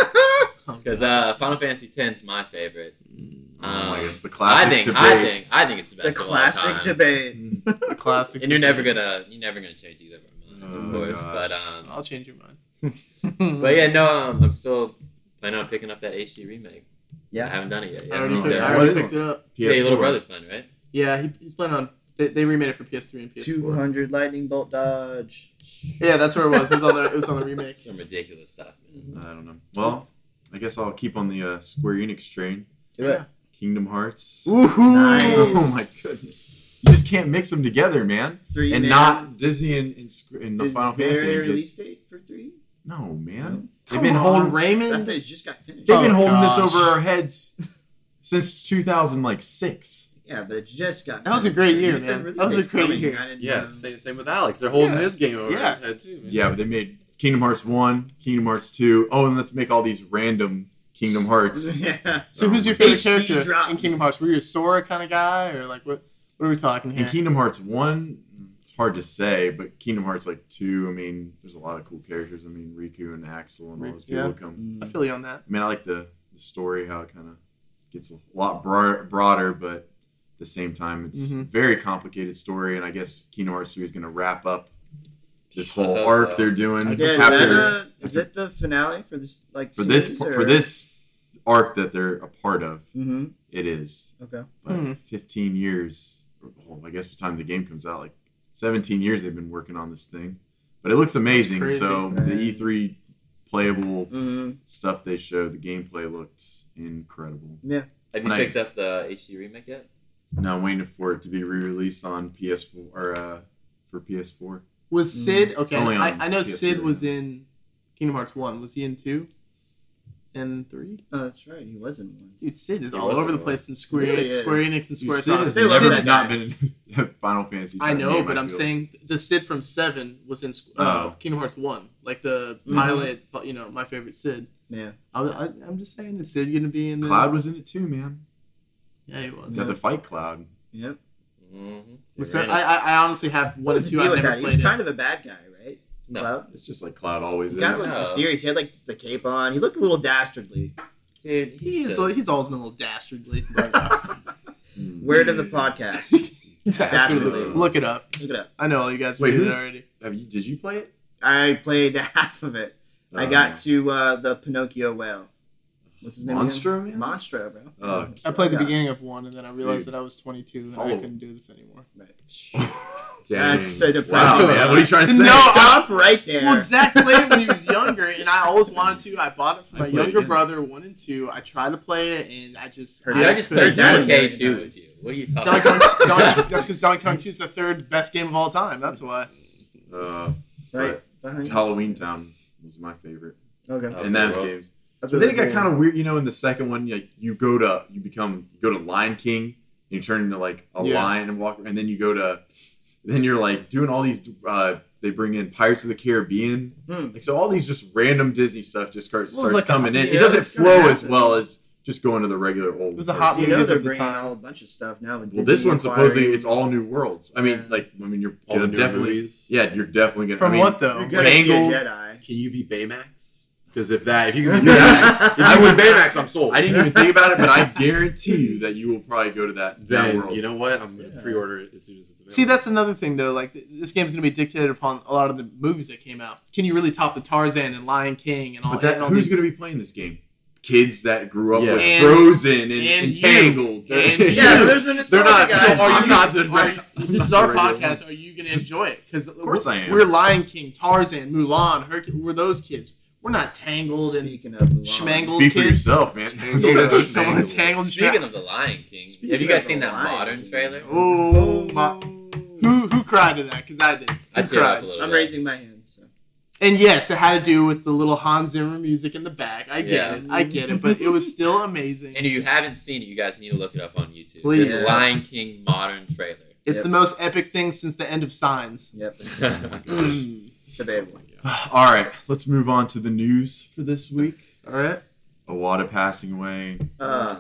[SPEAKER 4] because uh, Final Fantasy X is my favorite.
[SPEAKER 5] Mm,
[SPEAKER 1] oh, I
[SPEAKER 4] Um,
[SPEAKER 1] guess the classic
[SPEAKER 4] I think
[SPEAKER 1] debate.
[SPEAKER 4] I think I think it's the
[SPEAKER 3] The
[SPEAKER 4] best. of all time.
[SPEAKER 3] classic debate.
[SPEAKER 1] Mm.
[SPEAKER 5] Classic.
[SPEAKER 4] and you're never gonna you're never gonna change either of our minds,
[SPEAKER 1] Oh,
[SPEAKER 4] of course.
[SPEAKER 1] gosh.
[SPEAKER 4] But um,
[SPEAKER 5] I'll change your mind.
[SPEAKER 4] but yeah, no, um, I'm still planning on picking up that HD remake. I
[SPEAKER 3] Yeah.
[SPEAKER 4] haven't done it yet.
[SPEAKER 5] I
[SPEAKER 4] Yeah,
[SPEAKER 5] already,
[SPEAKER 1] Yeah.
[SPEAKER 5] picked,
[SPEAKER 1] Yeah.
[SPEAKER 5] I already
[SPEAKER 1] What is
[SPEAKER 5] picked it up.
[SPEAKER 4] yeah, your little
[SPEAKER 1] PS4.
[SPEAKER 4] brother's playing, right?
[SPEAKER 5] Yeah, he, he's planning on. They, they remade it for PS3 and PS4.
[SPEAKER 3] 200 lightning bolt dodge.
[SPEAKER 5] Yeah, that's where it was. It was on the it was on the remake.
[SPEAKER 4] Some ridiculous stuff. Man.
[SPEAKER 1] I don't know. Well, I guess I'll keep on the uh, Square Enix train.
[SPEAKER 3] Do it.
[SPEAKER 1] Kingdom Hearts.
[SPEAKER 5] Woohoo!
[SPEAKER 3] Nice.
[SPEAKER 1] Oh my goodness. You just can't mix them together, man.
[SPEAKER 3] Three
[SPEAKER 1] and
[SPEAKER 3] man.
[SPEAKER 1] not Disney and, and, Squ- and the
[SPEAKER 3] Is
[SPEAKER 1] Final
[SPEAKER 3] there
[SPEAKER 1] Fantasy.
[SPEAKER 3] a
[SPEAKER 1] and get-
[SPEAKER 3] release date for three?
[SPEAKER 1] No, man.
[SPEAKER 5] Come
[SPEAKER 1] They've been
[SPEAKER 5] on,
[SPEAKER 1] holding.
[SPEAKER 3] I thought
[SPEAKER 5] Raymond.
[SPEAKER 3] it just got finished.
[SPEAKER 1] They've been
[SPEAKER 5] Oh,
[SPEAKER 1] holding this
[SPEAKER 5] gosh.
[SPEAKER 1] over our heads since 2006.
[SPEAKER 3] Yeah, but it just got.
[SPEAKER 5] That was a
[SPEAKER 3] finished.
[SPEAKER 5] great year,
[SPEAKER 3] The
[SPEAKER 5] man.
[SPEAKER 3] release
[SPEAKER 5] That was a
[SPEAKER 3] date's
[SPEAKER 5] great
[SPEAKER 3] coming.
[SPEAKER 5] year.
[SPEAKER 3] I didn't
[SPEAKER 2] Yeah,
[SPEAKER 3] know.
[SPEAKER 2] same, same with Alex. They're holding
[SPEAKER 5] Yeah.
[SPEAKER 2] this game over
[SPEAKER 5] Yeah.
[SPEAKER 2] his head too. Man.
[SPEAKER 1] Yeah, but they made Kingdom Hearts 1, Kingdom Hearts 2. Oh, and let's make all these random Kingdom Hearts.
[SPEAKER 3] Yeah.
[SPEAKER 5] So who's your favorite
[SPEAKER 3] HD
[SPEAKER 5] character
[SPEAKER 3] drop
[SPEAKER 5] in Kingdom
[SPEAKER 3] mix.
[SPEAKER 5] Hearts? Were you a Sora kind of guy, or like what? What are we talking
[SPEAKER 1] In
[SPEAKER 5] here?
[SPEAKER 1] Kingdom Hearts 1, it's hard to say, but Kingdom Hearts like 2, I mean, there's a lot of cool characters. I mean, Riku and Axel and all those people
[SPEAKER 5] Yeah.
[SPEAKER 1] who come.
[SPEAKER 3] Mm.
[SPEAKER 5] I feel you on that.
[SPEAKER 1] I mean, I like the, the story, how it kind of gets a lot broader, broader, but at the same time, it's a
[SPEAKER 5] Mhm.
[SPEAKER 1] very complicated story. And I guess Kingdom Hearts 3 is going to wrap up this
[SPEAKER 4] Let's
[SPEAKER 1] whole
[SPEAKER 4] hope
[SPEAKER 1] arc
[SPEAKER 4] so.
[SPEAKER 1] they're doing.
[SPEAKER 5] Okay.
[SPEAKER 3] Yeah, is
[SPEAKER 1] after-
[SPEAKER 3] that, uh, is that the finale for this? Like
[SPEAKER 1] for this
[SPEAKER 3] series,
[SPEAKER 1] for
[SPEAKER 3] or-
[SPEAKER 1] this arc that they're a part of.
[SPEAKER 3] Mhm.
[SPEAKER 1] It is.
[SPEAKER 3] Okay.
[SPEAKER 1] But
[SPEAKER 5] Hmm.
[SPEAKER 1] 15 years, well, I guess by the time the game comes out, like 17 years they've been working on this thing. But it looks amazing.
[SPEAKER 5] crazy.
[SPEAKER 1] So
[SPEAKER 3] Yeah.
[SPEAKER 1] the E3 playable
[SPEAKER 3] Mhm.
[SPEAKER 1] stuff they showed, the gameplay looked incredible.
[SPEAKER 4] Have you
[SPEAKER 1] Right.
[SPEAKER 4] picked up the HD remake yet?
[SPEAKER 1] Now I'm waiting for it to be re-released on PS4 or uh, for PS4.
[SPEAKER 5] Was
[SPEAKER 3] Mm.
[SPEAKER 5] Sid okay?
[SPEAKER 1] only
[SPEAKER 5] I,
[SPEAKER 1] on
[SPEAKER 5] I know
[SPEAKER 1] PS3
[SPEAKER 5] Sid was
[SPEAKER 1] now.
[SPEAKER 5] in Kingdom Hearts One. Was he in two and three?
[SPEAKER 3] Oh, that's right. He was in one.
[SPEAKER 5] Dude, Sid is
[SPEAKER 4] He
[SPEAKER 5] all
[SPEAKER 4] was
[SPEAKER 5] over
[SPEAKER 4] in
[SPEAKER 5] the
[SPEAKER 4] one.
[SPEAKER 5] place in Square,
[SPEAKER 3] He really is.
[SPEAKER 5] Square Enix and
[SPEAKER 1] Dude,
[SPEAKER 5] Square
[SPEAKER 1] Sid
[SPEAKER 5] Sonic.
[SPEAKER 1] has
[SPEAKER 3] They love
[SPEAKER 1] never
[SPEAKER 3] that
[SPEAKER 1] not
[SPEAKER 3] guy.
[SPEAKER 1] been in a Final Fantasy.
[SPEAKER 5] I
[SPEAKER 1] type
[SPEAKER 5] know,
[SPEAKER 1] game,
[SPEAKER 5] but I'm
[SPEAKER 1] feel.
[SPEAKER 5] saying the Sid from Seven was in uh,
[SPEAKER 1] Oh. Mm-hmm.
[SPEAKER 5] Kingdom Hearts One, like the
[SPEAKER 3] Mhm.
[SPEAKER 5] pilot. But you know, my favorite Sid.
[SPEAKER 3] Yeah.
[SPEAKER 5] I, I, I'm just saying, is Sid gonna be in the
[SPEAKER 1] Cloud was in it too, man.
[SPEAKER 5] Yeah, he was.
[SPEAKER 1] You got to fight Cloud.
[SPEAKER 3] Yep.
[SPEAKER 4] Mm-hmm.
[SPEAKER 5] Was that- I, I, I honestly have one
[SPEAKER 3] What
[SPEAKER 5] or
[SPEAKER 3] was the
[SPEAKER 5] two.
[SPEAKER 3] deal
[SPEAKER 5] I've
[SPEAKER 3] with
[SPEAKER 5] never
[SPEAKER 3] that? He was
[SPEAKER 5] played
[SPEAKER 3] kind
[SPEAKER 5] it.
[SPEAKER 3] of a bad guy, right?
[SPEAKER 4] No.
[SPEAKER 3] Cloud?
[SPEAKER 1] It's just like Cloud always
[SPEAKER 3] The
[SPEAKER 1] is.
[SPEAKER 3] guy was
[SPEAKER 4] No.
[SPEAKER 3] mysterious. He had like the cape on. He looked a little dastardly.
[SPEAKER 4] Dude, he's,
[SPEAKER 5] He's
[SPEAKER 4] just,
[SPEAKER 5] like- he's always been a little dastardly.
[SPEAKER 1] Mm.
[SPEAKER 3] Word of the podcast.
[SPEAKER 5] dastardly.
[SPEAKER 1] Dastardly.
[SPEAKER 5] Look it up.
[SPEAKER 3] Look it up.
[SPEAKER 5] I know all you guys
[SPEAKER 1] Wait,
[SPEAKER 5] did it
[SPEAKER 1] who's-
[SPEAKER 5] already.
[SPEAKER 1] Have you? Did you play it?
[SPEAKER 3] I played half of it. I
[SPEAKER 1] Oh,
[SPEAKER 3] got to uh, the Pinocchio whale. What's his name? again?
[SPEAKER 1] Monstro Man.
[SPEAKER 3] Monstro, bro.
[SPEAKER 1] Oh,
[SPEAKER 5] I played the
[SPEAKER 3] Yeah.
[SPEAKER 5] beginning of one, and then I realized
[SPEAKER 1] Dude.
[SPEAKER 5] that I was 22 and I
[SPEAKER 1] Follow.
[SPEAKER 5] couldn't do this anymore.
[SPEAKER 2] Dang.
[SPEAKER 3] That's so
[SPEAKER 1] wow,
[SPEAKER 3] depressing.
[SPEAKER 1] man. What are you trying to say?
[SPEAKER 5] No,
[SPEAKER 3] Stop right there.
[SPEAKER 5] Well, Zach played it when he was younger, and I always wanted to. I bought it for
[SPEAKER 1] I
[SPEAKER 5] my
[SPEAKER 1] played it
[SPEAKER 5] younger
[SPEAKER 1] in.
[SPEAKER 5] brother, one and two. I tried to play it, and I just
[SPEAKER 3] Heard
[SPEAKER 4] Dude, I just played
[SPEAKER 3] Her dad
[SPEAKER 5] couldn't.
[SPEAKER 3] Donkey
[SPEAKER 4] DK
[SPEAKER 3] really
[SPEAKER 4] two
[SPEAKER 3] knows.
[SPEAKER 4] with you. What are you talking
[SPEAKER 5] Donkey Kong, Donkey,
[SPEAKER 4] about?
[SPEAKER 5] that's because Donkey Kong 2 is the third best game of all time. That's why.
[SPEAKER 1] Uh,
[SPEAKER 3] right behind. you.
[SPEAKER 1] Halloween Town was my favorite
[SPEAKER 3] Okay.
[SPEAKER 4] Oh,
[SPEAKER 1] in those
[SPEAKER 4] well.
[SPEAKER 1] games.
[SPEAKER 3] That's
[SPEAKER 1] But then it
[SPEAKER 3] really
[SPEAKER 1] got
[SPEAKER 3] cool.
[SPEAKER 1] kind of weird, you know. In the second one, like you go to, you become, you go to Lion King, and you turn into like a
[SPEAKER 5] Yeah.
[SPEAKER 1] lion and walk, and then you go to, then you're like doing all these. uh They bring in Pirates of the Caribbean,
[SPEAKER 3] Hmm.
[SPEAKER 1] like so. All these just random Disney stuff just starts,
[SPEAKER 5] Well, it was
[SPEAKER 1] starts
[SPEAKER 5] like a-
[SPEAKER 1] coming in.
[SPEAKER 3] yeah,
[SPEAKER 1] it doesn't
[SPEAKER 3] it's gonna
[SPEAKER 1] flow as
[SPEAKER 3] happen.
[SPEAKER 1] well as just going to the regular old.
[SPEAKER 5] It was a
[SPEAKER 1] cartoon.
[SPEAKER 5] hot
[SPEAKER 3] You know
[SPEAKER 5] movies
[SPEAKER 3] they're
[SPEAKER 5] at the
[SPEAKER 3] bringing
[SPEAKER 5] time.
[SPEAKER 3] all a bunch of stuff now. with
[SPEAKER 1] Well,
[SPEAKER 3] Disney
[SPEAKER 1] this one supposedly
[SPEAKER 3] acquiring-
[SPEAKER 1] it's all new worlds. I mean,
[SPEAKER 3] Yeah.
[SPEAKER 1] like, I mean, you're
[SPEAKER 2] All the
[SPEAKER 1] gonna
[SPEAKER 2] new
[SPEAKER 1] definitely,
[SPEAKER 2] movies.
[SPEAKER 1] yeah, you're definitely gonna.
[SPEAKER 5] From
[SPEAKER 1] I mean,
[SPEAKER 5] what
[SPEAKER 3] You're
[SPEAKER 5] though?
[SPEAKER 3] gonna see a
[SPEAKER 1] Tangled.
[SPEAKER 3] Jedi.
[SPEAKER 2] Can you be Baymax? Because if that, if you, if I win Baymax, I'm sold.
[SPEAKER 1] I didn't even think about it, but I guarantee you that you will probably go to that, that
[SPEAKER 2] then
[SPEAKER 1] world.
[SPEAKER 2] you know what? I'm gonna
[SPEAKER 3] Yeah.
[SPEAKER 2] pre-order it as soon as it's available.
[SPEAKER 5] See, that's another thing though. Like th- this game's gonna be dictated upon a lot of the movies that came out. Can you really top the Tarzan and Lion King and all
[SPEAKER 1] but that,
[SPEAKER 5] Oh, and all
[SPEAKER 1] who's
[SPEAKER 5] these-
[SPEAKER 1] going to be playing this game? Kids that grew up
[SPEAKER 2] Yeah.
[SPEAKER 1] with
[SPEAKER 5] And-
[SPEAKER 1] Frozen and,
[SPEAKER 5] and
[SPEAKER 1] Entangled.
[SPEAKER 5] you. And
[SPEAKER 3] Yeah,
[SPEAKER 5] you.
[SPEAKER 3] but there's a
[SPEAKER 2] They're
[SPEAKER 3] nostalgia
[SPEAKER 2] not.
[SPEAKER 3] guy.
[SPEAKER 2] So are you not the?
[SPEAKER 5] Are- this is our
[SPEAKER 1] The radio
[SPEAKER 5] podcast. Are you going to enjoy it? Because of
[SPEAKER 1] course I am.
[SPEAKER 5] We're Lion King, Tarzan, Mulan, Hercules. We're those kids. We're not tangled and
[SPEAKER 3] Speaking of Mulan,
[SPEAKER 5] Schmangle-
[SPEAKER 1] Speak for
[SPEAKER 5] kids.
[SPEAKER 1] yourself, man.
[SPEAKER 2] Tangled.
[SPEAKER 1] Yeah.
[SPEAKER 5] someone
[SPEAKER 2] Tangled.
[SPEAKER 5] entangled.
[SPEAKER 4] Speaking of the Lion King,
[SPEAKER 3] Speaking
[SPEAKER 4] have you guys
[SPEAKER 3] of
[SPEAKER 4] seen
[SPEAKER 3] the
[SPEAKER 4] that
[SPEAKER 3] Lion
[SPEAKER 4] modern
[SPEAKER 3] King.
[SPEAKER 4] trailer?
[SPEAKER 5] oh my! Who who cried to that? Because I did. Who
[SPEAKER 4] I teared up
[SPEAKER 5] cried?
[SPEAKER 4] a little
[SPEAKER 3] I'm
[SPEAKER 4] bit.
[SPEAKER 3] raising my hand. So.
[SPEAKER 5] And yes, it had to do with the little Hans Zimmer music in the back. I get
[SPEAKER 4] Yeah.
[SPEAKER 5] it. I get it. But it was still amazing.
[SPEAKER 4] And if you haven't seen it, you guys need to look it up on YouTube.
[SPEAKER 5] Please.
[SPEAKER 4] Just
[SPEAKER 3] Yeah.
[SPEAKER 4] Lion King modern trailer.
[SPEAKER 5] it's
[SPEAKER 3] Yep.
[SPEAKER 5] the most epic thing since the end of Signs.
[SPEAKER 3] Yep,
[SPEAKER 4] Wait,
[SPEAKER 3] debatable.
[SPEAKER 1] All right, let's move on to the news for this week.
[SPEAKER 5] All right.
[SPEAKER 1] Awada passing away.
[SPEAKER 3] Uh,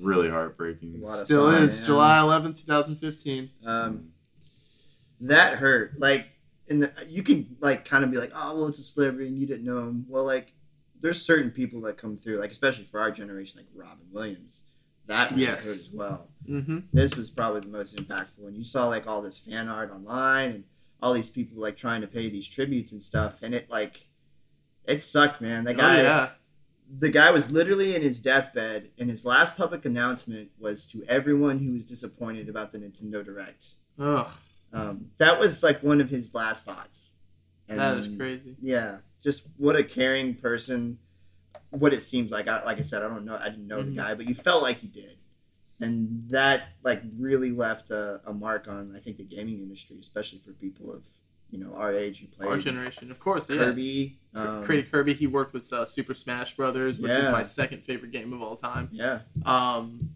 [SPEAKER 1] really heartbreaking.
[SPEAKER 3] Awada. That's
[SPEAKER 5] Still
[SPEAKER 3] fine,
[SPEAKER 5] is
[SPEAKER 3] yeah.
[SPEAKER 5] July 11, 2015.
[SPEAKER 3] um, that hurt. Like, and the, you can like kind of be like, oh, well, it's a celebrity and you didn't know him. Well, like, there's certain people that come through, like especially for our generation, like Robin Williams. That really
[SPEAKER 5] Yes.
[SPEAKER 3] hurt as well.
[SPEAKER 5] Mm-hmm.
[SPEAKER 3] this was probably the most impactful and you saw like all this fan art online and all these people like trying to pay these tributes and stuff and it like it sucked man the
[SPEAKER 5] oh,
[SPEAKER 3] guy
[SPEAKER 5] yeah.
[SPEAKER 3] the guy was literally in his deathbed and his last public announcement was to everyone who was disappointed about the nintendo direct
[SPEAKER 5] Ugh,
[SPEAKER 3] um, that was like one of his last thoughts and
[SPEAKER 5] that is crazy.
[SPEAKER 3] yeah just what a caring person what it seems like I, like i said i don't know i didn't know
[SPEAKER 5] Mhm.
[SPEAKER 3] the guy but you felt like you did and that like really left a, a mark on i think the gaming industry especially for people of you know our age who
[SPEAKER 5] Our
[SPEAKER 3] played
[SPEAKER 5] generation, of course. Yeah.
[SPEAKER 3] kirby um,
[SPEAKER 5] created Kirby. He worked with uh, Super Smash Brothers, which is
[SPEAKER 3] Yeah.
[SPEAKER 5] my second favorite game of all time.
[SPEAKER 3] yeah
[SPEAKER 5] Um,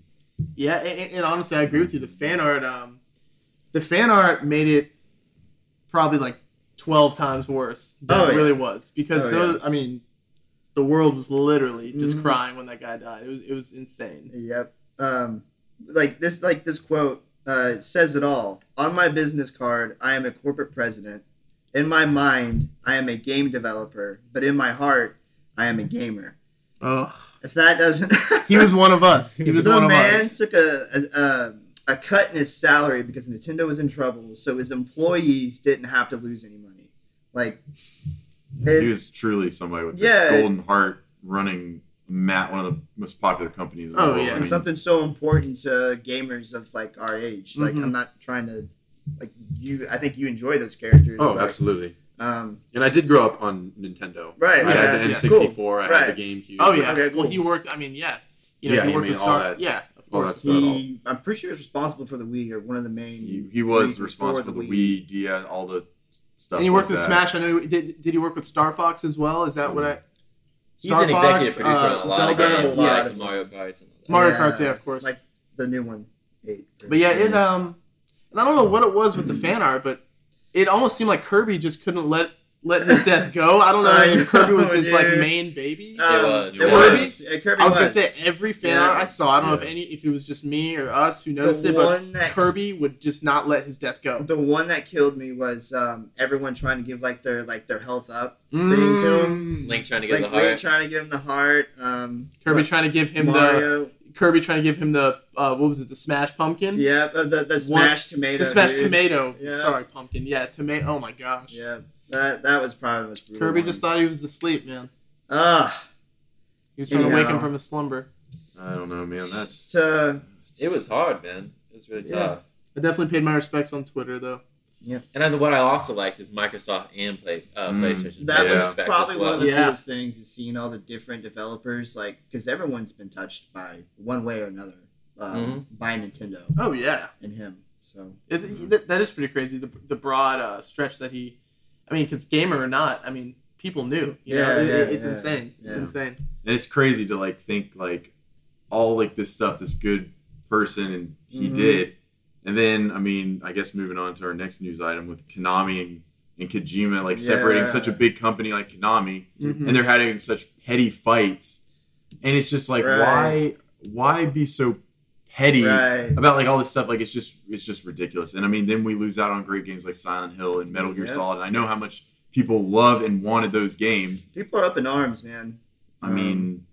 [SPEAKER 5] yeah, and, and- and honestly, I agree with you. The fan art, um, the fan art made it probably like twelve times worse than
[SPEAKER 3] Oh,
[SPEAKER 5] it
[SPEAKER 3] yeah.
[SPEAKER 5] really was because
[SPEAKER 3] Oh,
[SPEAKER 5] those, I mean, the world was literally just
[SPEAKER 3] Mhm.
[SPEAKER 5] crying when that guy died. It was it was insane.
[SPEAKER 3] Yep. Um, like this, like this quote uh, says it all. On my business card, I am a corporate president. In my mind, I am a game developer, but in my heart, I am a gamer.
[SPEAKER 5] Ugh.
[SPEAKER 3] If that doesn't,
[SPEAKER 5] He was one of us. He was
[SPEAKER 3] the
[SPEAKER 5] one of
[SPEAKER 3] man
[SPEAKER 5] us.
[SPEAKER 3] took a, a a a cut in his salary because Nintendo was in trouble, so his employees didn't have to lose any money. Like,
[SPEAKER 1] he
[SPEAKER 3] it-
[SPEAKER 1] was truly somebody with
[SPEAKER 3] Yeah.
[SPEAKER 1] a golden heart running Matt, one of the most popular companies in the
[SPEAKER 5] Oh,
[SPEAKER 1] world.
[SPEAKER 5] yeah.
[SPEAKER 1] I
[SPEAKER 3] and
[SPEAKER 1] mean,
[SPEAKER 3] something so important to gamers of like our age. Like
[SPEAKER 5] Mhm.
[SPEAKER 3] I'm not trying to like you. I think you enjoy those characters.
[SPEAKER 2] Oh,
[SPEAKER 3] but,
[SPEAKER 2] absolutely.
[SPEAKER 3] Um,
[SPEAKER 2] And I did grow up on Nintendo.
[SPEAKER 3] right.
[SPEAKER 2] I had
[SPEAKER 5] yeah,
[SPEAKER 2] the
[SPEAKER 5] yeah.
[SPEAKER 2] N64. I had
[SPEAKER 3] Right.
[SPEAKER 2] the GameCube.
[SPEAKER 5] Oh yeah.
[SPEAKER 3] Okay,
[SPEAKER 5] Well,
[SPEAKER 3] cool.
[SPEAKER 5] he worked. I mean, yeah. You know,
[SPEAKER 2] Yeah,
[SPEAKER 5] he
[SPEAKER 2] I
[SPEAKER 5] worked
[SPEAKER 2] mean,
[SPEAKER 5] with
[SPEAKER 2] all
[SPEAKER 5] Star.
[SPEAKER 2] that-
[SPEAKER 5] yeah, of
[SPEAKER 2] all that
[SPEAKER 5] course.
[SPEAKER 2] stuff. oh, not at all.
[SPEAKER 3] He, I'm pretty sure he was responsible for the Wii or one of the main.
[SPEAKER 1] he, he was
[SPEAKER 3] reasons
[SPEAKER 1] responsible for the Wii, DS, all the stuff.
[SPEAKER 5] and he worked
[SPEAKER 1] like
[SPEAKER 5] with
[SPEAKER 1] that.
[SPEAKER 5] Smash. I know. Did, did he work with Star Fox as well? Is that what I?
[SPEAKER 4] He's
[SPEAKER 5] Star
[SPEAKER 4] an
[SPEAKER 5] Fox,
[SPEAKER 4] executive producer
[SPEAKER 5] uh,
[SPEAKER 4] on a lot of
[SPEAKER 5] Zelda,
[SPEAKER 4] games,
[SPEAKER 3] a lot
[SPEAKER 4] like
[SPEAKER 3] of-
[SPEAKER 4] the Mario Karts and all that.
[SPEAKER 5] Mario
[SPEAKER 3] Yeah.
[SPEAKER 5] Kart, yeah, of course.
[SPEAKER 3] Like- The new one. Eight.
[SPEAKER 5] but yeah, it um, and I don't know what it was with the fan art, but it almost seemed like Kirby just couldn't let let his death go. I don't know
[SPEAKER 3] I
[SPEAKER 5] if Kirby was
[SPEAKER 3] know,
[SPEAKER 5] his like
[SPEAKER 3] dude.
[SPEAKER 5] main baby.
[SPEAKER 3] Um,
[SPEAKER 4] It was,
[SPEAKER 3] It
[SPEAKER 1] it
[SPEAKER 3] was.
[SPEAKER 1] was.
[SPEAKER 3] Uh, Kirby
[SPEAKER 5] I was gonna say every fan
[SPEAKER 3] Yeah.
[SPEAKER 5] art I saw. I don't know if
[SPEAKER 2] Yeah.
[SPEAKER 5] any if it was just me or us who noticed
[SPEAKER 3] the
[SPEAKER 5] it, but
[SPEAKER 3] one that
[SPEAKER 5] Kirby would just not let his death go.
[SPEAKER 3] the one that killed me was um, everyone trying to give like their like their health up. Thing to
[SPEAKER 5] Mm.
[SPEAKER 4] Link trying to get
[SPEAKER 3] Like
[SPEAKER 4] the heart.
[SPEAKER 3] Link trying to give him the heart. Um,
[SPEAKER 5] Kirby trying to give him
[SPEAKER 3] Mario.
[SPEAKER 5] the Kirby trying to give him the uh, what was it the Smash Pumpkin?
[SPEAKER 3] Yeah, uh, the the
[SPEAKER 5] One-
[SPEAKER 3] smash tomato.
[SPEAKER 5] the Smash
[SPEAKER 3] dude.
[SPEAKER 5] Tomato.
[SPEAKER 3] Yeah.
[SPEAKER 5] Sorry, pumpkin. Yeah, tomato. Oh my gosh.
[SPEAKER 3] Yeah, that that was probably the most brutal.
[SPEAKER 5] Kirby
[SPEAKER 3] one.
[SPEAKER 5] just thought he was asleep, man.
[SPEAKER 3] ah.
[SPEAKER 5] He was trying to wake him
[SPEAKER 3] Anyhow.
[SPEAKER 5] from his slumber.
[SPEAKER 1] I don't know, man. That's
[SPEAKER 3] So
[SPEAKER 4] It was hard, man. It was really
[SPEAKER 5] Yeah.
[SPEAKER 4] tough.
[SPEAKER 5] I definitely paid my respects on Twitter though.
[SPEAKER 4] And then what I also liked is Microsoft and play, uh,
[SPEAKER 1] Mm.
[SPEAKER 4] PlayStation.
[SPEAKER 3] that
[SPEAKER 4] took
[SPEAKER 1] Yeah.
[SPEAKER 3] was
[SPEAKER 4] respect
[SPEAKER 3] probably
[SPEAKER 4] as well.
[SPEAKER 3] one of the
[SPEAKER 5] Yeah.
[SPEAKER 3] coolest things is seeing all the different developers, like because everyone's been touched by one way or another um,
[SPEAKER 5] Mm-hmm.
[SPEAKER 3] by Nintendo
[SPEAKER 5] Oh yeah,
[SPEAKER 3] and him. So
[SPEAKER 5] Is- that- that is pretty crazy. The, the broad uh, stretch that he, I mean, because gamer or not, I mean, people knew. You know,
[SPEAKER 3] Yeah,
[SPEAKER 5] It- it-
[SPEAKER 3] yeah,
[SPEAKER 5] it's
[SPEAKER 3] yeah.
[SPEAKER 5] insane. It's
[SPEAKER 3] Yeah.
[SPEAKER 5] insane.
[SPEAKER 1] and it's crazy to like think like all like this stuff this good person and he
[SPEAKER 3] Mhm.
[SPEAKER 1] did and then i mean i guess moving on to our next news item with konami and, and kojima like separating
[SPEAKER 3] Yeah. Mm-hmm.
[SPEAKER 1] such a big company like konami
[SPEAKER 5] Mhm.
[SPEAKER 1] and they're having such petty fights and it's just like
[SPEAKER 3] Right.
[SPEAKER 1] why why be so petty
[SPEAKER 3] right,
[SPEAKER 1] about like all this stuff like it's just it's just ridiculous and i mean then we lose out on great games like silent hill and metal gear
[SPEAKER 3] Yeah.
[SPEAKER 1] solid and i know how much people love and wanted those games.
[SPEAKER 3] People are up in arms, man.
[SPEAKER 1] I mean,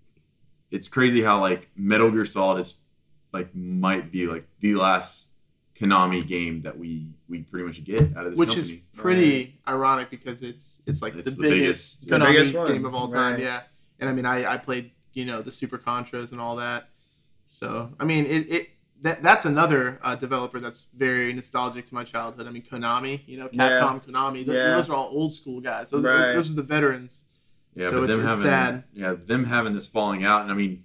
[SPEAKER 1] it's crazy how like Metal Gear Solid is like might be like the last Konami game that we we pretty much get out of this
[SPEAKER 5] which
[SPEAKER 1] company.
[SPEAKER 5] is pretty ironic because it's it's like
[SPEAKER 1] It's
[SPEAKER 5] the,
[SPEAKER 1] the
[SPEAKER 5] biggest,
[SPEAKER 1] biggest-
[SPEAKER 3] The
[SPEAKER 5] Konami
[SPEAKER 3] biggest one,
[SPEAKER 5] game of all time.
[SPEAKER 3] right.
[SPEAKER 5] Yeah, and I mean, I I played you know the Super Contras and all that. So I mean, it it that that's another uh, developer that's very nostalgic to my childhood. I mean, Konami, you know,
[SPEAKER 3] Yeah.
[SPEAKER 5] Capcom, Konami. Those,
[SPEAKER 3] Yeah.
[SPEAKER 5] those are all old school guys. Those,
[SPEAKER 3] Right.
[SPEAKER 5] those are the veterans.
[SPEAKER 1] Yeah,
[SPEAKER 5] So
[SPEAKER 1] but
[SPEAKER 5] it's-
[SPEAKER 1] them
[SPEAKER 5] it's
[SPEAKER 1] having
[SPEAKER 5] sad.
[SPEAKER 1] yeah them having this falling out, and I mean,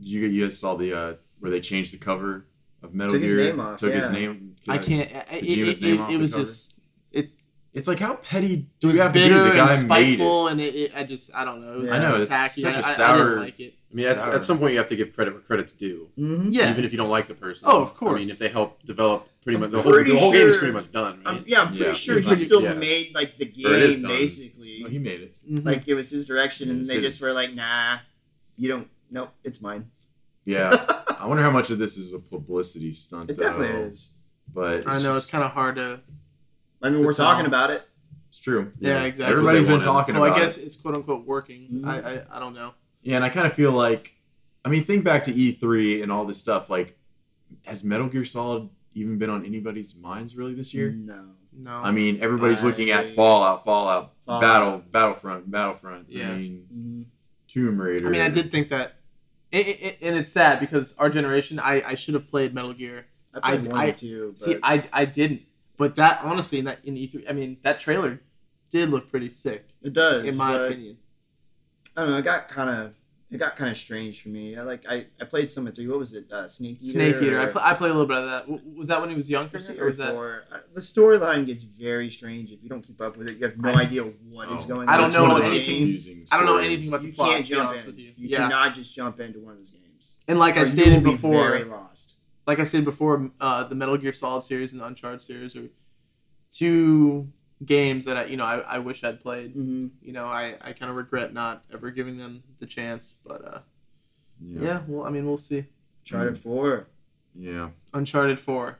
[SPEAKER 1] you you guys saw the uh, where they changed the cover of Metal
[SPEAKER 3] Took his
[SPEAKER 1] Gear,
[SPEAKER 3] name off,
[SPEAKER 1] took his
[SPEAKER 3] yeah.
[SPEAKER 1] name.
[SPEAKER 5] I can't. I- It, it,
[SPEAKER 1] Kojima's
[SPEAKER 5] it,
[SPEAKER 1] name off
[SPEAKER 5] it
[SPEAKER 1] the
[SPEAKER 5] was
[SPEAKER 1] cover.
[SPEAKER 5] just it
[SPEAKER 1] It's like how petty
[SPEAKER 5] it
[SPEAKER 1] do
[SPEAKER 5] was
[SPEAKER 1] you have to be?
[SPEAKER 5] bitter
[SPEAKER 1] The guy
[SPEAKER 5] and
[SPEAKER 1] made it.
[SPEAKER 5] spiteful, and it, it, I just I don't know. It was
[SPEAKER 3] I
[SPEAKER 1] know, it's
[SPEAKER 5] tacky.
[SPEAKER 1] such
[SPEAKER 5] I-
[SPEAKER 1] a
[SPEAKER 5] I, I
[SPEAKER 1] sour-
[SPEAKER 5] didn't like it.
[SPEAKER 2] I mean, at,
[SPEAKER 1] Sour.
[SPEAKER 2] at some point you have to give credit where credit's due,
[SPEAKER 3] Mm-hmm.
[SPEAKER 5] Yeah,
[SPEAKER 2] even if you don't like the person.
[SPEAKER 5] Oh, of course.
[SPEAKER 2] I mean, if they help develop pretty
[SPEAKER 3] I'm
[SPEAKER 2] much the whole,
[SPEAKER 3] pretty
[SPEAKER 2] the whole game is
[SPEAKER 3] sure-
[SPEAKER 2] pretty much done, right?
[SPEAKER 3] I'm, Um, yeah, I'm pretty
[SPEAKER 1] Yeah.
[SPEAKER 3] sure he
[SPEAKER 1] Like,
[SPEAKER 3] still
[SPEAKER 2] yeah.
[SPEAKER 3] made like the
[SPEAKER 2] Or it is
[SPEAKER 3] game
[SPEAKER 2] done.
[SPEAKER 3] basically.
[SPEAKER 1] No, Oh, he made it.
[SPEAKER 5] Mhm.
[SPEAKER 3] Like it was his direction, and
[SPEAKER 1] It's
[SPEAKER 3] they
[SPEAKER 1] his-
[SPEAKER 3] just were like, "Nah, you don't. Nope, it's mine."
[SPEAKER 1] Yeah, I wonder how much of this is a publicity stunt.
[SPEAKER 3] It
[SPEAKER 1] though.
[SPEAKER 3] definitely is.
[SPEAKER 1] But it's
[SPEAKER 5] I know it's
[SPEAKER 1] just-
[SPEAKER 5] kind of hard to.
[SPEAKER 3] I mean,
[SPEAKER 5] Good
[SPEAKER 3] we're talking
[SPEAKER 5] song.
[SPEAKER 3] about it.
[SPEAKER 1] it's true.
[SPEAKER 5] Yeah,
[SPEAKER 2] that's
[SPEAKER 5] exactly.
[SPEAKER 2] what they
[SPEAKER 1] Everybody's been
[SPEAKER 2] wanted.
[SPEAKER 1] talking
[SPEAKER 5] So
[SPEAKER 1] about.
[SPEAKER 5] I
[SPEAKER 1] it.
[SPEAKER 5] guess it's quote unquote working.
[SPEAKER 3] Mhm.
[SPEAKER 5] I, I I don't know.
[SPEAKER 1] Yeah, and I kind of feel like, I mean, think back to E3 and all this stuff. Like, has Metal Gear Solid even been on anybody's minds really this year?
[SPEAKER 3] No,
[SPEAKER 5] No,
[SPEAKER 1] I mean, everybody's looking
[SPEAKER 3] I-
[SPEAKER 1] at Fallout, Fallout,
[SPEAKER 3] Fallout.
[SPEAKER 1] Battle, Battlefront, Battlefront.
[SPEAKER 5] Yeah.
[SPEAKER 1] I mean,
[SPEAKER 3] Mhm.
[SPEAKER 1] Tomb Raider.
[SPEAKER 5] I mean, I did think that, it, it, it- and it's sad because our generation, I, I should have played Metal Gear.
[SPEAKER 3] I played
[SPEAKER 5] I-
[SPEAKER 3] one
[SPEAKER 5] I-
[SPEAKER 3] and two, but
[SPEAKER 5] See, I, I didn't. But that honestly, in that in E three, I mean, that trailer did look pretty sick,
[SPEAKER 3] it does.
[SPEAKER 5] in my
[SPEAKER 3] but-
[SPEAKER 5] opinion.
[SPEAKER 3] I don't know. It got kind of it got kind of strange for me. I like I, I played some of three. What was it? Uh, Snake Eater.
[SPEAKER 5] Snake Eater. I,
[SPEAKER 3] or-
[SPEAKER 5] pl- I played a little bit of that. W- was that when he was younger,
[SPEAKER 3] or se-
[SPEAKER 5] or
[SPEAKER 3] or
[SPEAKER 5] was that?
[SPEAKER 3] four. I- The storyline gets very strange if you don't keep up with it. You have no
[SPEAKER 5] I-
[SPEAKER 3] idea what is
[SPEAKER 1] Oh,
[SPEAKER 3] going.
[SPEAKER 5] I
[SPEAKER 3] on.
[SPEAKER 5] don't
[SPEAKER 1] that's
[SPEAKER 5] know
[SPEAKER 1] one of
[SPEAKER 3] in
[SPEAKER 1] those
[SPEAKER 3] those
[SPEAKER 5] anything.
[SPEAKER 3] games.
[SPEAKER 1] confusing
[SPEAKER 5] I don't know
[SPEAKER 1] stories.
[SPEAKER 5] anything about the
[SPEAKER 3] You
[SPEAKER 5] plot.
[SPEAKER 3] can't
[SPEAKER 5] to be
[SPEAKER 3] jump
[SPEAKER 5] honest
[SPEAKER 3] in.
[SPEAKER 5] with you.
[SPEAKER 3] You,
[SPEAKER 5] yeah,
[SPEAKER 3] cannot just jump into one of those games.
[SPEAKER 5] and
[SPEAKER 3] Or
[SPEAKER 5] like I
[SPEAKER 3] you will
[SPEAKER 5] stated
[SPEAKER 3] be
[SPEAKER 5] before,
[SPEAKER 3] very lost.
[SPEAKER 5] like I said before, uh, the Metal Gear Solid series and the Uncharted series are two games that I, you know, I, I wish I'd played.
[SPEAKER 3] Mm-hmm.
[SPEAKER 5] You know, I, I kind of regret not ever giving them the chance. But uh, yeah.
[SPEAKER 1] Yeah.
[SPEAKER 5] well, I mean, we'll see.
[SPEAKER 1] Mm-hmm.
[SPEAKER 3] Charted four.
[SPEAKER 1] Yeah.
[SPEAKER 5] Uncharted Four,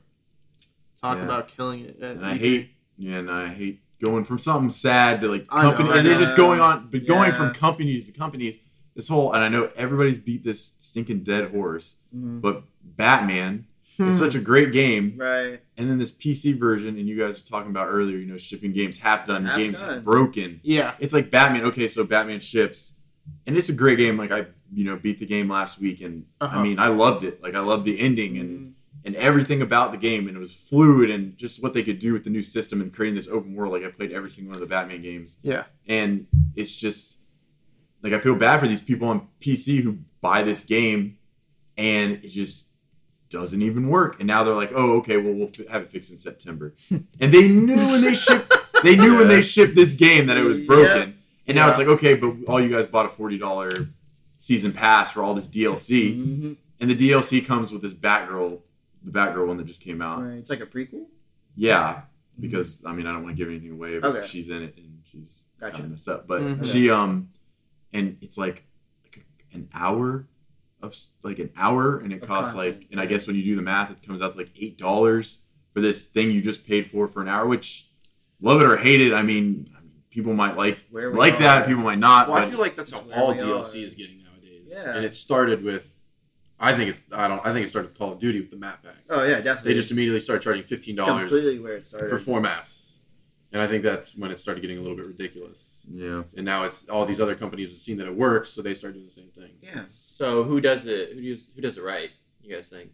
[SPEAKER 5] talk
[SPEAKER 1] Yeah.
[SPEAKER 5] about killing it. Uh,
[SPEAKER 1] And I hate, yeah, and I hate going from something sad to like
[SPEAKER 5] I know,
[SPEAKER 1] company,
[SPEAKER 5] I
[SPEAKER 1] and they're just
[SPEAKER 3] know.
[SPEAKER 1] going on, but going
[SPEAKER 3] Yeah.
[SPEAKER 1] from companies to companies. This whole, and I know everybody's beat this stinking dead horse,
[SPEAKER 3] Mhm.
[SPEAKER 1] but Batman
[SPEAKER 5] Hmm.
[SPEAKER 1] is such a great game,
[SPEAKER 3] Right.
[SPEAKER 1] and then this PC version, and you guys were talking about earlier, you know, shipping games half done,
[SPEAKER 3] Half
[SPEAKER 1] games
[SPEAKER 3] done.
[SPEAKER 1] broken.
[SPEAKER 5] yeah.
[SPEAKER 1] It's like Batman. Okay, so Batman ships, and it's a great game. Like I, you know, beat the game last week, and
[SPEAKER 5] Uh-huh.
[SPEAKER 1] I mean, I loved it. Like I loved the ending and and everything about the game, and it was fluid, and just what they could do with the new system and creating this open world. Like I played every single one of the Batman games.
[SPEAKER 5] Yeah.
[SPEAKER 1] and it's just like I feel bad for these people on PC who buy this game, and it just doesn't even work. And now they're like, oh, okay, well we'll f- have it fixed in September. and they knew when they shipped, they knew when
[SPEAKER 2] Yeah.
[SPEAKER 1] they shipped this game that it was
[SPEAKER 3] Yeah.
[SPEAKER 1] broken. And now
[SPEAKER 3] Yeah.
[SPEAKER 1] it's like, okay, but all you guys bought a forty dollar season pass for all this DLC
[SPEAKER 3] Mhm.
[SPEAKER 1] and the DLC comes with this Batgirl, the Batgirl one that just came out.
[SPEAKER 3] Right. It's like a prequel.
[SPEAKER 1] Yeah, because I mean I don't want to give anything away, but
[SPEAKER 3] Okay.
[SPEAKER 1] she's in it and she's
[SPEAKER 3] Gotcha. Mm-hmm.
[SPEAKER 1] kind of messed up. But
[SPEAKER 5] Mhm.
[SPEAKER 1] she um, and it's like, like an hour of s- like an hour, and it
[SPEAKER 3] Of
[SPEAKER 1] costs
[SPEAKER 3] content,
[SPEAKER 1] like, and I
[SPEAKER 3] right.
[SPEAKER 1] guess when you do the math, it comes out to like eight dollars for this thing you just paid for for an hour. Which love it or hate it, I mean, I mean people might like
[SPEAKER 3] Where we
[SPEAKER 1] like
[SPEAKER 3] are.
[SPEAKER 1] that, people might not.
[SPEAKER 2] Well, I
[SPEAKER 1] but-
[SPEAKER 2] feel like that's how
[SPEAKER 3] That's where
[SPEAKER 2] all
[SPEAKER 3] we
[SPEAKER 2] DLC
[SPEAKER 3] are.
[SPEAKER 2] is getting nowadays.
[SPEAKER 3] Yeah.
[SPEAKER 2] And it started with, I think it's I don't I think it started with Call of Duty with the map pack.
[SPEAKER 3] Oh yeah, definitely.
[SPEAKER 2] They just immediately started charging fifteen dollars
[SPEAKER 3] completely where it started.
[SPEAKER 2] for four maps, and I think that's when it started getting a little bit ridiculous.
[SPEAKER 1] yeah,
[SPEAKER 2] And now it's all these other companies have seen that it works, so they start doing the same thing.
[SPEAKER 3] yeah.
[SPEAKER 4] So who does it? Who does who does it right? You guys think?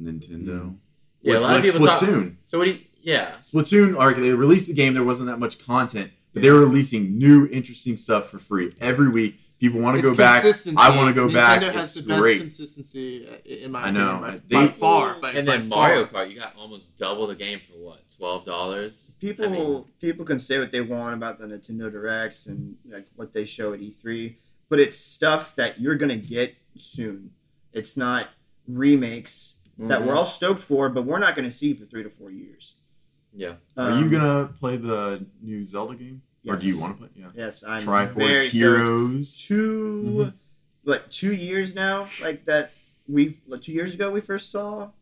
[SPEAKER 1] Nintendo.
[SPEAKER 3] Mm.
[SPEAKER 4] Yeah,
[SPEAKER 1] Like-
[SPEAKER 4] a lot
[SPEAKER 1] like
[SPEAKER 4] of people talk.
[SPEAKER 1] Splatoon.
[SPEAKER 4] So what do you? Yeah,
[SPEAKER 1] Splatoon arc, they released the game. There wasn't that much content, but they were releasing new, interesting stuff for free every week. People want to
[SPEAKER 5] It's
[SPEAKER 1] go back.
[SPEAKER 5] consistency.
[SPEAKER 1] I want to go
[SPEAKER 5] Nintendo
[SPEAKER 1] back.
[SPEAKER 5] has
[SPEAKER 1] It's
[SPEAKER 5] the best
[SPEAKER 1] great.
[SPEAKER 5] consistency uh, in my
[SPEAKER 1] I know.
[SPEAKER 5] opinion, by,
[SPEAKER 1] They-
[SPEAKER 5] by far. By,
[SPEAKER 4] and
[SPEAKER 5] by
[SPEAKER 4] then
[SPEAKER 5] far.
[SPEAKER 4] Mario Kart, you got almost double the game for what? Twelve dollars.
[SPEAKER 3] People
[SPEAKER 4] I mean-
[SPEAKER 3] people can say what they want about the Nintendo Directs and like what they show at E3, but it's stuff that you're gonna get soon. It's not remakes that
[SPEAKER 1] Mm-hmm.
[SPEAKER 3] we're all stoked for, but we're not gonna see for three to four years.
[SPEAKER 4] Yeah.
[SPEAKER 1] Are you
[SPEAKER 3] Um,
[SPEAKER 1] gonna play the new Zelda game, or do you
[SPEAKER 3] yes.
[SPEAKER 1] want to play? Yeah,
[SPEAKER 3] Um, Yes, I'm very
[SPEAKER 1] Triforce
[SPEAKER 3] stoked.
[SPEAKER 1] Heroes. Mm-hmm.
[SPEAKER 3] 2 what two years now? Like that we like, two years ago we first saw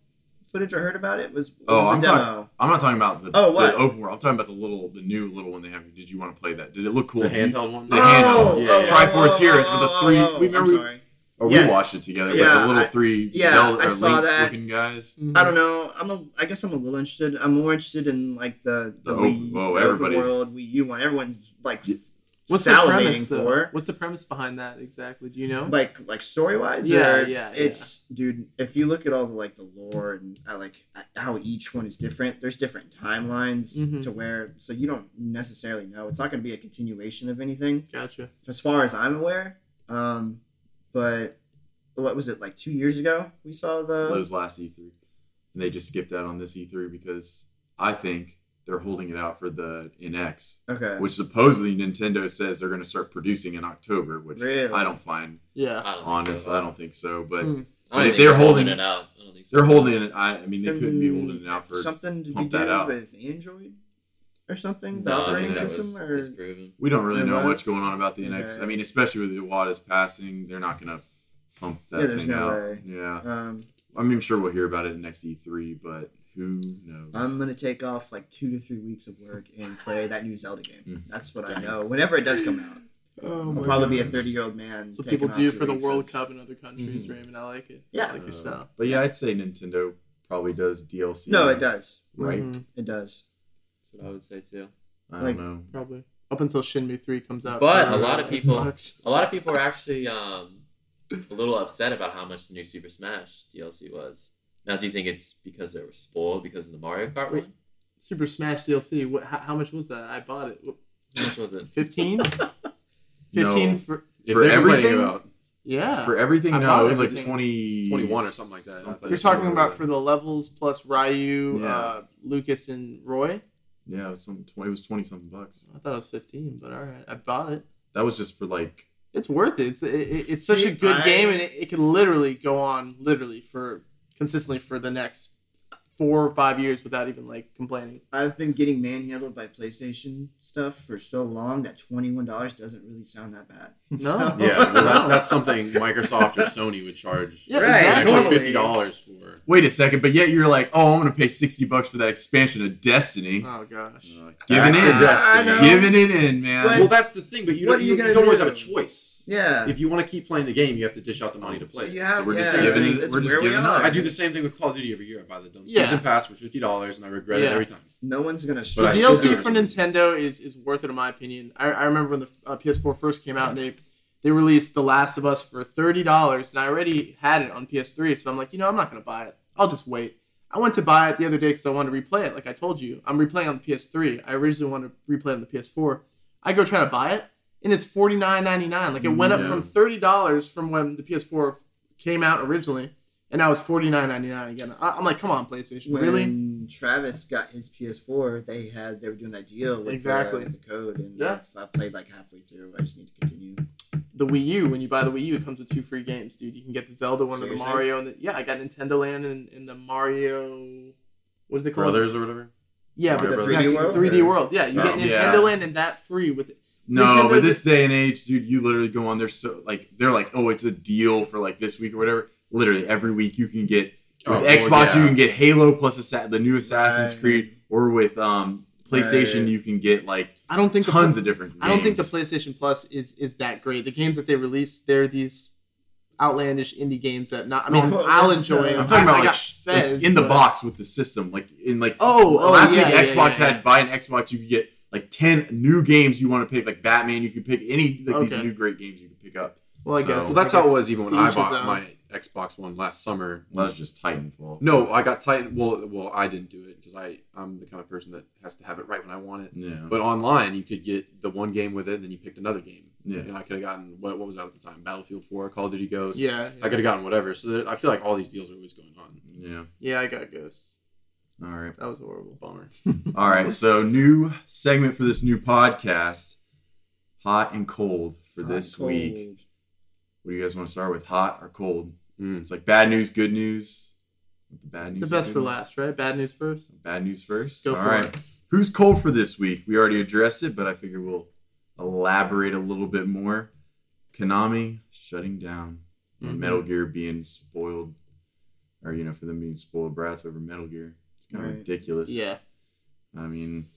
[SPEAKER 3] footage or heard about it? Was, was
[SPEAKER 1] Oh,
[SPEAKER 3] the
[SPEAKER 1] I'm
[SPEAKER 3] demo?
[SPEAKER 1] talking- I'm not talking about the,
[SPEAKER 3] Oh, what?
[SPEAKER 1] the open world. I'm talking about the little, the new little one they have. Did you want to play that? Did it look cool?
[SPEAKER 2] the handheld one.
[SPEAKER 1] The handheld.
[SPEAKER 3] oh,
[SPEAKER 2] Yeah,
[SPEAKER 3] oh,
[SPEAKER 2] yeah.
[SPEAKER 1] Triforce Heroes with the three- we
[SPEAKER 3] I'm
[SPEAKER 1] remember we-
[SPEAKER 3] sorry.
[SPEAKER 1] Or
[SPEAKER 3] Yes.
[SPEAKER 1] we watched it together.
[SPEAKER 3] Yeah,
[SPEAKER 1] Yeah, the little
[SPEAKER 3] I-
[SPEAKER 1] three
[SPEAKER 3] yeah,
[SPEAKER 1] Zelda
[SPEAKER 3] I
[SPEAKER 1] or
[SPEAKER 3] saw
[SPEAKER 1] Link
[SPEAKER 3] that.
[SPEAKER 1] looking guys.
[SPEAKER 5] Mhm.
[SPEAKER 3] I don't know. I'm a. I guess I'm a little interested. I'm more interested in like the the
[SPEAKER 1] The
[SPEAKER 3] Wii,
[SPEAKER 1] open- whoa,
[SPEAKER 3] the open
[SPEAKER 1] everybody's-
[SPEAKER 3] world Wii U one. Everyone's like
[SPEAKER 1] Yeah.
[SPEAKER 5] What's the
[SPEAKER 3] salivating
[SPEAKER 5] premise? though?
[SPEAKER 3] for
[SPEAKER 5] What's the premise behind that exactly? Do you know?
[SPEAKER 3] like like story wise.
[SPEAKER 5] Yeah,
[SPEAKER 3] or
[SPEAKER 5] yeah, yeah.
[SPEAKER 3] It's dude. If you look at all the like the lore and uh, like how each one is different, there's different timelines
[SPEAKER 5] Mhm.
[SPEAKER 3] to where so you don't necessarily know. It's not going to be a continuation of anything.
[SPEAKER 5] gotcha.
[SPEAKER 3] as far as I'm aware. Um, but what was it like two years ago? We saw the
[SPEAKER 1] Those last E3, and they just skipped out on this E3 because I think they're holding it out for the NX,
[SPEAKER 3] okay.
[SPEAKER 1] which supposedly Nintendo says they're going to start producing in October, which
[SPEAKER 3] Really?
[SPEAKER 1] I don't find
[SPEAKER 5] Yeah.
[SPEAKER 4] I don't
[SPEAKER 1] honest.
[SPEAKER 4] Think so.
[SPEAKER 1] I don't think so, but
[SPEAKER 5] Mm.
[SPEAKER 4] I don't
[SPEAKER 1] if
[SPEAKER 4] think
[SPEAKER 1] they're holding-
[SPEAKER 4] it out, I don't think so.
[SPEAKER 1] they're holding it. I, I mean, they couldn't be
[SPEAKER 3] Mm,
[SPEAKER 1] holding it out for.
[SPEAKER 3] something to be
[SPEAKER 1] pump that
[SPEAKER 3] done
[SPEAKER 1] out.
[SPEAKER 3] with Android or something. The
[SPEAKER 4] No, Uh, I
[SPEAKER 3] operating
[SPEAKER 4] think that
[SPEAKER 3] system
[SPEAKER 4] was
[SPEAKER 3] or
[SPEAKER 4] disproven.
[SPEAKER 1] we don't really
[SPEAKER 3] There
[SPEAKER 1] know
[SPEAKER 3] was-
[SPEAKER 1] what's going on about the NX.
[SPEAKER 3] Okay.
[SPEAKER 1] I mean, especially with Iwata's passing, they're not going to pump that
[SPEAKER 3] Yeah, there's
[SPEAKER 1] thing
[SPEAKER 3] no
[SPEAKER 1] out.
[SPEAKER 3] way.
[SPEAKER 1] Yeah.
[SPEAKER 3] um,
[SPEAKER 1] I mean, I'm sure we'll hear about it in next E3, but who knows?
[SPEAKER 3] I'm gonna take off like two to three weeks of work and play that new Zelda game.
[SPEAKER 1] Mm.
[SPEAKER 3] That's what I
[SPEAKER 4] Dang.
[SPEAKER 3] know. Whenever it does come out,
[SPEAKER 5] Oh
[SPEAKER 3] I'll
[SPEAKER 5] my
[SPEAKER 3] probably be a
[SPEAKER 5] God.
[SPEAKER 3] 30 year old man.
[SPEAKER 5] That's what
[SPEAKER 3] taking
[SPEAKER 5] people
[SPEAKER 3] off
[SPEAKER 5] do
[SPEAKER 3] two
[SPEAKER 5] for the
[SPEAKER 3] weeks
[SPEAKER 5] World
[SPEAKER 3] of-
[SPEAKER 5] Cup in other countries,
[SPEAKER 1] Mhm.
[SPEAKER 5] Raymond. I like it.
[SPEAKER 3] Yeah.
[SPEAKER 5] I like your
[SPEAKER 1] Uh,
[SPEAKER 5] style.
[SPEAKER 1] But yeah, I'd say Nintendo probably does DLC.
[SPEAKER 3] No, it does.
[SPEAKER 1] Right?
[SPEAKER 5] Mhm,
[SPEAKER 3] It does.
[SPEAKER 4] That's what I would say too.
[SPEAKER 1] I don't
[SPEAKER 3] Like-
[SPEAKER 1] know.
[SPEAKER 5] probably up until Shinmu three comes out.
[SPEAKER 4] But
[SPEAKER 5] for
[SPEAKER 4] a lot of people-
[SPEAKER 5] Xbox.
[SPEAKER 4] A lot of people are actually um, a little upset about how much the new Super Smash DLC was. Now, do you think it's because they were spoiled because of the Mario Kart
[SPEAKER 5] Wait.
[SPEAKER 4] one?
[SPEAKER 5] Super Smash DLC. What? How, how much was that? I bought it. What-
[SPEAKER 4] How much was it?
[SPEAKER 5] Fifteen.
[SPEAKER 1] No.
[SPEAKER 5] Fifteen for
[SPEAKER 2] If
[SPEAKER 1] For
[SPEAKER 2] they're complaining
[SPEAKER 1] everything?
[SPEAKER 2] about
[SPEAKER 5] yeah.
[SPEAKER 1] For everything,
[SPEAKER 5] I
[SPEAKER 1] no,
[SPEAKER 5] bought
[SPEAKER 1] it was like
[SPEAKER 5] everything.
[SPEAKER 1] 20,
[SPEAKER 2] 21 or something like that.
[SPEAKER 1] something.
[SPEAKER 5] You're talking about for the levels plus Ryu,
[SPEAKER 1] Yeah.
[SPEAKER 5] uh, Lucas, and Roy.
[SPEAKER 1] yeah, it was, some, tw- it was 20 something bucks.
[SPEAKER 5] I thought it was fifteen, but all right, I bought it.
[SPEAKER 1] That was just for like,
[SPEAKER 5] It's worth it. It's it, it- it's such
[SPEAKER 3] See,
[SPEAKER 5] a good
[SPEAKER 3] I-
[SPEAKER 5] game, and it, it can literally go on literally for consistently for the next four or five years without even like complaining.
[SPEAKER 3] I've been getting manhandled by PlayStation stuff for so long that twenty one dollars doesn't really sound that bad.
[SPEAKER 5] No.
[SPEAKER 2] yeah, well, that, that's something Microsoft or Sony would charge
[SPEAKER 5] Yeah,
[SPEAKER 2] an
[SPEAKER 5] Right,
[SPEAKER 2] extra
[SPEAKER 3] totally.
[SPEAKER 2] fifty dollars for.
[SPEAKER 1] wait a second, but yet you're like, oh, I'm going to pay 60 bucks for that expansion of Destiny.
[SPEAKER 5] Oh gosh.
[SPEAKER 2] Uh,
[SPEAKER 1] Giving in.
[SPEAKER 2] back to
[SPEAKER 3] I know.
[SPEAKER 2] Give-
[SPEAKER 1] Giving it in, man.
[SPEAKER 3] But-
[SPEAKER 2] well, that's the thing, but you
[SPEAKER 3] What
[SPEAKER 2] don't,
[SPEAKER 3] are you
[SPEAKER 2] you,
[SPEAKER 3] gonna
[SPEAKER 2] you don't always
[SPEAKER 3] do?
[SPEAKER 2] have a choice.
[SPEAKER 3] Yeah.
[SPEAKER 2] If you want to keep playing the game, you have to dish out the money to play. it.
[SPEAKER 3] You have-
[SPEAKER 1] so we're just
[SPEAKER 3] yeah,
[SPEAKER 1] giving
[SPEAKER 3] it's-
[SPEAKER 1] it-
[SPEAKER 3] it's
[SPEAKER 1] we're just
[SPEAKER 3] where we
[SPEAKER 1] giving
[SPEAKER 3] are.
[SPEAKER 1] up.
[SPEAKER 2] I do the same thing with Call of Duty every year. I buy the dumb
[SPEAKER 5] Yeah.
[SPEAKER 2] season pass for fifty dollars, and I regret
[SPEAKER 5] Yeah.
[SPEAKER 2] it every time.
[SPEAKER 3] No one's gonna shoot.
[SPEAKER 2] But I
[SPEAKER 5] the
[SPEAKER 2] still
[SPEAKER 5] DLC
[SPEAKER 2] do.
[SPEAKER 5] for Nintendo is, is worth it in my opinion. I, I remember when the uh, PS4 first came out and they they released The Last of Us for thirty dollars, and I already had it on PS3, so I'm like, you know, I'm not gonna buy it. I'll just wait. I went to buy it the other day because I wanted to replay it. Like I told you, I'm replaying on the PS3. I originally wanted to replay on the PS4. I go try to buy it, and it's forty nine ninety nine. Like it went up
[SPEAKER 2] Mm, Yeah.
[SPEAKER 5] from thirty dollars from when the PS4 came out originally, and now it's forty nine ninety nine again. I, I'm like, come on, PlayStation,
[SPEAKER 3] when
[SPEAKER 5] really?
[SPEAKER 3] Travis got his PS4, they had they were doing that deal with,
[SPEAKER 5] Exactly.
[SPEAKER 3] the, with the code, and
[SPEAKER 5] Yeah.
[SPEAKER 3] I, I played like halfway through. I just need to continue.
[SPEAKER 5] the Wii U. When you buy the Wii U, it comes with two free games, dude. You can get the Zelda one or the
[SPEAKER 3] Seriously?
[SPEAKER 5] Mario, and the, yeah, I got Nintendo Land and, and the Mario. What is it called?
[SPEAKER 2] Brothers or whatever.
[SPEAKER 5] Yeah,
[SPEAKER 2] Mario
[SPEAKER 5] but
[SPEAKER 2] Brothers.
[SPEAKER 5] exactly,
[SPEAKER 3] 3D World?
[SPEAKER 5] 3D World. Yeah, you get
[SPEAKER 1] Oh.
[SPEAKER 5] Nintendo
[SPEAKER 1] Yeah.
[SPEAKER 5] Land and that free with it.
[SPEAKER 1] No,
[SPEAKER 5] Nintendo
[SPEAKER 1] but this day and age, dude, you literally go on there so like they're like, oh, it's a deal for like this week or whatever. Literally every week you can get with
[SPEAKER 2] Oh,
[SPEAKER 1] Xbox,
[SPEAKER 2] well, yeah.
[SPEAKER 1] you can get Halo plus Assa- the new Assassin's
[SPEAKER 3] Right.
[SPEAKER 1] Creed, or with um, PlayStation,
[SPEAKER 3] Right.
[SPEAKER 1] you can get like
[SPEAKER 5] I don't think the
[SPEAKER 1] tons of different.
[SPEAKER 5] I don't think the
[SPEAKER 1] games.
[SPEAKER 5] PlayStation Plus is is that great. The games that they release, they're these outlandish indie games that not. I mean,
[SPEAKER 3] No,
[SPEAKER 5] I'll
[SPEAKER 3] that's uh,
[SPEAKER 5] enjoy.
[SPEAKER 3] not-
[SPEAKER 5] them.
[SPEAKER 1] I'm talking
[SPEAKER 5] I-
[SPEAKER 1] about
[SPEAKER 5] I
[SPEAKER 1] like,
[SPEAKER 5] got
[SPEAKER 1] sh- like,
[SPEAKER 5] Fez,
[SPEAKER 1] in the
[SPEAKER 5] but-
[SPEAKER 1] box with the system, like in like.
[SPEAKER 5] Oh, oh,
[SPEAKER 1] last
[SPEAKER 5] yeah,
[SPEAKER 1] week
[SPEAKER 5] yeah,
[SPEAKER 1] Xbox
[SPEAKER 5] yeah, yeah.
[SPEAKER 1] had buy an Xbox, you could get like ten new games you want to pick, like Batman. You could pick any like these
[SPEAKER 5] Okay.
[SPEAKER 1] new great games you could pick up.
[SPEAKER 5] Well, I
[SPEAKER 1] So-
[SPEAKER 5] guess
[SPEAKER 2] Well, that's
[SPEAKER 5] I
[SPEAKER 2] how it
[SPEAKER 5] guess-
[SPEAKER 2] was even when
[SPEAKER 5] to
[SPEAKER 2] I
[SPEAKER 5] each his
[SPEAKER 2] bought
[SPEAKER 5] own.
[SPEAKER 2] my Xbox One last summer.
[SPEAKER 1] Well, that's just Titanfall.
[SPEAKER 2] No, I got Titan. Well, well, I didn't do it because I I'm the kind of person that has to have it right when I want it.
[SPEAKER 1] Yeah.
[SPEAKER 2] But online, you could get the one game with it, and then you picked another game.
[SPEAKER 1] Yeah.
[SPEAKER 2] And I could have gotten what, what was out at the time? Battlefield Four, Call of Duty Ghosts.
[SPEAKER 5] Yeah,
[SPEAKER 2] I
[SPEAKER 5] yeah,
[SPEAKER 2] could have gotten whatever. So there, I feel like all these deals are always going on.
[SPEAKER 1] Yeah.
[SPEAKER 5] yeah. I got Ghosts.
[SPEAKER 1] All right.
[SPEAKER 5] That was horrible.
[SPEAKER 2] Bummer.
[SPEAKER 1] All right, so new segment for this new podcast, hot and cold for
[SPEAKER 3] Hot
[SPEAKER 1] this
[SPEAKER 3] cold.
[SPEAKER 1] week. What do you guys want to start with, hot or cold?
[SPEAKER 2] Mm.
[SPEAKER 1] It's like bad news, good news. With The bad news.
[SPEAKER 5] The
[SPEAKER 1] or
[SPEAKER 5] best
[SPEAKER 1] good
[SPEAKER 5] for
[SPEAKER 1] news?
[SPEAKER 5] last, right? Bad news first.
[SPEAKER 1] Bad news first.
[SPEAKER 5] Go
[SPEAKER 1] All
[SPEAKER 5] for
[SPEAKER 1] right.
[SPEAKER 5] it.
[SPEAKER 1] Who's cold for this week? We already addressed it, but I figure we'll elaborate a little bit more. Konami shutting down and
[SPEAKER 5] Mhm.
[SPEAKER 2] Mm-hmm.
[SPEAKER 1] Metal Gear being spoiled. or you know, for them being spoiled brats over Metal Gear. It's kind of
[SPEAKER 3] Right.
[SPEAKER 1] ridiculous.
[SPEAKER 5] Yeah.
[SPEAKER 1] I mean,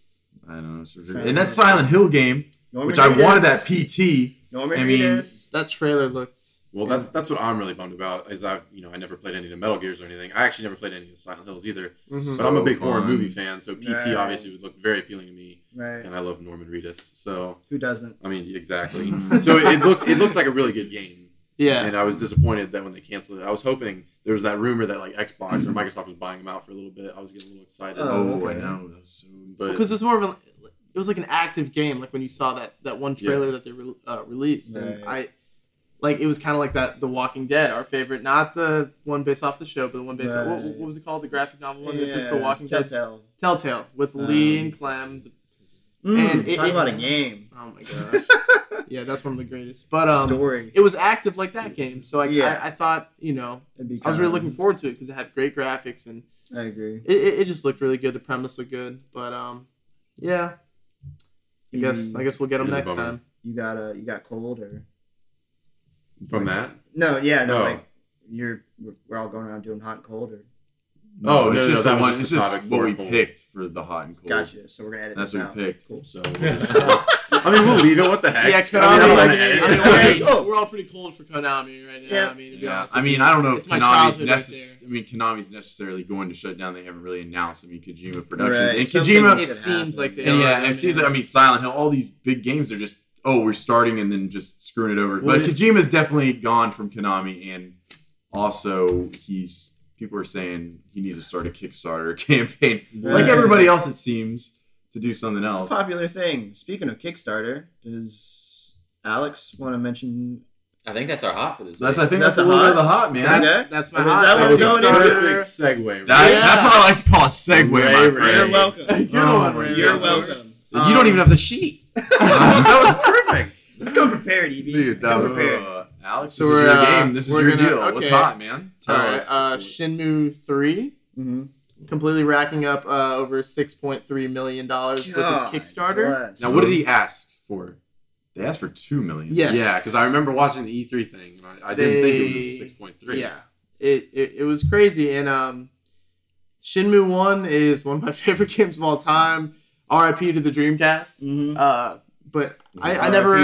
[SPEAKER 1] I don't know. It's just-
[SPEAKER 3] Silent
[SPEAKER 1] and that
[SPEAKER 3] Hill.
[SPEAKER 1] Silent Hill game,
[SPEAKER 3] Norman
[SPEAKER 1] which I wanted
[SPEAKER 3] Reedus.
[SPEAKER 1] that PT.
[SPEAKER 3] Norman
[SPEAKER 1] I mean-
[SPEAKER 3] Reedus.
[SPEAKER 5] That trailer looked.
[SPEAKER 2] Well, that's that's what I'm really bummed about. Is I've you know I never played any of the Metal Gears or anything. I actually never played any of the Silent Hills either.
[SPEAKER 3] Mm-hmm.
[SPEAKER 5] Mhm.
[SPEAKER 2] But I'm a big
[SPEAKER 1] Mm-hmm. So
[SPEAKER 2] horror
[SPEAKER 1] fun.
[SPEAKER 2] movie fan, so PT
[SPEAKER 3] Right.
[SPEAKER 2] obviously would look very appealing to me,
[SPEAKER 3] Right.
[SPEAKER 2] and I love Norman Reedus. So
[SPEAKER 3] Who doesn't?
[SPEAKER 2] I mean, exactly. so it looked it looked like a really good game,
[SPEAKER 5] Yeah.
[SPEAKER 2] and I was disappointed that when they canceled it. I was hoping there was that rumor that like Xbox
[SPEAKER 5] Mm-hmm.
[SPEAKER 2] or Microsoft was buying them out for a little bit. I was getting a little excited,
[SPEAKER 3] Oh,
[SPEAKER 1] Oh,
[SPEAKER 3] okay.
[SPEAKER 1] I know. That was so.
[SPEAKER 2] but
[SPEAKER 5] Because it's more of a, it was like an active game. Like when you saw that that one trailer that they re- uh, released, and I, like it was kind of like that The Walking Dead, our favorite, not the one based off the show, but the one based off what,
[SPEAKER 3] Right.
[SPEAKER 5] what was it called? The graphic novel one. that's just
[SPEAKER 3] Yeah,
[SPEAKER 5] The Walking
[SPEAKER 3] it's
[SPEAKER 5] Dead.
[SPEAKER 3] Telltale.
[SPEAKER 5] Telltale with Lee
[SPEAKER 3] Um,
[SPEAKER 5] and Clem. The-
[SPEAKER 3] Mm,
[SPEAKER 5] it-
[SPEAKER 3] talk
[SPEAKER 5] it-
[SPEAKER 3] about a game.
[SPEAKER 5] oh my gosh. yeah, that's one of the greatest. But um,
[SPEAKER 3] Story.
[SPEAKER 5] it was active like that game. So I,
[SPEAKER 3] Yeah.
[SPEAKER 5] I, I thought you know
[SPEAKER 3] It'd be
[SPEAKER 5] I was
[SPEAKER 3] kinda-
[SPEAKER 5] really looking forward to it because it had great graphics and
[SPEAKER 3] I agree.
[SPEAKER 5] it, it, it just looked really good. The premise looked good, but um, yeah. I guess
[SPEAKER 3] You-
[SPEAKER 5] I guess we'll get them
[SPEAKER 2] It is a
[SPEAKER 5] next
[SPEAKER 2] bummer.
[SPEAKER 5] time.
[SPEAKER 3] you got a you got cold or
[SPEAKER 2] from that,
[SPEAKER 3] no? Yeah, no.
[SPEAKER 2] Oh.
[SPEAKER 3] Like you're we're all going around doing hot and cold or
[SPEAKER 2] Oh,
[SPEAKER 1] it's
[SPEAKER 2] no, no,
[SPEAKER 1] just the
[SPEAKER 2] that was
[SPEAKER 1] one.
[SPEAKER 2] just
[SPEAKER 1] It's
[SPEAKER 2] the
[SPEAKER 1] just
[SPEAKER 2] topic
[SPEAKER 1] what
[SPEAKER 2] for
[SPEAKER 1] we
[SPEAKER 2] cold.
[SPEAKER 1] picked for the hot and cold.
[SPEAKER 3] gotcha. So we're gonna edit
[SPEAKER 1] That's
[SPEAKER 3] this
[SPEAKER 1] what
[SPEAKER 3] out.
[SPEAKER 1] we picked.
[SPEAKER 3] Cool.
[SPEAKER 2] so we'll just- I mean, we'll leave it. What the heck?
[SPEAKER 5] Yeah,
[SPEAKER 2] I mean,
[SPEAKER 5] Konami.
[SPEAKER 2] I'm
[SPEAKER 5] I mean,
[SPEAKER 2] not gonna
[SPEAKER 5] I mean,
[SPEAKER 2] edit
[SPEAKER 5] we're,
[SPEAKER 2] it.
[SPEAKER 5] pretty, we're all pretty cold for Konami right now.
[SPEAKER 3] Yeah.
[SPEAKER 5] I mean, to be
[SPEAKER 1] Yeah,
[SPEAKER 5] honest
[SPEAKER 1] I
[SPEAKER 5] with
[SPEAKER 1] mean,
[SPEAKER 5] you.
[SPEAKER 1] I don't know if
[SPEAKER 5] It's my
[SPEAKER 1] Konami's
[SPEAKER 5] childhood right
[SPEAKER 1] necess- I mean, Konami's necessarily going to shut down. They haven't really announced. I mean, Kojima Productions
[SPEAKER 3] Right,
[SPEAKER 1] and
[SPEAKER 3] something
[SPEAKER 1] Kojima,
[SPEAKER 5] It
[SPEAKER 3] could
[SPEAKER 5] seems
[SPEAKER 3] happen.
[SPEAKER 5] like they-
[SPEAKER 1] and
[SPEAKER 5] Yeah,
[SPEAKER 1] yeah,
[SPEAKER 5] I
[SPEAKER 1] and
[SPEAKER 5] mean-
[SPEAKER 1] it seems like I mean, Silent Hill. All these big games are just oh, we're starting and then just screwing it over.
[SPEAKER 2] Well,
[SPEAKER 1] But
[SPEAKER 2] it-
[SPEAKER 1] Kojima's definitely gone from Konami, and also he's people are saying he needs to start a Kickstarter campaign, like
[SPEAKER 3] Right.
[SPEAKER 1] everybody else. It seems to do something
[SPEAKER 3] It's a
[SPEAKER 1] else.
[SPEAKER 3] popular thing. Speaking of Kickstarter, does Alex want to mention?
[SPEAKER 4] I think that's our hot for this.
[SPEAKER 1] That's
[SPEAKER 4] week.
[SPEAKER 1] I think
[SPEAKER 3] That's
[SPEAKER 1] that's, a
[SPEAKER 3] a
[SPEAKER 1] little
[SPEAKER 3] hot-
[SPEAKER 1] bit of the hot man.
[SPEAKER 5] That's,
[SPEAKER 3] Okay.
[SPEAKER 5] that's
[SPEAKER 3] I
[SPEAKER 5] my
[SPEAKER 3] mean, is
[SPEAKER 5] hot.
[SPEAKER 3] that what
[SPEAKER 2] That was a
[SPEAKER 3] we're going into?
[SPEAKER 2] perfect segue.
[SPEAKER 1] That-
[SPEAKER 5] Yeah.
[SPEAKER 1] That's what I like to call a segue,
[SPEAKER 2] Ray,
[SPEAKER 1] my
[SPEAKER 2] Ray.
[SPEAKER 1] friend.
[SPEAKER 2] You're
[SPEAKER 3] welcome.
[SPEAKER 5] You're the
[SPEAKER 1] Oh
[SPEAKER 5] one,
[SPEAKER 1] my
[SPEAKER 5] Randy.
[SPEAKER 1] You're
[SPEAKER 3] You're
[SPEAKER 1] gosh.
[SPEAKER 3] welcome.
[SPEAKER 2] you don't even have the sheet. Um, that was perfect.
[SPEAKER 3] Come prepared, Evie.
[SPEAKER 2] Dude, that
[SPEAKER 3] Come
[SPEAKER 2] was-
[SPEAKER 3] prepared.
[SPEAKER 1] Uh, Alex,
[SPEAKER 5] So
[SPEAKER 1] this is
[SPEAKER 5] we're,
[SPEAKER 1] your
[SPEAKER 5] uh,
[SPEAKER 1] game. This is
[SPEAKER 5] we're
[SPEAKER 1] your
[SPEAKER 5] gonna-
[SPEAKER 1] deal. What's
[SPEAKER 5] okay.
[SPEAKER 1] hot, man? Tell
[SPEAKER 5] All right,
[SPEAKER 1] us.
[SPEAKER 5] uh, Shinmu three
[SPEAKER 3] hmm
[SPEAKER 5] completely racking up uh, over six point three million dollars with his Kickstarter.
[SPEAKER 2] Now, what did he ask for?
[SPEAKER 1] they asked for two million.
[SPEAKER 5] Yes.
[SPEAKER 2] Yeah, because I remember watching the E3 thing, and I, I didn't think
[SPEAKER 5] They-
[SPEAKER 2] it was six point three.
[SPEAKER 5] Yeah, it, it it was crazy. And um, Shinmu One is one of my favorite games of all time. R.I.P. to the Dreamcast.
[SPEAKER 3] Mm-hmm.
[SPEAKER 5] Uh, but I, I never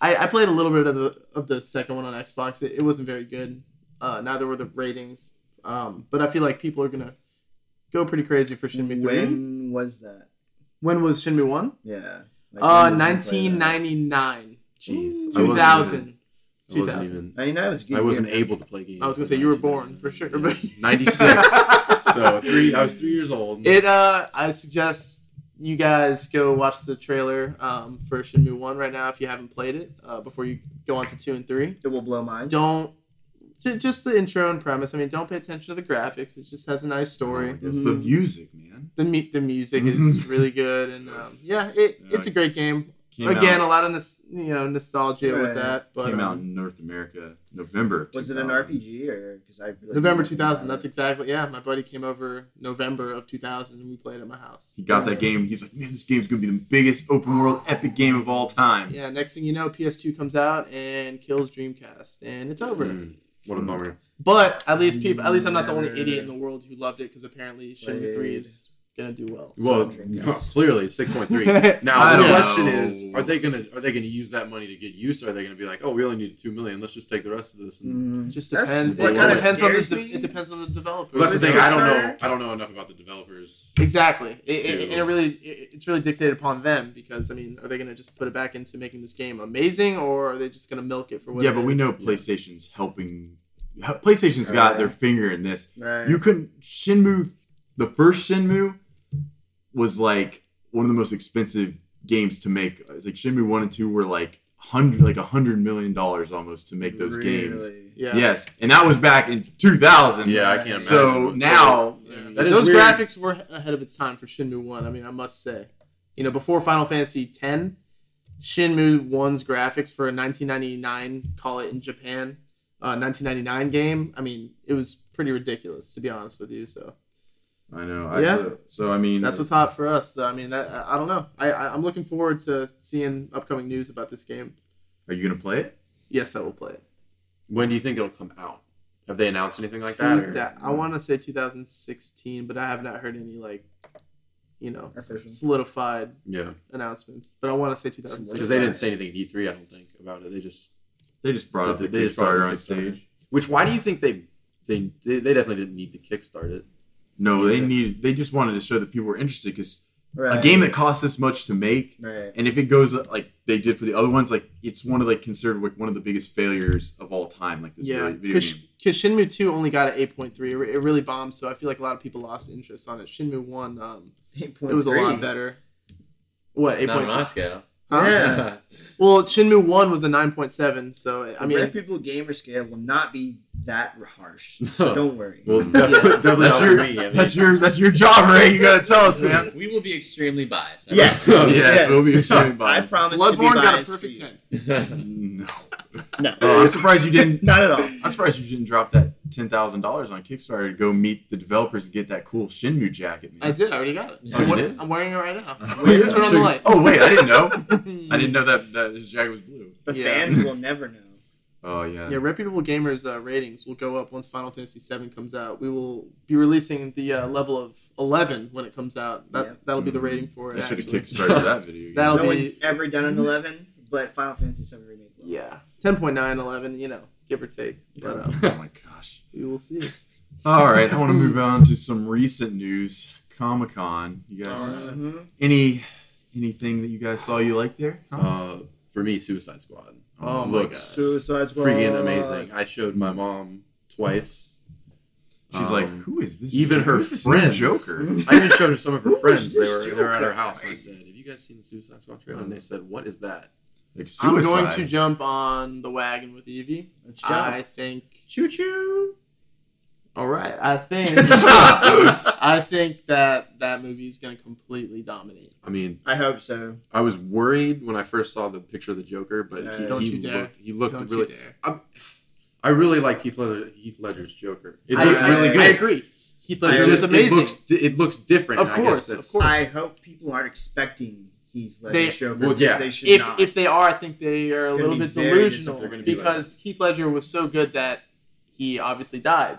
[SPEAKER 5] I, I played a little bit of the of the second one on Xbox. It, it wasn't very good. Uh, neither were the ratings. Um, but I feel like people are gonna go pretty crazy for Shinmu Three.
[SPEAKER 3] When was that?
[SPEAKER 5] When was Shinmu One?
[SPEAKER 3] Yeah. Like,
[SPEAKER 5] Uh,
[SPEAKER 3] when did you play
[SPEAKER 5] nineteen
[SPEAKER 3] that?
[SPEAKER 5] ninety nine,
[SPEAKER 2] Jeez,
[SPEAKER 5] two thousand.
[SPEAKER 2] I wasn't
[SPEAKER 5] 2000.
[SPEAKER 2] even.
[SPEAKER 3] 99 was a good.
[SPEAKER 2] I wasn't
[SPEAKER 3] year.
[SPEAKER 2] able to play games.
[SPEAKER 5] I was gonna say you were born for sure, but
[SPEAKER 2] ninety six. so three. I was three years old.
[SPEAKER 5] It uh, I suggest you guys go watch the trailer um, for Shinmu One right now if you haven't played it uh, before you go on to two and three.
[SPEAKER 3] It will blow minds.
[SPEAKER 5] Don't ju- just the intro and premise. I mean, don't pay attention to the graphics. It just has a nice story. Mm-hmm.
[SPEAKER 1] It was the
[SPEAKER 3] Mhm.
[SPEAKER 1] music, man.
[SPEAKER 5] the mu- the music is really good, and um, yeah, it,
[SPEAKER 1] Mm-hmm. Yeah,
[SPEAKER 5] it's a great game.
[SPEAKER 1] Came
[SPEAKER 5] Again,
[SPEAKER 1] out,
[SPEAKER 5] a lot of nos- you know nostalgia
[SPEAKER 3] Right.
[SPEAKER 5] with that, but
[SPEAKER 1] came
[SPEAKER 5] um,
[SPEAKER 1] out in North America, November. of
[SPEAKER 3] Was it an
[SPEAKER 1] 2000.
[SPEAKER 3] RPG or? Because I really
[SPEAKER 5] November
[SPEAKER 3] don't
[SPEAKER 5] 2000.
[SPEAKER 3] remember.
[SPEAKER 5] That's exactly yeah. My buddy came over November of 2000, and we played at my house.
[SPEAKER 1] He got that game. He's like, man, this game's gonna be the biggest open world epic game of all time.
[SPEAKER 5] Yeah, next thing you know, PS2 comes out and kills Dreamcast, and it's over.
[SPEAKER 2] Mm, what a bummer.
[SPEAKER 5] But at least people, at least I'm not the only
[SPEAKER 3] Never
[SPEAKER 5] idiot in the world who loved it because apparently Shenmue Three is gonna do well. so.
[SPEAKER 2] Well,
[SPEAKER 3] Dreamcast.
[SPEAKER 2] clearly six point three.
[SPEAKER 1] I
[SPEAKER 2] Now the
[SPEAKER 1] don't
[SPEAKER 2] question
[SPEAKER 1] know.
[SPEAKER 2] is: Are they gonna are they gonna use that money to get use? Or are they gonna be like, oh, we only need two million. Let's just take the rest of this and
[SPEAKER 5] it
[SPEAKER 3] Mm.
[SPEAKER 5] just
[SPEAKER 3] That's
[SPEAKER 5] depends.
[SPEAKER 2] what
[SPEAKER 5] It
[SPEAKER 2] kinda
[SPEAKER 5] depends on
[SPEAKER 3] scares
[SPEAKER 5] the
[SPEAKER 3] me.
[SPEAKER 5] it depends on the developer.
[SPEAKER 2] Well, that's the
[SPEAKER 3] With
[SPEAKER 2] thing. I don't know.
[SPEAKER 3] Kickstarter?
[SPEAKER 2] I don't know enough about the developers.
[SPEAKER 5] Exactly. It, it,
[SPEAKER 2] To-
[SPEAKER 5] and it really, it, it's really dictated upon them because I mean, are they going to just put it back into making this game amazing, or are they just going to milk it for what?
[SPEAKER 1] Yeah,
[SPEAKER 5] it
[SPEAKER 1] but we
[SPEAKER 5] is?
[SPEAKER 1] know PlayStation's helping.
[SPEAKER 3] Oh,
[SPEAKER 1] PlayStation's got their finger in this.
[SPEAKER 3] Right.
[SPEAKER 1] You couldn't Shinmu. The first Shinmu was like one of the most expensive games to make. It's like Shinmu one and two were like hundred, like a hundred million dollars almost to make those games.
[SPEAKER 3] Really?
[SPEAKER 5] Yeah.
[SPEAKER 1] Yes, and that was back in two thousand.
[SPEAKER 2] Yeah, I can't imagine.
[SPEAKER 1] So
[SPEAKER 2] what-
[SPEAKER 1] now,
[SPEAKER 5] Yeah.
[SPEAKER 2] That is
[SPEAKER 5] Those
[SPEAKER 2] weird.
[SPEAKER 5] graphics were ahead of its time for Shinmu One. I mean, I must say, you know, before Final Fantasy X, Shinmu One's graphics for a 1999, call it in Japan, uh, 1999 game. I mean, it was pretty ridiculous to be honest with you. So
[SPEAKER 1] I know. I,
[SPEAKER 5] Yeah.
[SPEAKER 1] so, so I mean,
[SPEAKER 5] that's what's hot for us. Though. I mean, that, I, I don't know. I, I I'm looking forward to seeing upcoming news about this game.
[SPEAKER 1] are you gonna play it?
[SPEAKER 5] Yes, I will play it.
[SPEAKER 2] when do you think it'll come out? Have they announced anything like that?
[SPEAKER 5] Two-
[SPEAKER 2] Or?
[SPEAKER 5] that- I want to say 2016, but I have not heard any like, you know,
[SPEAKER 3] Official.
[SPEAKER 5] solidified
[SPEAKER 2] Yeah,
[SPEAKER 5] announcements. But I want to say 2016.
[SPEAKER 2] because they didn't say anything at E3. I don't think about it. They just
[SPEAKER 1] They just brought up the
[SPEAKER 2] They just brought
[SPEAKER 1] Kickstarter
[SPEAKER 2] up
[SPEAKER 1] on
[SPEAKER 2] the Kickstarter.
[SPEAKER 1] stage.
[SPEAKER 2] Which why do you think they they they, they definitely didn't need to kickstart it?
[SPEAKER 1] No, they
[SPEAKER 2] Yeah.
[SPEAKER 1] needed. They just wanted to show that people were interested because
[SPEAKER 3] Right.
[SPEAKER 1] a game that costs this much to make,
[SPEAKER 3] Right.
[SPEAKER 1] and if it goes like they did for the other ones, like it's one of like considered like one of the biggest failures of all time. Like this
[SPEAKER 5] Yeah,
[SPEAKER 1] really video
[SPEAKER 5] because
[SPEAKER 1] game.
[SPEAKER 5] Shinmu 2 only got an 8.3. It re- It really bombed, so I feel like a lot of people lost interest on it. Shinmu 1, um, it was a lot better. What,
[SPEAKER 4] Not on
[SPEAKER 5] 8.3?
[SPEAKER 4] our scale.
[SPEAKER 5] Huh?
[SPEAKER 3] Yeah.
[SPEAKER 5] Well, Shinmu 1 was a 9.7, so I
[SPEAKER 3] I mean,
[SPEAKER 5] mean,
[SPEAKER 3] people gamer scale will not be that harsh. So don't worry.
[SPEAKER 2] Well, definitely, definitely
[SPEAKER 1] That's
[SPEAKER 2] not
[SPEAKER 1] your-
[SPEAKER 2] me. I mean,
[SPEAKER 1] That's your that's your job, Ray. You gotta tell us, man.
[SPEAKER 4] we will be extremely biased. I
[SPEAKER 3] yes.
[SPEAKER 1] Oh,
[SPEAKER 2] Yes,
[SPEAKER 1] we'll be extremely
[SPEAKER 3] I
[SPEAKER 2] um,
[SPEAKER 1] biased.
[SPEAKER 3] promise to be
[SPEAKER 5] Bloodborne got a
[SPEAKER 3] biased.
[SPEAKER 5] perfect
[SPEAKER 3] for you.
[SPEAKER 5] 10.
[SPEAKER 4] promise.
[SPEAKER 1] No,
[SPEAKER 3] No,
[SPEAKER 1] Oh, I'm surprised you didn't.
[SPEAKER 3] not at all.
[SPEAKER 1] I'm surprised you didn't drop that ten thousand dollars on Kickstarter to go meet the developers and get that cool Shinmu jacket. Man.
[SPEAKER 5] I did. I already got it.
[SPEAKER 1] Oh, you
[SPEAKER 5] I'm, wearing-
[SPEAKER 1] did?
[SPEAKER 5] I'm wearing it right now.
[SPEAKER 1] Wait,
[SPEAKER 5] Turn on the light.
[SPEAKER 1] Oh wait, I didn't know. I didn't know that that his jacket was blue.
[SPEAKER 3] The
[SPEAKER 5] Yeah.
[SPEAKER 3] fans will never know.
[SPEAKER 1] Oh yeah.
[SPEAKER 5] Yeah, reputable gamers' uh, ratings will go up once Final Fantasy VII comes out. We will be releasing the uh, level of eleven when it comes out. That
[SPEAKER 3] Yeah.
[SPEAKER 5] that'll be the
[SPEAKER 1] Mm.
[SPEAKER 5] rating for it.
[SPEAKER 1] I should have
[SPEAKER 5] actually.
[SPEAKER 1] kickstarted that video. game.
[SPEAKER 5] That'll-
[SPEAKER 3] No
[SPEAKER 5] be-
[SPEAKER 3] one's ever done an eleven, but Final Fantasy VII remake. will.
[SPEAKER 5] Yeah, 10.9, 11, You know, give or take. But uh,
[SPEAKER 1] oh my gosh.
[SPEAKER 5] we will see.
[SPEAKER 1] All right, I want to move on to some recent news. Comic Con. You guys,
[SPEAKER 3] Mhm.
[SPEAKER 5] Mm-hmm.
[SPEAKER 1] any anything that you guys saw you like there? Huh?
[SPEAKER 2] uh, for me, Suicide Squad.
[SPEAKER 5] Oh my
[SPEAKER 2] Look,
[SPEAKER 5] God.
[SPEAKER 3] Suicide Squad.
[SPEAKER 2] freaking amazing. I showed my mom twice.
[SPEAKER 1] She's like,
[SPEAKER 2] Um,
[SPEAKER 1] who is this?
[SPEAKER 2] even her
[SPEAKER 1] who's this new
[SPEAKER 2] friends.
[SPEAKER 1] Joker.
[SPEAKER 2] I even showed her some of her
[SPEAKER 1] Who
[SPEAKER 2] friends.
[SPEAKER 1] is
[SPEAKER 2] They
[SPEAKER 1] this
[SPEAKER 2] were they were at
[SPEAKER 1] Joker?
[SPEAKER 2] her house. And I said, "Have you guys seen the Suicide Squad trailer?" And they said, "What is that?"
[SPEAKER 1] Like
[SPEAKER 5] I'm
[SPEAKER 1] suicide.
[SPEAKER 5] going to jump on the wagon with Evie.
[SPEAKER 3] Let's
[SPEAKER 5] I
[SPEAKER 3] jump.
[SPEAKER 5] think.
[SPEAKER 3] Choo choo.
[SPEAKER 5] All right, I think. I think that that movie is going to completely dominate.
[SPEAKER 2] I mean,
[SPEAKER 3] I hope so.
[SPEAKER 2] I was worried when I first saw the picture of the Joker, but
[SPEAKER 3] Uh,
[SPEAKER 2] he,
[SPEAKER 3] Don't
[SPEAKER 2] he
[SPEAKER 5] you dare.
[SPEAKER 2] looked he looked
[SPEAKER 5] Don't
[SPEAKER 2] really.
[SPEAKER 5] you dare.
[SPEAKER 2] I really liked Heath, Ledger, Heath Ledger's Joker. It
[SPEAKER 5] I,
[SPEAKER 2] looked
[SPEAKER 5] I-
[SPEAKER 2] really
[SPEAKER 5] I
[SPEAKER 2] good.
[SPEAKER 5] agree. Heath
[SPEAKER 3] I
[SPEAKER 5] Ledger
[SPEAKER 2] It
[SPEAKER 5] was
[SPEAKER 2] just it
[SPEAKER 5] amazing.
[SPEAKER 2] looks di- it looks different.
[SPEAKER 5] Of
[SPEAKER 2] and I guess
[SPEAKER 5] course,
[SPEAKER 2] that's-
[SPEAKER 5] of course.
[SPEAKER 3] I hope people aren't expecting Heath Ledger's Joker.
[SPEAKER 2] Well,
[SPEAKER 3] because
[SPEAKER 2] yeah.
[SPEAKER 3] They should
[SPEAKER 5] if
[SPEAKER 3] not.
[SPEAKER 5] if they are, I think they are a
[SPEAKER 3] Gonna
[SPEAKER 5] little
[SPEAKER 3] be
[SPEAKER 5] bit
[SPEAKER 3] very
[SPEAKER 5] delusional
[SPEAKER 3] disappointed.
[SPEAKER 2] They're gonna be
[SPEAKER 5] because Keith Ledger was so good that he obviously died.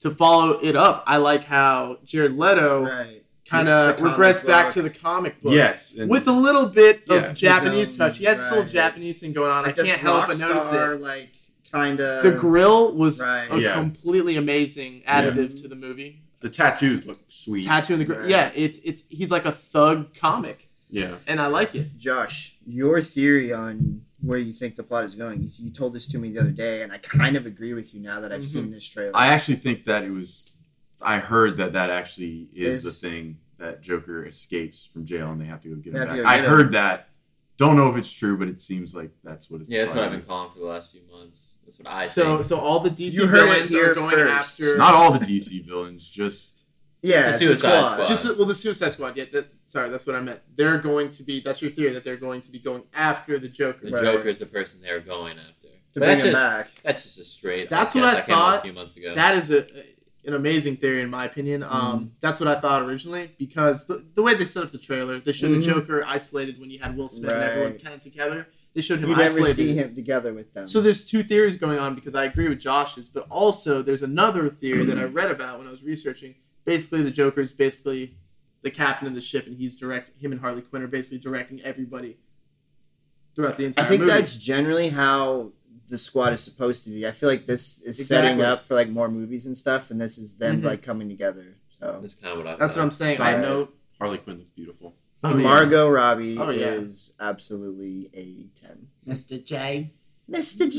[SPEAKER 5] To follow it up, I like how Jared Leto
[SPEAKER 3] right.
[SPEAKER 5] kind
[SPEAKER 3] It's
[SPEAKER 5] of
[SPEAKER 3] the
[SPEAKER 5] regressed
[SPEAKER 3] comic
[SPEAKER 5] back
[SPEAKER 3] book.
[SPEAKER 5] to the comic book.
[SPEAKER 2] Yes, and-
[SPEAKER 5] With a little bit of
[SPEAKER 2] Yeah. His
[SPEAKER 5] Japanese
[SPEAKER 3] own-
[SPEAKER 5] touch. He has this little
[SPEAKER 3] right.
[SPEAKER 5] Japanese thing going on.
[SPEAKER 3] Like
[SPEAKER 5] I
[SPEAKER 3] this
[SPEAKER 5] can't help
[SPEAKER 3] rock
[SPEAKER 5] but notice
[SPEAKER 3] star,
[SPEAKER 5] it.
[SPEAKER 3] Like kind of
[SPEAKER 5] The grill was
[SPEAKER 3] Right.
[SPEAKER 5] a
[SPEAKER 2] Yeah.
[SPEAKER 5] completely amazing
[SPEAKER 2] Yeah.
[SPEAKER 5] additive to the movie.
[SPEAKER 2] the tattoos look sweet.
[SPEAKER 5] Tattoo in the grill.
[SPEAKER 3] Right.
[SPEAKER 5] Yeah, it's it's he's like a thug comic,
[SPEAKER 2] yeah,
[SPEAKER 5] and I like it.
[SPEAKER 3] Josh, your theory on where you think the plot is going. You, you told this to me the other day, and I kind of agree with you now that I've
[SPEAKER 5] Mhm.
[SPEAKER 3] seen this trailer.
[SPEAKER 1] I actually think that it was. I heard that that actually is,
[SPEAKER 3] Is-
[SPEAKER 1] the thing that Joker escapes from jail and they have to go get
[SPEAKER 3] They
[SPEAKER 1] him
[SPEAKER 3] have
[SPEAKER 1] back.
[SPEAKER 3] to go
[SPEAKER 1] I
[SPEAKER 3] get him.
[SPEAKER 1] heard that. Don't know if it's true, but it seems like that's what it's.
[SPEAKER 4] Yeah, that's what I've
[SPEAKER 1] probably-
[SPEAKER 4] been calling for the last few months. That's what I
[SPEAKER 5] so
[SPEAKER 4] think.
[SPEAKER 5] so all the DC
[SPEAKER 3] You heard it
[SPEAKER 5] villains
[SPEAKER 3] here
[SPEAKER 5] are going
[SPEAKER 3] first.
[SPEAKER 5] after
[SPEAKER 1] Not all the DC villains, just
[SPEAKER 3] yeah,
[SPEAKER 4] It's
[SPEAKER 3] it's
[SPEAKER 4] the
[SPEAKER 3] a
[SPEAKER 4] Suicide Squad.
[SPEAKER 5] just well the Suicide Squad. Yeah, that, sorry, that's what I meant. They're going to be. That's your theory that they're going to be going after the Joker.
[SPEAKER 4] the
[SPEAKER 3] Right.
[SPEAKER 4] Joker is the person they're going after.
[SPEAKER 3] to
[SPEAKER 4] But
[SPEAKER 3] bring
[SPEAKER 4] that's
[SPEAKER 3] him
[SPEAKER 4] just
[SPEAKER 3] back.
[SPEAKER 4] that's just a straight.
[SPEAKER 5] That's
[SPEAKER 4] up
[SPEAKER 5] what
[SPEAKER 4] guess.
[SPEAKER 5] I
[SPEAKER 4] that came out
[SPEAKER 5] thought.
[SPEAKER 4] a few months ago.
[SPEAKER 5] That is a an amazing theory in my opinion. Um, that's what I thought originally because the, the way they set up the trailer, they showed
[SPEAKER 3] Mhm.
[SPEAKER 5] the Joker isolated when you had Will Smith and
[SPEAKER 3] Right.
[SPEAKER 5] everyone's kind of together. They showed him
[SPEAKER 3] You
[SPEAKER 5] isolated.
[SPEAKER 3] never see him together with them.
[SPEAKER 5] So there's two theories going on because I agree with Josh's, but also there's another theory that I read about when I was researching. Basically, the Joker is basically the captain of the ship, and he's direct. Him and Harley Quinn are basically directing everybody throughout the entire
[SPEAKER 3] I think
[SPEAKER 5] movie.
[SPEAKER 3] that's generally how the squad is supposed to be. I feel like this is setting
[SPEAKER 5] Exactly.
[SPEAKER 3] up for like more movies and stuff, and this is them
[SPEAKER 5] Mhm.
[SPEAKER 3] like coming together. So
[SPEAKER 4] That's kind of what I.
[SPEAKER 5] That's what
[SPEAKER 4] thought.
[SPEAKER 5] I'm saying.
[SPEAKER 2] Side
[SPEAKER 5] I,
[SPEAKER 2] note: Harley Quinn looks beautiful.
[SPEAKER 5] I mean,
[SPEAKER 3] Margot Robbie
[SPEAKER 5] Oh, yeah.
[SPEAKER 3] is absolutely a ten.
[SPEAKER 6] Mr. J.
[SPEAKER 3] Mr.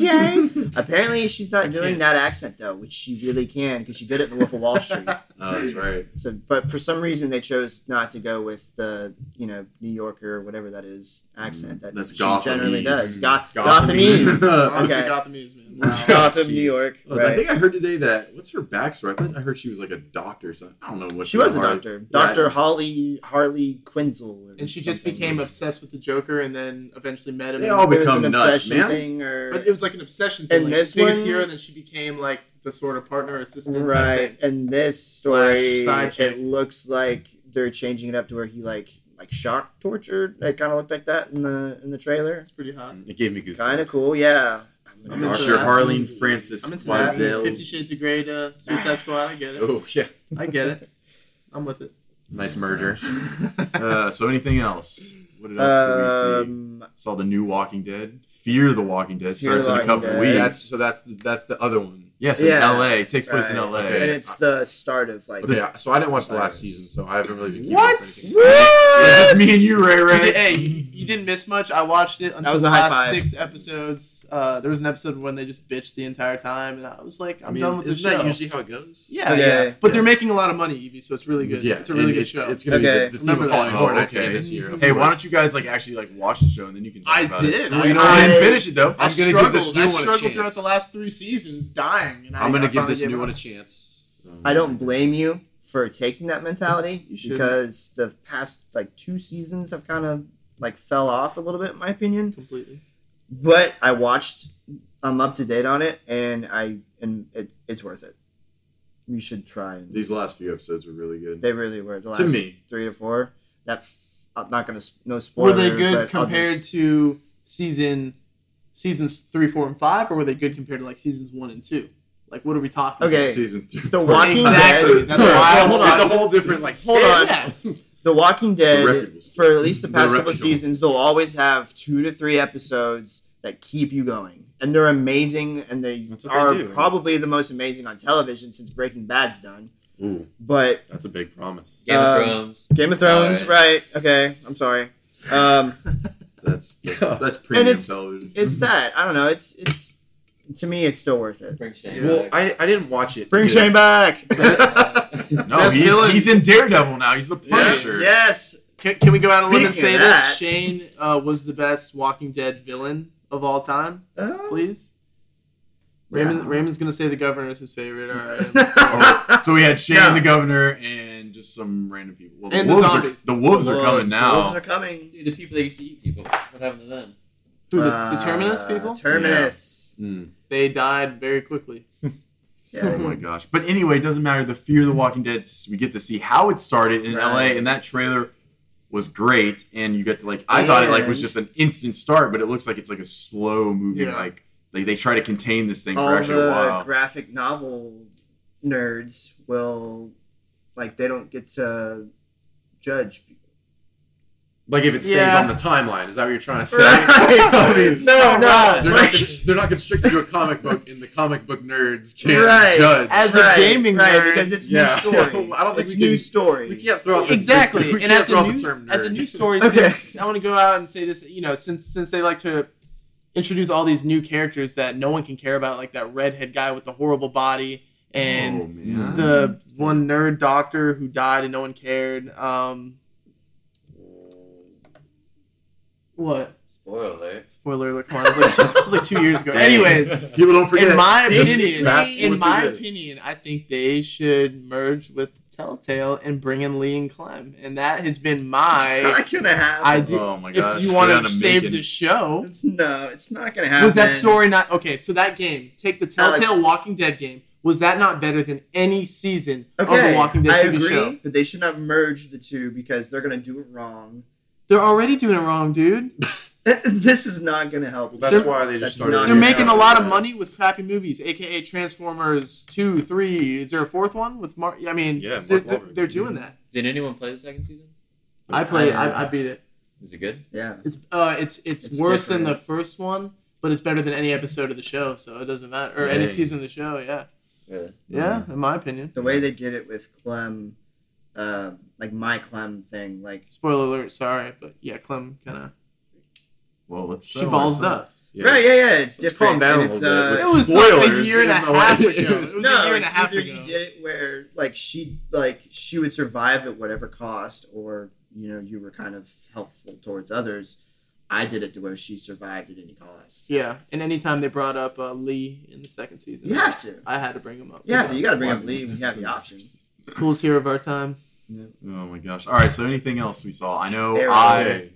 [SPEAKER 3] J. Apparently, she's not
[SPEAKER 5] I
[SPEAKER 3] doing
[SPEAKER 5] can't.
[SPEAKER 3] that accent though, which she really can because she did it in The Wolf of Wall Street.
[SPEAKER 1] oh, that's right.
[SPEAKER 3] So, but for some reason, they chose not to go with the you know New Yorker or whatever that is
[SPEAKER 5] Mm,
[SPEAKER 3] accent that
[SPEAKER 1] That's
[SPEAKER 3] she
[SPEAKER 1] Gothamese.
[SPEAKER 3] generally does. Go-
[SPEAKER 2] Gothamese.
[SPEAKER 3] Gothamese.
[SPEAKER 5] honestly,
[SPEAKER 3] okay.
[SPEAKER 5] Gothamese, man. Wow.
[SPEAKER 3] Gotham, New York.
[SPEAKER 1] Oh, I
[SPEAKER 3] right.
[SPEAKER 1] think I heard today that what's her backstory? I thought I heard she was like a doctor. or something. I don't know what
[SPEAKER 3] She was a
[SPEAKER 1] Harley-
[SPEAKER 3] doctor.
[SPEAKER 1] Yeah.
[SPEAKER 3] Dr. Holly Harley Quinzel. or
[SPEAKER 5] And she just
[SPEAKER 3] something.
[SPEAKER 5] became obsessed with the Joker, and then eventually met him.
[SPEAKER 1] They
[SPEAKER 5] and-
[SPEAKER 1] all
[SPEAKER 3] It was
[SPEAKER 1] become
[SPEAKER 3] an
[SPEAKER 1] nuts,
[SPEAKER 3] obsession
[SPEAKER 1] man.
[SPEAKER 3] thing or
[SPEAKER 5] but it was like an obsession. Thing.
[SPEAKER 3] And
[SPEAKER 5] like,
[SPEAKER 3] this
[SPEAKER 5] biggest
[SPEAKER 3] one-
[SPEAKER 5] hero, and then she became like the sort of partner assistant. type
[SPEAKER 3] right.
[SPEAKER 5] thing.
[SPEAKER 3] And this story,
[SPEAKER 5] Slash side chick.
[SPEAKER 3] it looks like they're changing it up to where he like like shock tortured. It kind of looked like that in the in the trailer.
[SPEAKER 5] It's pretty hot.
[SPEAKER 2] It gave me goosebumps.
[SPEAKER 3] Kind of cool, yeah. I'm
[SPEAKER 5] I'm into
[SPEAKER 1] Dr.
[SPEAKER 5] that.
[SPEAKER 1] Harleen Francis
[SPEAKER 5] I'm into that.
[SPEAKER 1] Quazell.
[SPEAKER 5] Fifty Shades of Grey to Suicide Squad. I get it.
[SPEAKER 2] Oh yeah,
[SPEAKER 5] I get it. I'm with it.
[SPEAKER 2] nice merger.
[SPEAKER 1] Uh, so anything else? What else did we see?
[SPEAKER 3] Um,
[SPEAKER 1] Saw the new Walking Dead. Fear the Walking Dead
[SPEAKER 3] Fear the
[SPEAKER 1] starts in a
[SPEAKER 3] Walking
[SPEAKER 1] couple
[SPEAKER 3] Dead.
[SPEAKER 1] weeks.
[SPEAKER 2] That's, so that's that's the other one.
[SPEAKER 1] yes, in
[SPEAKER 3] Yeah.
[SPEAKER 1] L.A. It takes place in
[SPEAKER 3] Right.
[SPEAKER 1] L.A.
[SPEAKER 2] Okay.
[SPEAKER 3] and it's the start of like
[SPEAKER 2] Okay, so I didn't watch the
[SPEAKER 3] Virus.
[SPEAKER 2] last season, so I haven't really been keeping up
[SPEAKER 5] What?
[SPEAKER 2] with anything.
[SPEAKER 1] So it's just me and you, Ray
[SPEAKER 5] You
[SPEAKER 1] Ray.
[SPEAKER 5] did- hey, you, you didn't miss much. I watched it until
[SPEAKER 3] was
[SPEAKER 5] the
[SPEAKER 3] a high
[SPEAKER 5] last
[SPEAKER 3] five.
[SPEAKER 5] six episodes. Uh, there was an episode when they just bitched the entire time, and I was like, I'm
[SPEAKER 2] I mean,
[SPEAKER 5] done with this
[SPEAKER 2] isn't
[SPEAKER 5] show.
[SPEAKER 2] that usually how it goes?
[SPEAKER 5] yeah,
[SPEAKER 3] Okay.
[SPEAKER 5] yeah, but
[SPEAKER 2] Yeah.
[SPEAKER 5] they're making a lot of money, Evie, so it's really good. it's a really
[SPEAKER 2] and
[SPEAKER 5] good
[SPEAKER 2] it's,
[SPEAKER 5] show.
[SPEAKER 2] It's gonna
[SPEAKER 3] Okay.
[SPEAKER 2] be the, the theme
[SPEAKER 5] Remember
[SPEAKER 2] of
[SPEAKER 5] that.
[SPEAKER 2] Halloween Horror
[SPEAKER 1] Oh,
[SPEAKER 2] Nights
[SPEAKER 1] okay.
[SPEAKER 2] again this year. of
[SPEAKER 1] Hey, why
[SPEAKER 2] course.
[SPEAKER 1] don't you guys like actually like watch the show and then you can talk
[SPEAKER 5] I
[SPEAKER 1] about
[SPEAKER 5] did.
[SPEAKER 1] it.
[SPEAKER 5] I-
[SPEAKER 1] you know, I,
[SPEAKER 5] I-
[SPEAKER 1] didn't finish it though.
[SPEAKER 5] I
[SPEAKER 2] I'm gonna give
[SPEAKER 5] struggled.
[SPEAKER 2] this new
[SPEAKER 5] I
[SPEAKER 2] one a
[SPEAKER 5] struggled
[SPEAKER 2] chance.
[SPEAKER 5] throughout the last three seasons, dying. And I,
[SPEAKER 2] I'm gonna
[SPEAKER 5] I
[SPEAKER 2] give
[SPEAKER 5] finally
[SPEAKER 2] this
[SPEAKER 5] gave
[SPEAKER 2] new
[SPEAKER 5] up.
[SPEAKER 2] one a chance.
[SPEAKER 3] I don't blame you for taking that mentality
[SPEAKER 5] You shouldn't.
[SPEAKER 3] because the past like two seasons have kind of like fell off a little bit in my opinion.
[SPEAKER 5] completely.
[SPEAKER 3] But I watched, I'm up to date on it, and I and it, it's worth it. You should try. And
[SPEAKER 1] These last few episodes were really good.
[SPEAKER 3] they really were the last
[SPEAKER 1] To me.
[SPEAKER 3] three or four. That f- I'm not gonna s- no spoiler.
[SPEAKER 5] Were they good
[SPEAKER 3] but I'll
[SPEAKER 5] compared
[SPEAKER 3] just-
[SPEAKER 5] to season seasons three, four, and five, or were they good compared to like seasons one and two? Like, what are we talking?
[SPEAKER 3] Okay.
[SPEAKER 1] Season three.
[SPEAKER 3] The Walking
[SPEAKER 5] Exactly.
[SPEAKER 3] Dead?
[SPEAKER 5] That's why. Hold on.
[SPEAKER 2] It's a whole different like.
[SPEAKER 3] Hold
[SPEAKER 2] scale.
[SPEAKER 3] on.
[SPEAKER 5] Yeah.
[SPEAKER 3] The Walking Dead,
[SPEAKER 1] reputable
[SPEAKER 3] for at least the
[SPEAKER 1] They're
[SPEAKER 3] past couple
[SPEAKER 1] reputable.
[SPEAKER 3] seasons, they'll always have two to three episodes that keep you going. And they're amazing, and they
[SPEAKER 2] That's what they
[SPEAKER 3] are
[SPEAKER 2] do.
[SPEAKER 3] probably the most amazing on television since Breaking Bad's done.
[SPEAKER 2] Ooh,
[SPEAKER 3] But
[SPEAKER 2] that's a big promise.
[SPEAKER 4] Game of
[SPEAKER 3] Um,
[SPEAKER 4] Thrones.
[SPEAKER 3] Game of Thrones,
[SPEAKER 4] Alright.
[SPEAKER 3] right. Okay, I'm sorry. Um,
[SPEAKER 1] That's that's, that's
[SPEAKER 3] and
[SPEAKER 1] premium
[SPEAKER 3] it's
[SPEAKER 1] television.
[SPEAKER 3] it's that. I don't know. It's it's to me, it's still worth it.
[SPEAKER 4] Bring shame.
[SPEAKER 2] Well,
[SPEAKER 4] back.
[SPEAKER 2] I, I didn't watch it.
[SPEAKER 3] Bring Shane back.
[SPEAKER 1] no,
[SPEAKER 5] Best
[SPEAKER 1] he's,
[SPEAKER 5] villain.
[SPEAKER 1] he's in Daredevil now. He's the Punisher.
[SPEAKER 3] Yes.
[SPEAKER 5] Can, can we go out on a limb and
[SPEAKER 3] Speaking
[SPEAKER 5] say
[SPEAKER 3] of
[SPEAKER 5] that
[SPEAKER 3] that-
[SPEAKER 5] Shane uh, was the best Walking Dead villain of all time?
[SPEAKER 3] Uh,
[SPEAKER 5] Please. Raymond, Raymond's gonna say the governor is his favorite. All right.
[SPEAKER 1] Oh, so we had Shane,
[SPEAKER 3] No.
[SPEAKER 1] the governor, and just some random people. Well, the
[SPEAKER 5] And the
[SPEAKER 1] wolves are
[SPEAKER 5] zombies.
[SPEAKER 1] the wolves are coming
[SPEAKER 3] The
[SPEAKER 1] now.
[SPEAKER 3] Wolves are coming.
[SPEAKER 4] Dude, the people that used to eat people. What happened to them?
[SPEAKER 5] Who the,
[SPEAKER 3] Uh,
[SPEAKER 5] the Terminus people?
[SPEAKER 3] Terminus.
[SPEAKER 2] Mm.
[SPEAKER 5] They died very quickly.
[SPEAKER 3] Yeah.
[SPEAKER 1] Oh my gosh! But anyway, it doesn't matter. The Fear of the Walking Dead. We get to see how it started in
[SPEAKER 3] Right.
[SPEAKER 1] L.A. and that trailer was great. And you get to like, I thought it like was
[SPEAKER 3] And-
[SPEAKER 1] just an instant start, but it looks like it's like a slow moving.
[SPEAKER 5] Yeah.
[SPEAKER 1] Like they, they try to contain this thing for
[SPEAKER 3] all
[SPEAKER 1] actually a
[SPEAKER 3] the
[SPEAKER 1] while.
[SPEAKER 3] graphic novel nerds will like they don't get to judge
[SPEAKER 2] Like if it stays
[SPEAKER 5] Yeah.
[SPEAKER 2] on the timeline, is that what you're trying to say?
[SPEAKER 3] Right.
[SPEAKER 2] I mean,
[SPEAKER 3] no
[SPEAKER 5] no,
[SPEAKER 2] they're, not, cons- they're not constricted to a comic book, and the comic book nerds can't
[SPEAKER 3] Right.
[SPEAKER 2] judge.
[SPEAKER 5] As
[SPEAKER 3] right,
[SPEAKER 5] a gaming
[SPEAKER 3] right,
[SPEAKER 5] nerd,
[SPEAKER 3] because it's
[SPEAKER 2] Yeah.
[SPEAKER 3] new story
[SPEAKER 2] I don't think
[SPEAKER 3] it's
[SPEAKER 2] we can-
[SPEAKER 3] new story
[SPEAKER 2] we can't throw out the
[SPEAKER 5] exactly.
[SPEAKER 2] We
[SPEAKER 5] and
[SPEAKER 2] can't
[SPEAKER 5] as
[SPEAKER 2] throw
[SPEAKER 5] a
[SPEAKER 2] out the
[SPEAKER 5] new
[SPEAKER 2] term nerd.
[SPEAKER 5] as a new story,
[SPEAKER 3] Okay.
[SPEAKER 5] since I want to go out and say this. You know, since since they like to introduce all these new characters that no one can care about, like that redhead guy with the horrible body
[SPEAKER 1] oh
[SPEAKER 5] and
[SPEAKER 1] man!
[SPEAKER 5] the one nerd doctor who died and no one cared. Um, what?
[SPEAKER 4] Spoiler alert.
[SPEAKER 5] Spoiler alert! Come on, it was like two, it was like two years ago.
[SPEAKER 4] Dang.
[SPEAKER 5] Anyways,
[SPEAKER 1] People don't forget.
[SPEAKER 5] in my
[SPEAKER 3] Just
[SPEAKER 5] opinion,
[SPEAKER 2] fast
[SPEAKER 5] in
[SPEAKER 2] forward
[SPEAKER 5] my
[SPEAKER 2] through this.
[SPEAKER 5] opinion, I think they should merge with Telltale and bring in Lee and Clem, and that has been
[SPEAKER 3] it's
[SPEAKER 5] my
[SPEAKER 3] not gonna happen
[SPEAKER 5] I do.
[SPEAKER 1] oh my gosh!
[SPEAKER 5] if you
[SPEAKER 1] go
[SPEAKER 5] want
[SPEAKER 1] down
[SPEAKER 5] to save
[SPEAKER 1] Macon.
[SPEAKER 5] the show,
[SPEAKER 3] it's, no it's not gonna happen
[SPEAKER 5] was that story not okay? So that game, take the
[SPEAKER 3] Alex-
[SPEAKER 5] Telltale Walking Dead game, was that not better than any season of
[SPEAKER 3] okay
[SPEAKER 5] the Walking Dead
[SPEAKER 3] i
[SPEAKER 5] TV
[SPEAKER 3] agree
[SPEAKER 5] show?
[SPEAKER 3] but they should not merge the two because they're gonna do it wrong
[SPEAKER 5] They're already doing it wrong, dude.
[SPEAKER 3] this is not gonna help
[SPEAKER 2] Well, that's
[SPEAKER 5] They're-
[SPEAKER 2] why they
[SPEAKER 3] that's
[SPEAKER 2] just started.
[SPEAKER 3] not
[SPEAKER 5] They're making a lot of
[SPEAKER 3] Yeah.
[SPEAKER 5] money with crappy movies, aka Transformers two, three. Is there a fourth one with Mark? I mean,
[SPEAKER 2] Yeah, Mark
[SPEAKER 5] they're, they're,
[SPEAKER 2] Wahlberg.
[SPEAKER 5] they're doing that.
[SPEAKER 4] Did anyone play the second season?
[SPEAKER 5] I played. I, I beat it.
[SPEAKER 4] Is it good?
[SPEAKER 3] yeah
[SPEAKER 5] It's uh, it's it's,
[SPEAKER 3] It's
[SPEAKER 5] worse than
[SPEAKER 3] different.
[SPEAKER 5] the first one, but it's better than any episode of the show, so it doesn't matter or any
[SPEAKER 2] Dang.
[SPEAKER 5] season of the show. Yeah,
[SPEAKER 4] Really?
[SPEAKER 5] yeah, in my opinion.
[SPEAKER 3] the way they did it with clem uh, like my clem thing like
[SPEAKER 5] Spoiler alert, sorry, but yeah, Clem kind of
[SPEAKER 1] Well, let's.
[SPEAKER 5] she
[SPEAKER 1] settle
[SPEAKER 5] balls it
[SPEAKER 1] ourselves.
[SPEAKER 5] up.
[SPEAKER 2] Yeah.
[SPEAKER 3] Right, yeah, yeah. It's
[SPEAKER 2] Let's
[SPEAKER 3] different.
[SPEAKER 2] calm down
[SPEAKER 3] and
[SPEAKER 2] a
[SPEAKER 3] it's,
[SPEAKER 2] little bit
[SPEAKER 3] uh,
[SPEAKER 5] It
[SPEAKER 2] with
[SPEAKER 5] was like a
[SPEAKER 2] spoilers
[SPEAKER 5] year and a
[SPEAKER 2] in the way-
[SPEAKER 5] half ago. It was a
[SPEAKER 3] no,
[SPEAKER 5] year and a
[SPEAKER 3] it's
[SPEAKER 5] half
[SPEAKER 3] either
[SPEAKER 5] ago.
[SPEAKER 3] you did it where like she like she would survive at whatever cost, or you know you were kind of helpful towards others. I did it to where she survived at any cost.
[SPEAKER 5] Yeah, and anytime they brought up uh, Lee in the second season,
[SPEAKER 3] You have to.
[SPEAKER 5] I had to bring him up.
[SPEAKER 3] Yeah, if you got to bring up Lee. We have the option.
[SPEAKER 5] coolest hero of our time.
[SPEAKER 1] Oh my gosh! All right. So anything else we saw? I know.
[SPEAKER 3] Arrow.
[SPEAKER 1] I. You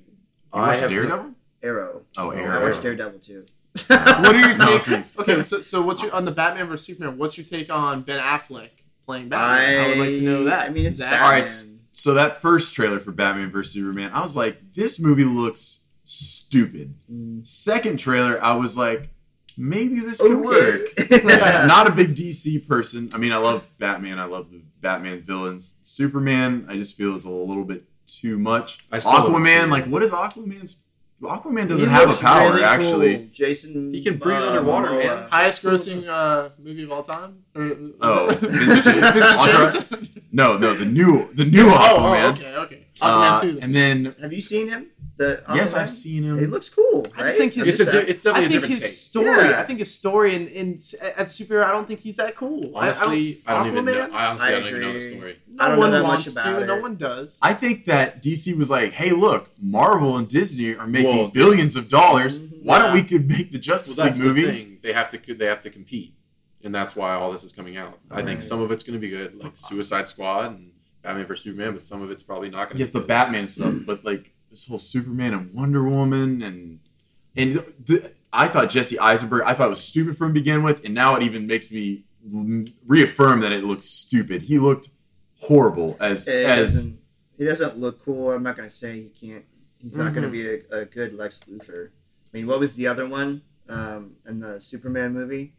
[SPEAKER 2] Okay. I
[SPEAKER 1] watched
[SPEAKER 2] have
[SPEAKER 1] Daredevil.
[SPEAKER 3] Arrow.
[SPEAKER 1] Oh,
[SPEAKER 2] I
[SPEAKER 3] I
[SPEAKER 1] Arrow.
[SPEAKER 3] watched
[SPEAKER 2] Arrow.
[SPEAKER 3] Daredevil too.
[SPEAKER 5] What are your
[SPEAKER 1] No,
[SPEAKER 5] takes?
[SPEAKER 1] please.
[SPEAKER 5] okay, so, so what's your on the Batman versus Superman? What's your take on Ben Affleck playing Batman?
[SPEAKER 3] I,
[SPEAKER 5] I, would like to know
[SPEAKER 3] I
[SPEAKER 5] that.
[SPEAKER 3] mean, it's
[SPEAKER 5] Zach?
[SPEAKER 3] Batman.
[SPEAKER 1] All right, s- so that first trailer for Batman vs Superman, I was like, this movie looks stupid.
[SPEAKER 3] Mm.
[SPEAKER 1] Second trailer, I was like, maybe this could work.
[SPEAKER 5] Yeah.
[SPEAKER 1] Not a big DC person. I mean, I love Batman. I love the Batman villains. Superman, I just feel is a little bit too much.
[SPEAKER 2] I still haven't seen
[SPEAKER 1] Aquaman,
[SPEAKER 2] it.
[SPEAKER 1] like, what is Aquaman's? Aquaman
[SPEAKER 3] He
[SPEAKER 1] doesn't have a
[SPEAKER 3] looks
[SPEAKER 1] power
[SPEAKER 3] really cool.
[SPEAKER 1] actually.
[SPEAKER 3] Jason,
[SPEAKER 2] He can breathe
[SPEAKER 3] uh,
[SPEAKER 2] underwater,
[SPEAKER 3] Momoa.
[SPEAKER 2] man.
[SPEAKER 5] Highest grossing uh, movie of all time? Or,
[SPEAKER 1] Oh,
[SPEAKER 5] Vince
[SPEAKER 1] Vincent J-
[SPEAKER 5] Jackson.
[SPEAKER 1] No, no, the new, the new
[SPEAKER 5] Oh, oh,
[SPEAKER 1] Aquaman.
[SPEAKER 5] okay, okay.
[SPEAKER 1] Uh,
[SPEAKER 5] Aquaman too.
[SPEAKER 1] and then
[SPEAKER 3] Have you seen him? The
[SPEAKER 1] yes,
[SPEAKER 3] Aquaman?
[SPEAKER 1] I've seen
[SPEAKER 3] It
[SPEAKER 1] him.
[SPEAKER 3] looks cool.
[SPEAKER 5] I just
[SPEAKER 3] right?
[SPEAKER 5] think his-
[SPEAKER 2] It's, a, di- it's definitely
[SPEAKER 5] I think
[SPEAKER 2] a different
[SPEAKER 5] his
[SPEAKER 2] taste.
[SPEAKER 5] story.
[SPEAKER 3] Yeah.
[SPEAKER 5] I think his story, and in, as a superhero, I don't think he's that cool. I- I don't-
[SPEAKER 2] Honestly, I don't, even know.
[SPEAKER 5] Aquaman?
[SPEAKER 2] I honestly
[SPEAKER 3] I
[SPEAKER 2] don't even know the
[SPEAKER 3] agree.
[SPEAKER 2] story.
[SPEAKER 5] no
[SPEAKER 3] I don't know
[SPEAKER 5] one
[SPEAKER 3] that much
[SPEAKER 5] wants
[SPEAKER 3] about
[SPEAKER 5] to. No
[SPEAKER 3] it.
[SPEAKER 5] one does.
[SPEAKER 1] I think that DC was like, hey, look, Marvel and Disney are making
[SPEAKER 2] Well,
[SPEAKER 1] billions of dollars.
[SPEAKER 3] Mhm.
[SPEAKER 1] Why don't
[SPEAKER 5] Yeah.
[SPEAKER 1] we could make the Justice
[SPEAKER 2] Well, that's
[SPEAKER 1] League movie?
[SPEAKER 2] the thing. They have to. They have to compete, and that's why all this is coming out. I think
[SPEAKER 3] Right.
[SPEAKER 2] some of it's going to be good, like Suicide Squad and Batman vs Superman, but some of it's probably not going to.
[SPEAKER 1] Yes,
[SPEAKER 2] be
[SPEAKER 1] the
[SPEAKER 2] good.
[SPEAKER 1] Batman stuff, but like this whole Superman and Wonder Woman and and th- I thought Jesse Eisenberg, I thought was stupid from begin with, and now it even makes me l- reaffirm that it looks stupid. He looked horrible as
[SPEAKER 3] It
[SPEAKER 1] as
[SPEAKER 3] doesn't, he doesn't look cool. I'm not gonna say he can't. He's not gonna be
[SPEAKER 1] Mm-hmm.
[SPEAKER 3] a, a good Lex Luthor. I mean, what was the other one um, in the Superman movie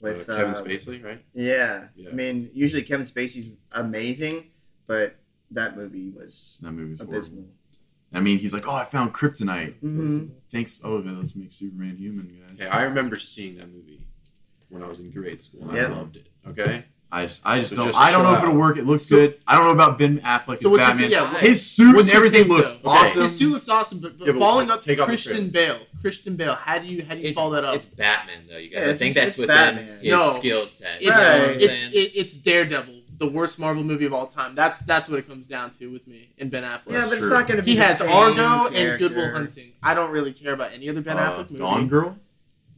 [SPEAKER 3] with
[SPEAKER 2] uh, Kevin
[SPEAKER 3] uh,
[SPEAKER 2] Spacey, right?
[SPEAKER 3] Yeah.
[SPEAKER 2] Yeah.
[SPEAKER 3] I mean, usually Kevin Spacey's amazing, but that movie was
[SPEAKER 1] that movie's horrible.
[SPEAKER 3] abysmal.
[SPEAKER 1] I mean, he's like, oh, I found kryptonite.
[SPEAKER 3] Mhm.
[SPEAKER 1] Thanks. Oh, okay, let's make Superman human, guys.
[SPEAKER 2] Hey, I remember seeing that movie when I was in grade school. and
[SPEAKER 3] Yeah.
[SPEAKER 2] I loved it. Okay,
[SPEAKER 1] I just, I just
[SPEAKER 2] So
[SPEAKER 1] don't,
[SPEAKER 2] just
[SPEAKER 1] I don't know
[SPEAKER 2] chill
[SPEAKER 1] if it'll
[SPEAKER 2] out.
[SPEAKER 1] work. It looks
[SPEAKER 5] So-
[SPEAKER 1] good. I don't know about Ben Affleck
[SPEAKER 5] so
[SPEAKER 1] as
[SPEAKER 5] what's
[SPEAKER 1] Batman.
[SPEAKER 5] Your, yeah, what-
[SPEAKER 1] His suit
[SPEAKER 5] what's
[SPEAKER 1] and
[SPEAKER 5] your
[SPEAKER 1] everything
[SPEAKER 5] take,
[SPEAKER 1] looks
[SPEAKER 5] though?
[SPEAKER 2] Okay.
[SPEAKER 1] awesome.
[SPEAKER 5] His suit looks awesome, but, but
[SPEAKER 2] Yeah, but
[SPEAKER 5] following up
[SPEAKER 2] take
[SPEAKER 5] to
[SPEAKER 2] off the
[SPEAKER 5] Christian Bale. Christian Bale. How do you how do you
[SPEAKER 4] It's,
[SPEAKER 5] follow that up?
[SPEAKER 4] it's Batman though, you guys.
[SPEAKER 3] Yeah,
[SPEAKER 4] I
[SPEAKER 3] it's-
[SPEAKER 4] think
[SPEAKER 3] it's
[SPEAKER 4] that's within
[SPEAKER 3] Batman.
[SPEAKER 4] his
[SPEAKER 5] No.
[SPEAKER 4] skill set. You
[SPEAKER 5] It's
[SPEAKER 4] know what I'm
[SPEAKER 3] Right.
[SPEAKER 5] it's
[SPEAKER 4] saying?
[SPEAKER 5] it, it's Daredevil, the worst Marvel movie of all time. That's that's what it comes down to with me and Ben Affleck.
[SPEAKER 3] Yeah, but it's
[SPEAKER 1] true.
[SPEAKER 3] not gonna be.
[SPEAKER 5] he
[SPEAKER 3] the
[SPEAKER 5] has
[SPEAKER 3] same
[SPEAKER 5] Argo and
[SPEAKER 3] character.
[SPEAKER 5] Goodwill Hunting. I don't really care about any other Ben
[SPEAKER 1] Uh,
[SPEAKER 5] Affleck movie.
[SPEAKER 1] Gone Girl.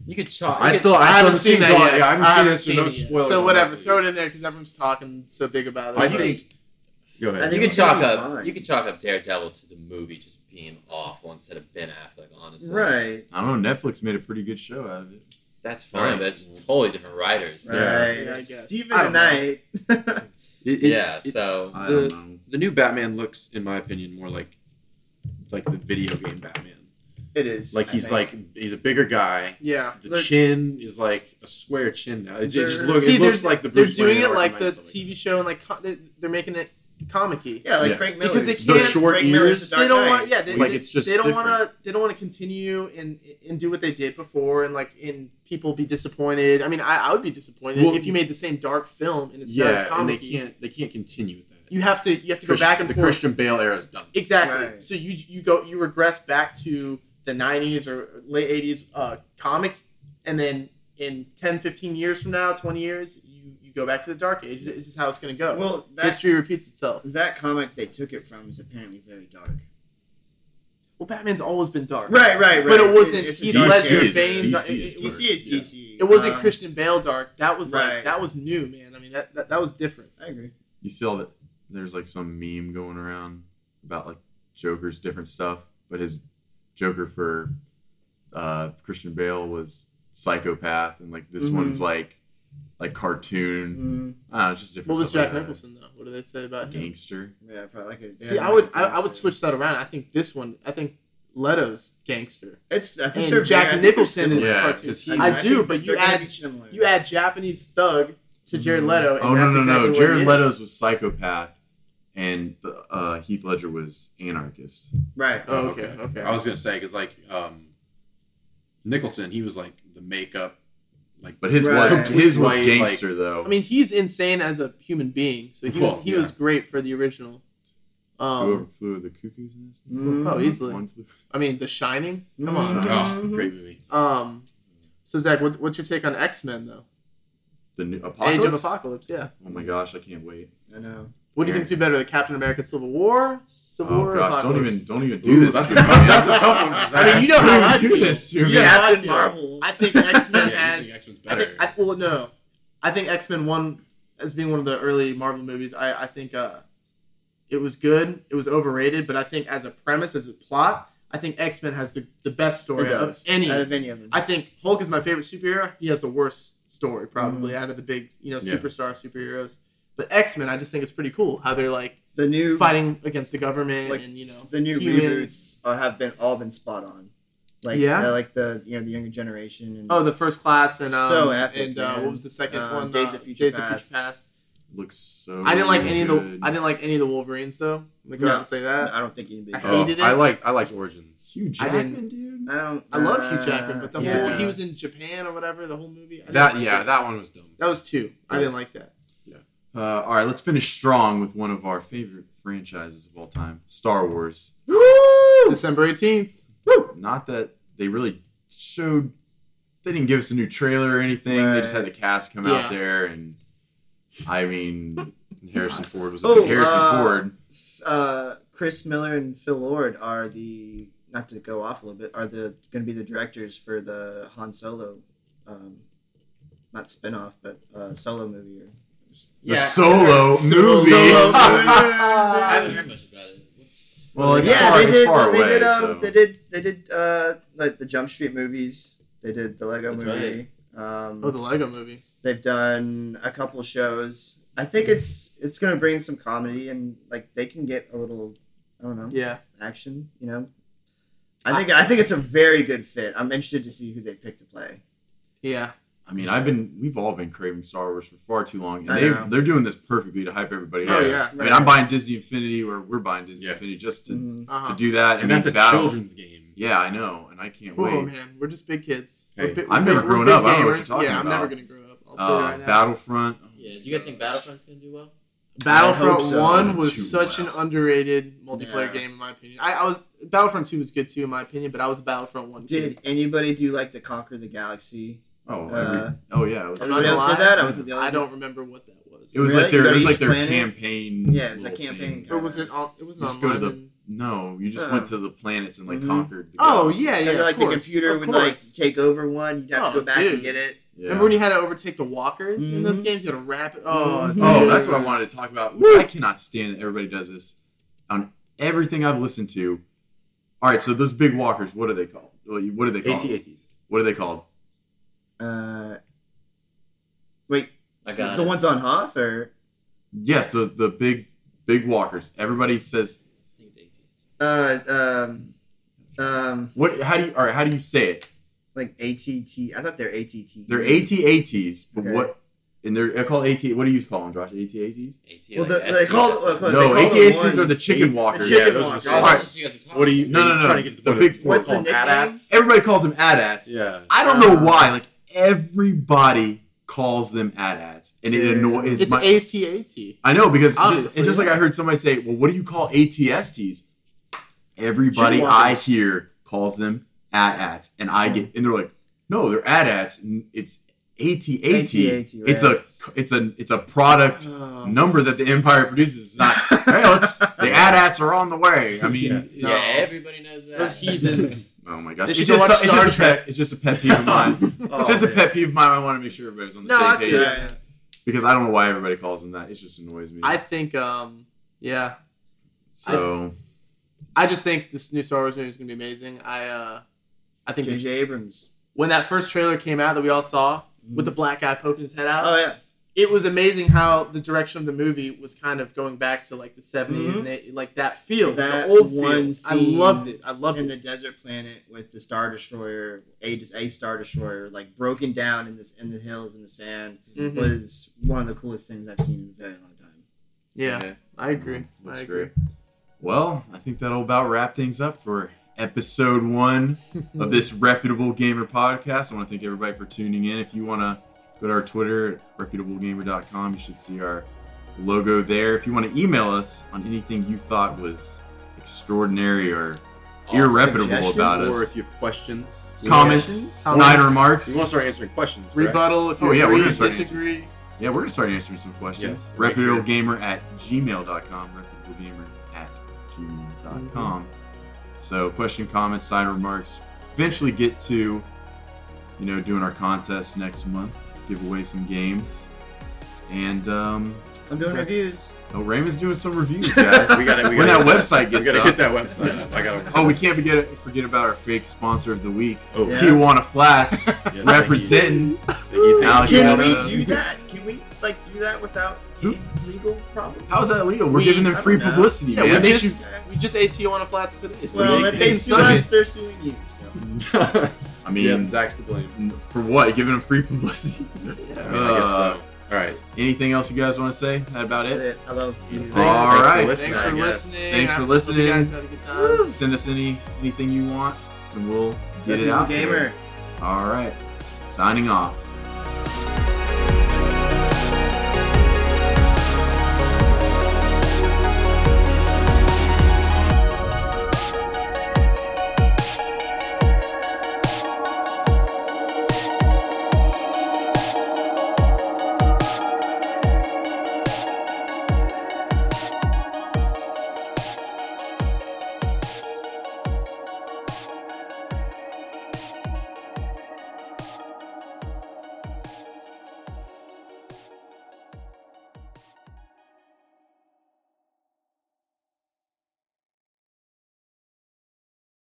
[SPEAKER 4] You could chalk.
[SPEAKER 2] I
[SPEAKER 4] you
[SPEAKER 2] still, I,
[SPEAKER 5] I
[SPEAKER 2] still
[SPEAKER 5] haven't
[SPEAKER 2] haven't
[SPEAKER 5] seen
[SPEAKER 2] seen
[SPEAKER 5] that
[SPEAKER 2] Dawn-
[SPEAKER 5] yet.
[SPEAKER 2] Yeah, I haven't,
[SPEAKER 5] I haven't
[SPEAKER 2] seen
[SPEAKER 5] seen
[SPEAKER 2] it, so no
[SPEAKER 5] it yet.
[SPEAKER 2] spoilers.
[SPEAKER 5] so
[SPEAKER 2] on
[SPEAKER 5] whatever,
[SPEAKER 2] that
[SPEAKER 5] throw
[SPEAKER 2] movie.
[SPEAKER 5] it in there because everyone's talking so big about it.
[SPEAKER 2] I
[SPEAKER 5] But-
[SPEAKER 2] think. Go ahead.
[SPEAKER 4] could-
[SPEAKER 3] I
[SPEAKER 4] you
[SPEAKER 3] think
[SPEAKER 4] could
[SPEAKER 3] it's gonna
[SPEAKER 4] chalk
[SPEAKER 3] be
[SPEAKER 4] up.
[SPEAKER 3] fine.
[SPEAKER 4] You could chalk up Daredevil to the movie just being awful instead of Ben Affleck. Honestly,
[SPEAKER 3] Right.
[SPEAKER 1] I don't know. Netflix made a pretty good show out of it.
[SPEAKER 4] That's fine,
[SPEAKER 2] Right.
[SPEAKER 4] but it's totally different writers.
[SPEAKER 3] Right.
[SPEAKER 2] Yeah.
[SPEAKER 5] Yeah, I guess. I
[SPEAKER 3] Stephen
[SPEAKER 5] don't know.
[SPEAKER 3] Knight.
[SPEAKER 2] It- it-
[SPEAKER 4] Yeah.
[SPEAKER 2] it-
[SPEAKER 4] So
[SPEAKER 1] I
[SPEAKER 2] The-
[SPEAKER 1] don't know.
[SPEAKER 2] the new Batman looks, in my opinion, more like like the video game Batman.
[SPEAKER 3] it is.
[SPEAKER 2] Like
[SPEAKER 3] I
[SPEAKER 2] he's
[SPEAKER 3] think.
[SPEAKER 2] like he's a bigger guy.
[SPEAKER 5] yeah.
[SPEAKER 2] The
[SPEAKER 3] Look-
[SPEAKER 2] chin is like a square chin now. It just
[SPEAKER 3] They're-
[SPEAKER 2] looks,
[SPEAKER 5] See,
[SPEAKER 2] it looks
[SPEAKER 5] they're-
[SPEAKER 2] like the
[SPEAKER 5] They're
[SPEAKER 2] Bruce
[SPEAKER 5] doing
[SPEAKER 2] Wayne
[SPEAKER 5] it
[SPEAKER 2] or
[SPEAKER 5] like the
[SPEAKER 2] Batman stuff
[SPEAKER 5] TV show and like co- they're, they're making it comic-y.
[SPEAKER 3] Yeah, like
[SPEAKER 2] Yeah.
[SPEAKER 3] Frank Miller.
[SPEAKER 5] Because they
[SPEAKER 2] The
[SPEAKER 5] can't-
[SPEAKER 2] short
[SPEAKER 3] Frank Miller's
[SPEAKER 2] ears.
[SPEAKER 3] The Dark
[SPEAKER 5] they don't
[SPEAKER 3] Knight.
[SPEAKER 5] want. Yeah, they,
[SPEAKER 2] Like,
[SPEAKER 5] they-
[SPEAKER 2] it's just
[SPEAKER 5] they don't
[SPEAKER 2] different.
[SPEAKER 5] want to. They don't want to continue and and do what they did before and like and people be disappointed. I mean, I, I would be disappointed
[SPEAKER 2] Well,
[SPEAKER 5] if you made the same dark film and it's not as
[SPEAKER 2] Yeah, and they
[SPEAKER 5] comic.
[SPEAKER 2] can't they can't continue with that.
[SPEAKER 5] You have to you have to
[SPEAKER 2] Christian-
[SPEAKER 5] go back and
[SPEAKER 2] the
[SPEAKER 5] forth.
[SPEAKER 2] Christian Bale era is done.
[SPEAKER 5] Exactly.
[SPEAKER 3] Right.
[SPEAKER 5] So you you go you regress back to the 90s or late 80s uh, comic, and then in 10, 15 years from now, 20 years, you, you go back to the dark age. It's just how it's going to go.
[SPEAKER 3] Well, that
[SPEAKER 5] History repeats itself.
[SPEAKER 3] that comic they took it from is apparently very dark.
[SPEAKER 5] Well, Batman's always been dark.
[SPEAKER 3] Right, right, right.
[SPEAKER 5] But it wasn't
[SPEAKER 3] It's a
[SPEAKER 5] Heath
[SPEAKER 1] DC
[SPEAKER 3] dark
[SPEAKER 5] Ledger,
[SPEAKER 1] is-
[SPEAKER 3] character.
[SPEAKER 5] Bane.
[SPEAKER 1] DC
[SPEAKER 5] it-
[SPEAKER 1] is
[SPEAKER 5] it, was-
[SPEAKER 3] DC is
[SPEAKER 1] Yeah.
[SPEAKER 3] DC.
[SPEAKER 5] it wasn't
[SPEAKER 3] Um,
[SPEAKER 5] Christian Bale dark. That was like
[SPEAKER 3] Right.
[SPEAKER 5] that was new, man. I mean, that that, that was different.
[SPEAKER 3] I agree.
[SPEAKER 1] You saw that there's like some meme going around about like Joker's different stuff, but his Joker for uh, Christian Bale was psychopath, and like this
[SPEAKER 3] Mhm.
[SPEAKER 1] one's
[SPEAKER 5] Mm-hmm.
[SPEAKER 1] like like cartoon.
[SPEAKER 3] Mm,
[SPEAKER 1] I don't know, it's just different.
[SPEAKER 5] What was
[SPEAKER 1] stuff
[SPEAKER 5] Jack
[SPEAKER 1] like that.
[SPEAKER 5] Nicholson though? What do they say about him?
[SPEAKER 1] Gangster.
[SPEAKER 3] yeah, probably like a,
[SPEAKER 5] See,
[SPEAKER 3] yeah,
[SPEAKER 5] I would
[SPEAKER 3] like a
[SPEAKER 5] I, I would
[SPEAKER 3] gangster.
[SPEAKER 5] switch that around. I think this one. I think Leto's gangster.
[SPEAKER 3] It's I think
[SPEAKER 5] and
[SPEAKER 3] they're
[SPEAKER 5] Jack
[SPEAKER 3] very- I think
[SPEAKER 5] Nicholson
[SPEAKER 3] they're
[SPEAKER 5] is
[SPEAKER 3] similar.
[SPEAKER 2] Yeah,
[SPEAKER 5] cartoon.
[SPEAKER 2] 'cause he-
[SPEAKER 3] mean,
[SPEAKER 5] I,
[SPEAKER 3] think
[SPEAKER 5] do,
[SPEAKER 3] that
[SPEAKER 5] but you
[SPEAKER 3] they're gonna
[SPEAKER 5] add
[SPEAKER 3] be similar.
[SPEAKER 5] you add Japanese thug to Jared Leto. And
[SPEAKER 1] Oh no
[SPEAKER 5] that's
[SPEAKER 1] no
[SPEAKER 5] exactly
[SPEAKER 1] no!
[SPEAKER 5] what he
[SPEAKER 1] Jared
[SPEAKER 5] is.
[SPEAKER 1] Leto's was psychopath, and uh, Heath Ledger was anarchist.
[SPEAKER 3] right.
[SPEAKER 5] Oh, okay, okay.
[SPEAKER 2] I was gonna say because like um, Nicholson, he was like the makeup, like
[SPEAKER 1] But his
[SPEAKER 3] Right.
[SPEAKER 1] was his was
[SPEAKER 2] Complete white, like-
[SPEAKER 1] gangster though.
[SPEAKER 5] I mean, he's insane as a human being. So he was
[SPEAKER 2] Well,
[SPEAKER 5] he
[SPEAKER 2] yeah.
[SPEAKER 5] was great for the original.
[SPEAKER 1] Whoever
[SPEAKER 5] Um,
[SPEAKER 1] flew the cuckoos in this?
[SPEAKER 3] Mhm.
[SPEAKER 5] oh, easily.
[SPEAKER 1] One flew.
[SPEAKER 5] I mean, The Shining. Come on. Mm-hmm.
[SPEAKER 3] Mhm.
[SPEAKER 2] oh, great movie.
[SPEAKER 5] Um, so Zach, what, what's your take on X Men though?
[SPEAKER 1] The new apocalypse.
[SPEAKER 5] Age of Apocalypse. Yeah.
[SPEAKER 1] Oh my gosh, I can't wait.
[SPEAKER 3] I know.
[SPEAKER 5] What do you think's be better, the Captain America Civil War, Civil
[SPEAKER 1] Oh
[SPEAKER 5] War? or
[SPEAKER 1] gosh, don't
[SPEAKER 5] Apocalypse?
[SPEAKER 1] even don't even do
[SPEAKER 2] Dude,
[SPEAKER 1] this.
[SPEAKER 2] that's,
[SPEAKER 1] to
[SPEAKER 2] a
[SPEAKER 1] me,
[SPEAKER 2] tough,
[SPEAKER 1] man.
[SPEAKER 2] that's a tough one. for Zach.
[SPEAKER 5] I mean, you know
[SPEAKER 1] Don't
[SPEAKER 5] how
[SPEAKER 1] even
[SPEAKER 5] I
[SPEAKER 1] do
[SPEAKER 5] feel.
[SPEAKER 1] this to me.
[SPEAKER 5] You know how I
[SPEAKER 3] Captain
[SPEAKER 5] feel.
[SPEAKER 3] Marvel.
[SPEAKER 5] I think X Men
[SPEAKER 2] Yeah, you
[SPEAKER 5] as
[SPEAKER 2] think X-Men's
[SPEAKER 5] I
[SPEAKER 2] better.
[SPEAKER 5] think I, well no, I think X Men one as being one of the early Marvel movies. I I think uh, it was good. It was overrated, but I think as a premise, as a plot, I think X Men has the, the best
[SPEAKER 3] It
[SPEAKER 5] story of
[SPEAKER 3] does.
[SPEAKER 5] any.
[SPEAKER 3] out of any of them.
[SPEAKER 5] I think Hulk is my favorite superhero. He has the worst story probably out of the big you know
[SPEAKER 2] Yeah.
[SPEAKER 5] superstar superheroes. But X Men, I just think it's pretty cool how they're like
[SPEAKER 3] the new
[SPEAKER 5] fighting against the government
[SPEAKER 3] Like,
[SPEAKER 5] and you know
[SPEAKER 3] the new reboots
[SPEAKER 5] humans.
[SPEAKER 3] uh, have been all been spot on. like
[SPEAKER 5] Yeah.
[SPEAKER 3] uh, like the you know the younger generation. And,
[SPEAKER 5] Oh, the first class and um,
[SPEAKER 3] So epic,
[SPEAKER 5] and uh,
[SPEAKER 3] man.
[SPEAKER 5] what was the second
[SPEAKER 3] Um,
[SPEAKER 5] one?
[SPEAKER 3] Days
[SPEAKER 5] Uh,
[SPEAKER 3] of Future
[SPEAKER 5] Days of
[SPEAKER 3] Past.
[SPEAKER 5] Future Past.
[SPEAKER 1] Looks so.
[SPEAKER 5] I didn't like any of the
[SPEAKER 1] good.
[SPEAKER 5] I didn't like any of the Wolverines though. I'm gonna go
[SPEAKER 3] No.
[SPEAKER 5] out and say that.
[SPEAKER 3] I don't think anybody.
[SPEAKER 5] I
[SPEAKER 3] does.
[SPEAKER 2] Oh,
[SPEAKER 5] hated it.
[SPEAKER 2] I like I like Origins.
[SPEAKER 1] Hugh
[SPEAKER 5] I didn't-
[SPEAKER 1] Jackman, dude.
[SPEAKER 3] I don't.
[SPEAKER 5] I love Hugh Jackman, but the
[SPEAKER 3] uh,
[SPEAKER 5] whole
[SPEAKER 3] yeah.
[SPEAKER 5] he was in Japan or whatever. The whole movie. I didn't
[SPEAKER 2] That
[SPEAKER 5] like
[SPEAKER 2] yeah,
[SPEAKER 5] it.
[SPEAKER 2] that one was dumb.
[SPEAKER 5] that was two. I didn't like that.
[SPEAKER 1] Uh, all right, let's finish strong with one of our favorite franchises of all time, Star Wars.
[SPEAKER 5] December eighteenth.
[SPEAKER 1] Not that they really showed. They didn't give us a new trailer or anything. They just had the cast come
[SPEAKER 5] Yeah.
[SPEAKER 1] out there, and I mean,
[SPEAKER 2] And Harrison Ford was. a
[SPEAKER 3] Oh,
[SPEAKER 2] big-
[SPEAKER 1] Harrison
[SPEAKER 3] uh,
[SPEAKER 1] Ford.
[SPEAKER 3] uh, Chris Miller and Phil Lord are the not to go off a little bit are the going to be the directors for the Han Solo, um, not spinoff but uh, solo movie. Or,
[SPEAKER 1] The solo
[SPEAKER 5] Oh,
[SPEAKER 1] movie.
[SPEAKER 4] I haven't heard much about it. What's,
[SPEAKER 1] Well, it's
[SPEAKER 3] yeah,
[SPEAKER 1] far,
[SPEAKER 3] they
[SPEAKER 1] it's
[SPEAKER 3] did.
[SPEAKER 1] far
[SPEAKER 3] they
[SPEAKER 1] away.
[SPEAKER 3] did. Um,
[SPEAKER 1] so.
[SPEAKER 3] They did. They did. Uh, like the Jump Street movies. They did the Lego
[SPEAKER 4] That's
[SPEAKER 3] movie.
[SPEAKER 5] Oh,
[SPEAKER 3] Um,
[SPEAKER 5] the Lego movie.
[SPEAKER 3] they've done a couple shows. I think it's it's going to bring some comedy and like they can get a little. I don't know.
[SPEAKER 5] Yeah.
[SPEAKER 3] action. You know, I think I think it's a very good fit. I'm interested to see who they pick to play.
[SPEAKER 5] Yeah.
[SPEAKER 1] I mean, I've been. We've all been craving Star Wars for far too long,
[SPEAKER 3] I
[SPEAKER 1] and they
[SPEAKER 3] know.
[SPEAKER 1] they're doing this perfectly to hype everybody
[SPEAKER 5] Oh
[SPEAKER 1] up.
[SPEAKER 5] yeah.
[SPEAKER 1] I mean, I'm buying Disney Infinity, or we're buying Disney
[SPEAKER 2] Yeah.
[SPEAKER 1] Infinity just to,
[SPEAKER 3] Mhm.
[SPEAKER 5] Uh-huh.
[SPEAKER 1] to do that.
[SPEAKER 2] and that's
[SPEAKER 1] make
[SPEAKER 2] a
[SPEAKER 1] the battle.
[SPEAKER 2] children's game.
[SPEAKER 1] Yeah, I know, and I can't
[SPEAKER 5] Whoa,
[SPEAKER 1] wait.
[SPEAKER 5] man, we're just big kids.
[SPEAKER 2] Hey,
[SPEAKER 5] We're bi-
[SPEAKER 1] I'm
[SPEAKER 5] we're
[SPEAKER 1] never
[SPEAKER 5] big-
[SPEAKER 1] grown
[SPEAKER 5] we're
[SPEAKER 1] up.
[SPEAKER 5] big
[SPEAKER 1] I don't know what
[SPEAKER 5] gamers.
[SPEAKER 1] you're talking
[SPEAKER 5] yeah, I'm never
[SPEAKER 1] about.
[SPEAKER 5] gonna grow up. I'll say
[SPEAKER 1] Uh,
[SPEAKER 5] that now.
[SPEAKER 1] Battlefront. Oh
[SPEAKER 4] yeah,
[SPEAKER 1] my
[SPEAKER 4] do you guys think
[SPEAKER 1] gosh.
[SPEAKER 4] Battlefront's gonna do well?
[SPEAKER 3] I
[SPEAKER 5] Battlefront
[SPEAKER 3] hope so.
[SPEAKER 5] One was
[SPEAKER 1] Too
[SPEAKER 5] such
[SPEAKER 1] well.
[SPEAKER 5] an underrated
[SPEAKER 3] Yeah.
[SPEAKER 5] multiplayer game in my opinion. I, I was Battlefront Two was good too in my opinion, but I was a Battlefront One. kid.
[SPEAKER 3] Did anybody do like the Conquer the Galaxy?
[SPEAKER 1] Oh,
[SPEAKER 3] Uh,
[SPEAKER 1] every- oh yeah, it was.
[SPEAKER 5] I'm not
[SPEAKER 3] Everybody else
[SPEAKER 5] gonna
[SPEAKER 3] did that. I was the only.
[SPEAKER 5] I don't remember what that was.
[SPEAKER 1] It was
[SPEAKER 3] Really?
[SPEAKER 1] like their.
[SPEAKER 3] You
[SPEAKER 1] It
[SPEAKER 3] go to
[SPEAKER 1] was like
[SPEAKER 3] each
[SPEAKER 1] their
[SPEAKER 3] planet?
[SPEAKER 1] campaign.
[SPEAKER 3] Yeah, it's a
[SPEAKER 1] little
[SPEAKER 3] campaign.
[SPEAKER 1] thing.
[SPEAKER 5] Or was it on? It was
[SPEAKER 1] You
[SPEAKER 5] not
[SPEAKER 1] just go to
[SPEAKER 5] online.
[SPEAKER 1] the-
[SPEAKER 5] and-
[SPEAKER 1] No, you just
[SPEAKER 3] Uh.
[SPEAKER 1] went to the planets and like
[SPEAKER 3] Mhm.
[SPEAKER 1] conquered. The
[SPEAKER 5] Oh
[SPEAKER 1] galaxy.
[SPEAKER 5] yeah, yeah.
[SPEAKER 3] And,
[SPEAKER 5] of
[SPEAKER 3] like the
[SPEAKER 5] course,
[SPEAKER 3] computer
[SPEAKER 5] of
[SPEAKER 3] would like
[SPEAKER 5] course.
[SPEAKER 3] take over one. You'd have to go
[SPEAKER 5] Oh,
[SPEAKER 3] back
[SPEAKER 5] dude.
[SPEAKER 3] and get it.
[SPEAKER 1] Yeah.
[SPEAKER 5] Remember when you had to overtake the walkers in those
[SPEAKER 3] Mhm.
[SPEAKER 5] games? You had to wrap it. Oh,
[SPEAKER 3] Mhm.
[SPEAKER 1] Oh,
[SPEAKER 5] dude.
[SPEAKER 1] that's what I wanted to talk about. which I cannot stand that everybody does this on everything I've listened to. All right, so those big walkers, what are they called? Well, you- What are they called?
[SPEAKER 2] AT-ATs.
[SPEAKER 1] What are they called?
[SPEAKER 3] Uh, wait,
[SPEAKER 4] I got
[SPEAKER 3] the
[SPEAKER 4] it.
[SPEAKER 3] ones on Hoth or
[SPEAKER 1] Yes, those the big big walkers. Everybody says
[SPEAKER 4] I think it's 18.
[SPEAKER 3] uh um um
[SPEAKER 1] what? How do you? All right, how do you say it?
[SPEAKER 3] like ATT? I thought they're ATT.
[SPEAKER 1] They're AT-ATs, but
[SPEAKER 3] Mm-hmm. Okay.
[SPEAKER 1] what? And they're, they're called AT. What do you call them, Josh? AT-ATs?
[SPEAKER 4] AT, like
[SPEAKER 3] Well, the-
[SPEAKER 4] ST.
[SPEAKER 3] they call- well,
[SPEAKER 1] No,
[SPEAKER 3] they call them
[SPEAKER 1] AT-ATs are
[SPEAKER 3] ones.
[SPEAKER 1] the chicken
[SPEAKER 2] The
[SPEAKER 1] walkers.
[SPEAKER 3] chicken
[SPEAKER 1] those are
[SPEAKER 3] walkers.
[SPEAKER 1] the-
[SPEAKER 4] Oh,
[SPEAKER 1] All right,
[SPEAKER 4] that's what you guys were talking
[SPEAKER 2] What are you?
[SPEAKER 1] No,
[SPEAKER 2] are
[SPEAKER 1] no,
[SPEAKER 2] you
[SPEAKER 1] no.
[SPEAKER 2] Trying to get to
[SPEAKER 1] The
[SPEAKER 2] point
[SPEAKER 1] big
[SPEAKER 2] of-
[SPEAKER 1] four
[SPEAKER 2] they
[SPEAKER 3] What's the
[SPEAKER 2] call them
[SPEAKER 3] nickname?
[SPEAKER 2] AT-ATs?
[SPEAKER 1] everybody calls them AT-ATs.
[SPEAKER 2] Yeah.
[SPEAKER 1] I don't know
[SPEAKER 3] Uh,
[SPEAKER 1] why. Like everybody calls them AT-ATs, and it
[SPEAKER 3] Yeah.
[SPEAKER 1] annoys
[SPEAKER 5] It's
[SPEAKER 1] my.
[SPEAKER 5] AT-AT.
[SPEAKER 1] I know because just
[SPEAKER 5] Obviously.
[SPEAKER 1] and just like I heard somebody say, well, what do you call ATSTs? Everybody
[SPEAKER 3] Chicken
[SPEAKER 1] I
[SPEAKER 3] walkers. Mm-hmm.
[SPEAKER 1] hear calls them AT-ATs, and I get and they're like, no, they're AT-ATs. and It's AT-AT.
[SPEAKER 3] AT-AT, right.
[SPEAKER 1] It's a it's a it's a product
[SPEAKER 5] Oh.
[SPEAKER 1] number that the Empire produces. It's not. hey, let's the AT-ATs are on the way. I mean,
[SPEAKER 2] Yeah.
[SPEAKER 1] it's-
[SPEAKER 4] Yeah, everybody knows that.
[SPEAKER 5] Those heathens.
[SPEAKER 1] oh my gosh,
[SPEAKER 5] They
[SPEAKER 1] it's
[SPEAKER 5] should
[SPEAKER 1] just,
[SPEAKER 5] go watch
[SPEAKER 1] it's
[SPEAKER 5] Star
[SPEAKER 1] just a pet, it's just a pet peeve of mine.
[SPEAKER 2] Oh,
[SPEAKER 1] It's just a
[SPEAKER 2] man.
[SPEAKER 1] pet peeve of mine. I want to make sure everybody's on the
[SPEAKER 5] no,
[SPEAKER 1] same
[SPEAKER 5] I
[SPEAKER 1] page
[SPEAKER 5] feel
[SPEAKER 3] Yeah.
[SPEAKER 5] that.
[SPEAKER 1] because I don't know why everybody calls them that. It just annoys me.
[SPEAKER 5] I think, um, yeah,
[SPEAKER 1] so
[SPEAKER 5] I just think this new Star Wars movie is gonna be amazing. I, uh, I think
[SPEAKER 3] JJ Abrams.
[SPEAKER 5] when that first trailer came out that we all saw with the
[SPEAKER 3] Mm-hmm.
[SPEAKER 5] black guy poking his head
[SPEAKER 1] Uh,
[SPEAKER 5] out,
[SPEAKER 3] Oh yeah.
[SPEAKER 5] it was amazing how the direction of the movie was kind of going back to like the 70s
[SPEAKER 3] Mhm.
[SPEAKER 5] and eight, like that feel,
[SPEAKER 3] That
[SPEAKER 5] the old
[SPEAKER 3] one
[SPEAKER 5] feel.
[SPEAKER 3] scene
[SPEAKER 5] I loved it. I loved
[SPEAKER 3] in
[SPEAKER 5] it.
[SPEAKER 3] the desert planet with the star destroyer, a, a star destroyer, like broken down in this in the hills in the sand
[SPEAKER 5] Mhm.
[SPEAKER 3] was one of the coolest things I've seen in a very long time.
[SPEAKER 5] Yeah, I agree.
[SPEAKER 3] Mm-hmm.
[SPEAKER 1] That's
[SPEAKER 5] I agree.
[SPEAKER 1] great. Well, I think that'll about wrap things up for episode one of this reputable gamer podcast. I want to thank everybody for tuning in. If you want to go to our Twitter at reputablegamer.com, you should see our logo there. If you want to email us on anything you thought was extraordinary or irreputable about
[SPEAKER 3] suggestions?
[SPEAKER 2] Or
[SPEAKER 1] us,
[SPEAKER 2] if you have questions,
[SPEAKER 1] comments,
[SPEAKER 3] Suggestions?
[SPEAKER 1] snide
[SPEAKER 5] Comments?
[SPEAKER 1] remarks.
[SPEAKER 2] we want to start answering questions. correct?
[SPEAKER 5] Rebuttal if you
[SPEAKER 1] Oh, yeah, we're
[SPEAKER 5] agree,
[SPEAKER 1] gonna start
[SPEAKER 5] disagree.
[SPEAKER 1] Yeah, we're gonna start answering some questions.
[SPEAKER 2] Yes.
[SPEAKER 1] ReputableGamer at gmail.com, reputablegamer at gmail.com. So question, comments, side remarks. Eventually get to, you know, doing our contest next month, give away some games. And um
[SPEAKER 3] I'm doing
[SPEAKER 1] Okay.
[SPEAKER 3] reviews.
[SPEAKER 1] oh Raymond's doing some reviews, guys.
[SPEAKER 2] We gotta. We
[SPEAKER 1] When
[SPEAKER 2] gotta
[SPEAKER 1] that website gets
[SPEAKER 2] we gotta
[SPEAKER 1] up.
[SPEAKER 2] hit that website up. I gotta.
[SPEAKER 1] oh, we can't forget forget about our fake sponsor of the week.
[SPEAKER 2] Oh,
[SPEAKER 3] Yeah.
[SPEAKER 1] Tijuana Flats
[SPEAKER 2] yes, thank you.
[SPEAKER 1] representing
[SPEAKER 2] Thank you, thank
[SPEAKER 1] Alex
[SPEAKER 2] you.
[SPEAKER 3] Can
[SPEAKER 1] Yes.
[SPEAKER 3] we do that? Can we like do that without
[SPEAKER 1] Who-
[SPEAKER 3] being legal? problems.
[SPEAKER 1] How's that legal? We're
[SPEAKER 5] We-
[SPEAKER 1] giving them
[SPEAKER 3] I
[SPEAKER 1] free
[SPEAKER 3] don't know.
[SPEAKER 1] publicity,
[SPEAKER 5] Yeah,
[SPEAKER 1] man.
[SPEAKER 5] we
[SPEAKER 1] They
[SPEAKER 5] just-
[SPEAKER 1] should-
[SPEAKER 3] Eh.
[SPEAKER 5] We just ate Tijuana Flats today. so
[SPEAKER 3] Well,
[SPEAKER 5] we-
[SPEAKER 3] if they
[SPEAKER 5] it's
[SPEAKER 3] sue
[SPEAKER 5] Sunday.
[SPEAKER 3] us, they're suing you. So.
[SPEAKER 1] I
[SPEAKER 2] yeah,
[SPEAKER 1] mean,
[SPEAKER 2] Zach's to blame.
[SPEAKER 1] for what? Giving them free publicity?
[SPEAKER 2] I,
[SPEAKER 5] Yeah.
[SPEAKER 2] mean, I guess
[SPEAKER 1] Uh,
[SPEAKER 2] so. All right.
[SPEAKER 1] Anything else you guys want to say? That about
[SPEAKER 3] That's
[SPEAKER 1] it?
[SPEAKER 3] it. I love you.
[SPEAKER 2] Thanks-
[SPEAKER 1] Eh. All
[SPEAKER 2] thanks
[SPEAKER 1] right.
[SPEAKER 5] Thanks for
[SPEAKER 2] I guess.
[SPEAKER 5] listening.
[SPEAKER 1] Thanks for
[SPEAKER 5] Hope
[SPEAKER 1] listening.
[SPEAKER 5] You guys had a good time.
[SPEAKER 1] Send us any anything you want, and we'll get it
[SPEAKER 3] Good
[SPEAKER 1] out.
[SPEAKER 3] gamer.
[SPEAKER 1] there. All right. Signing off.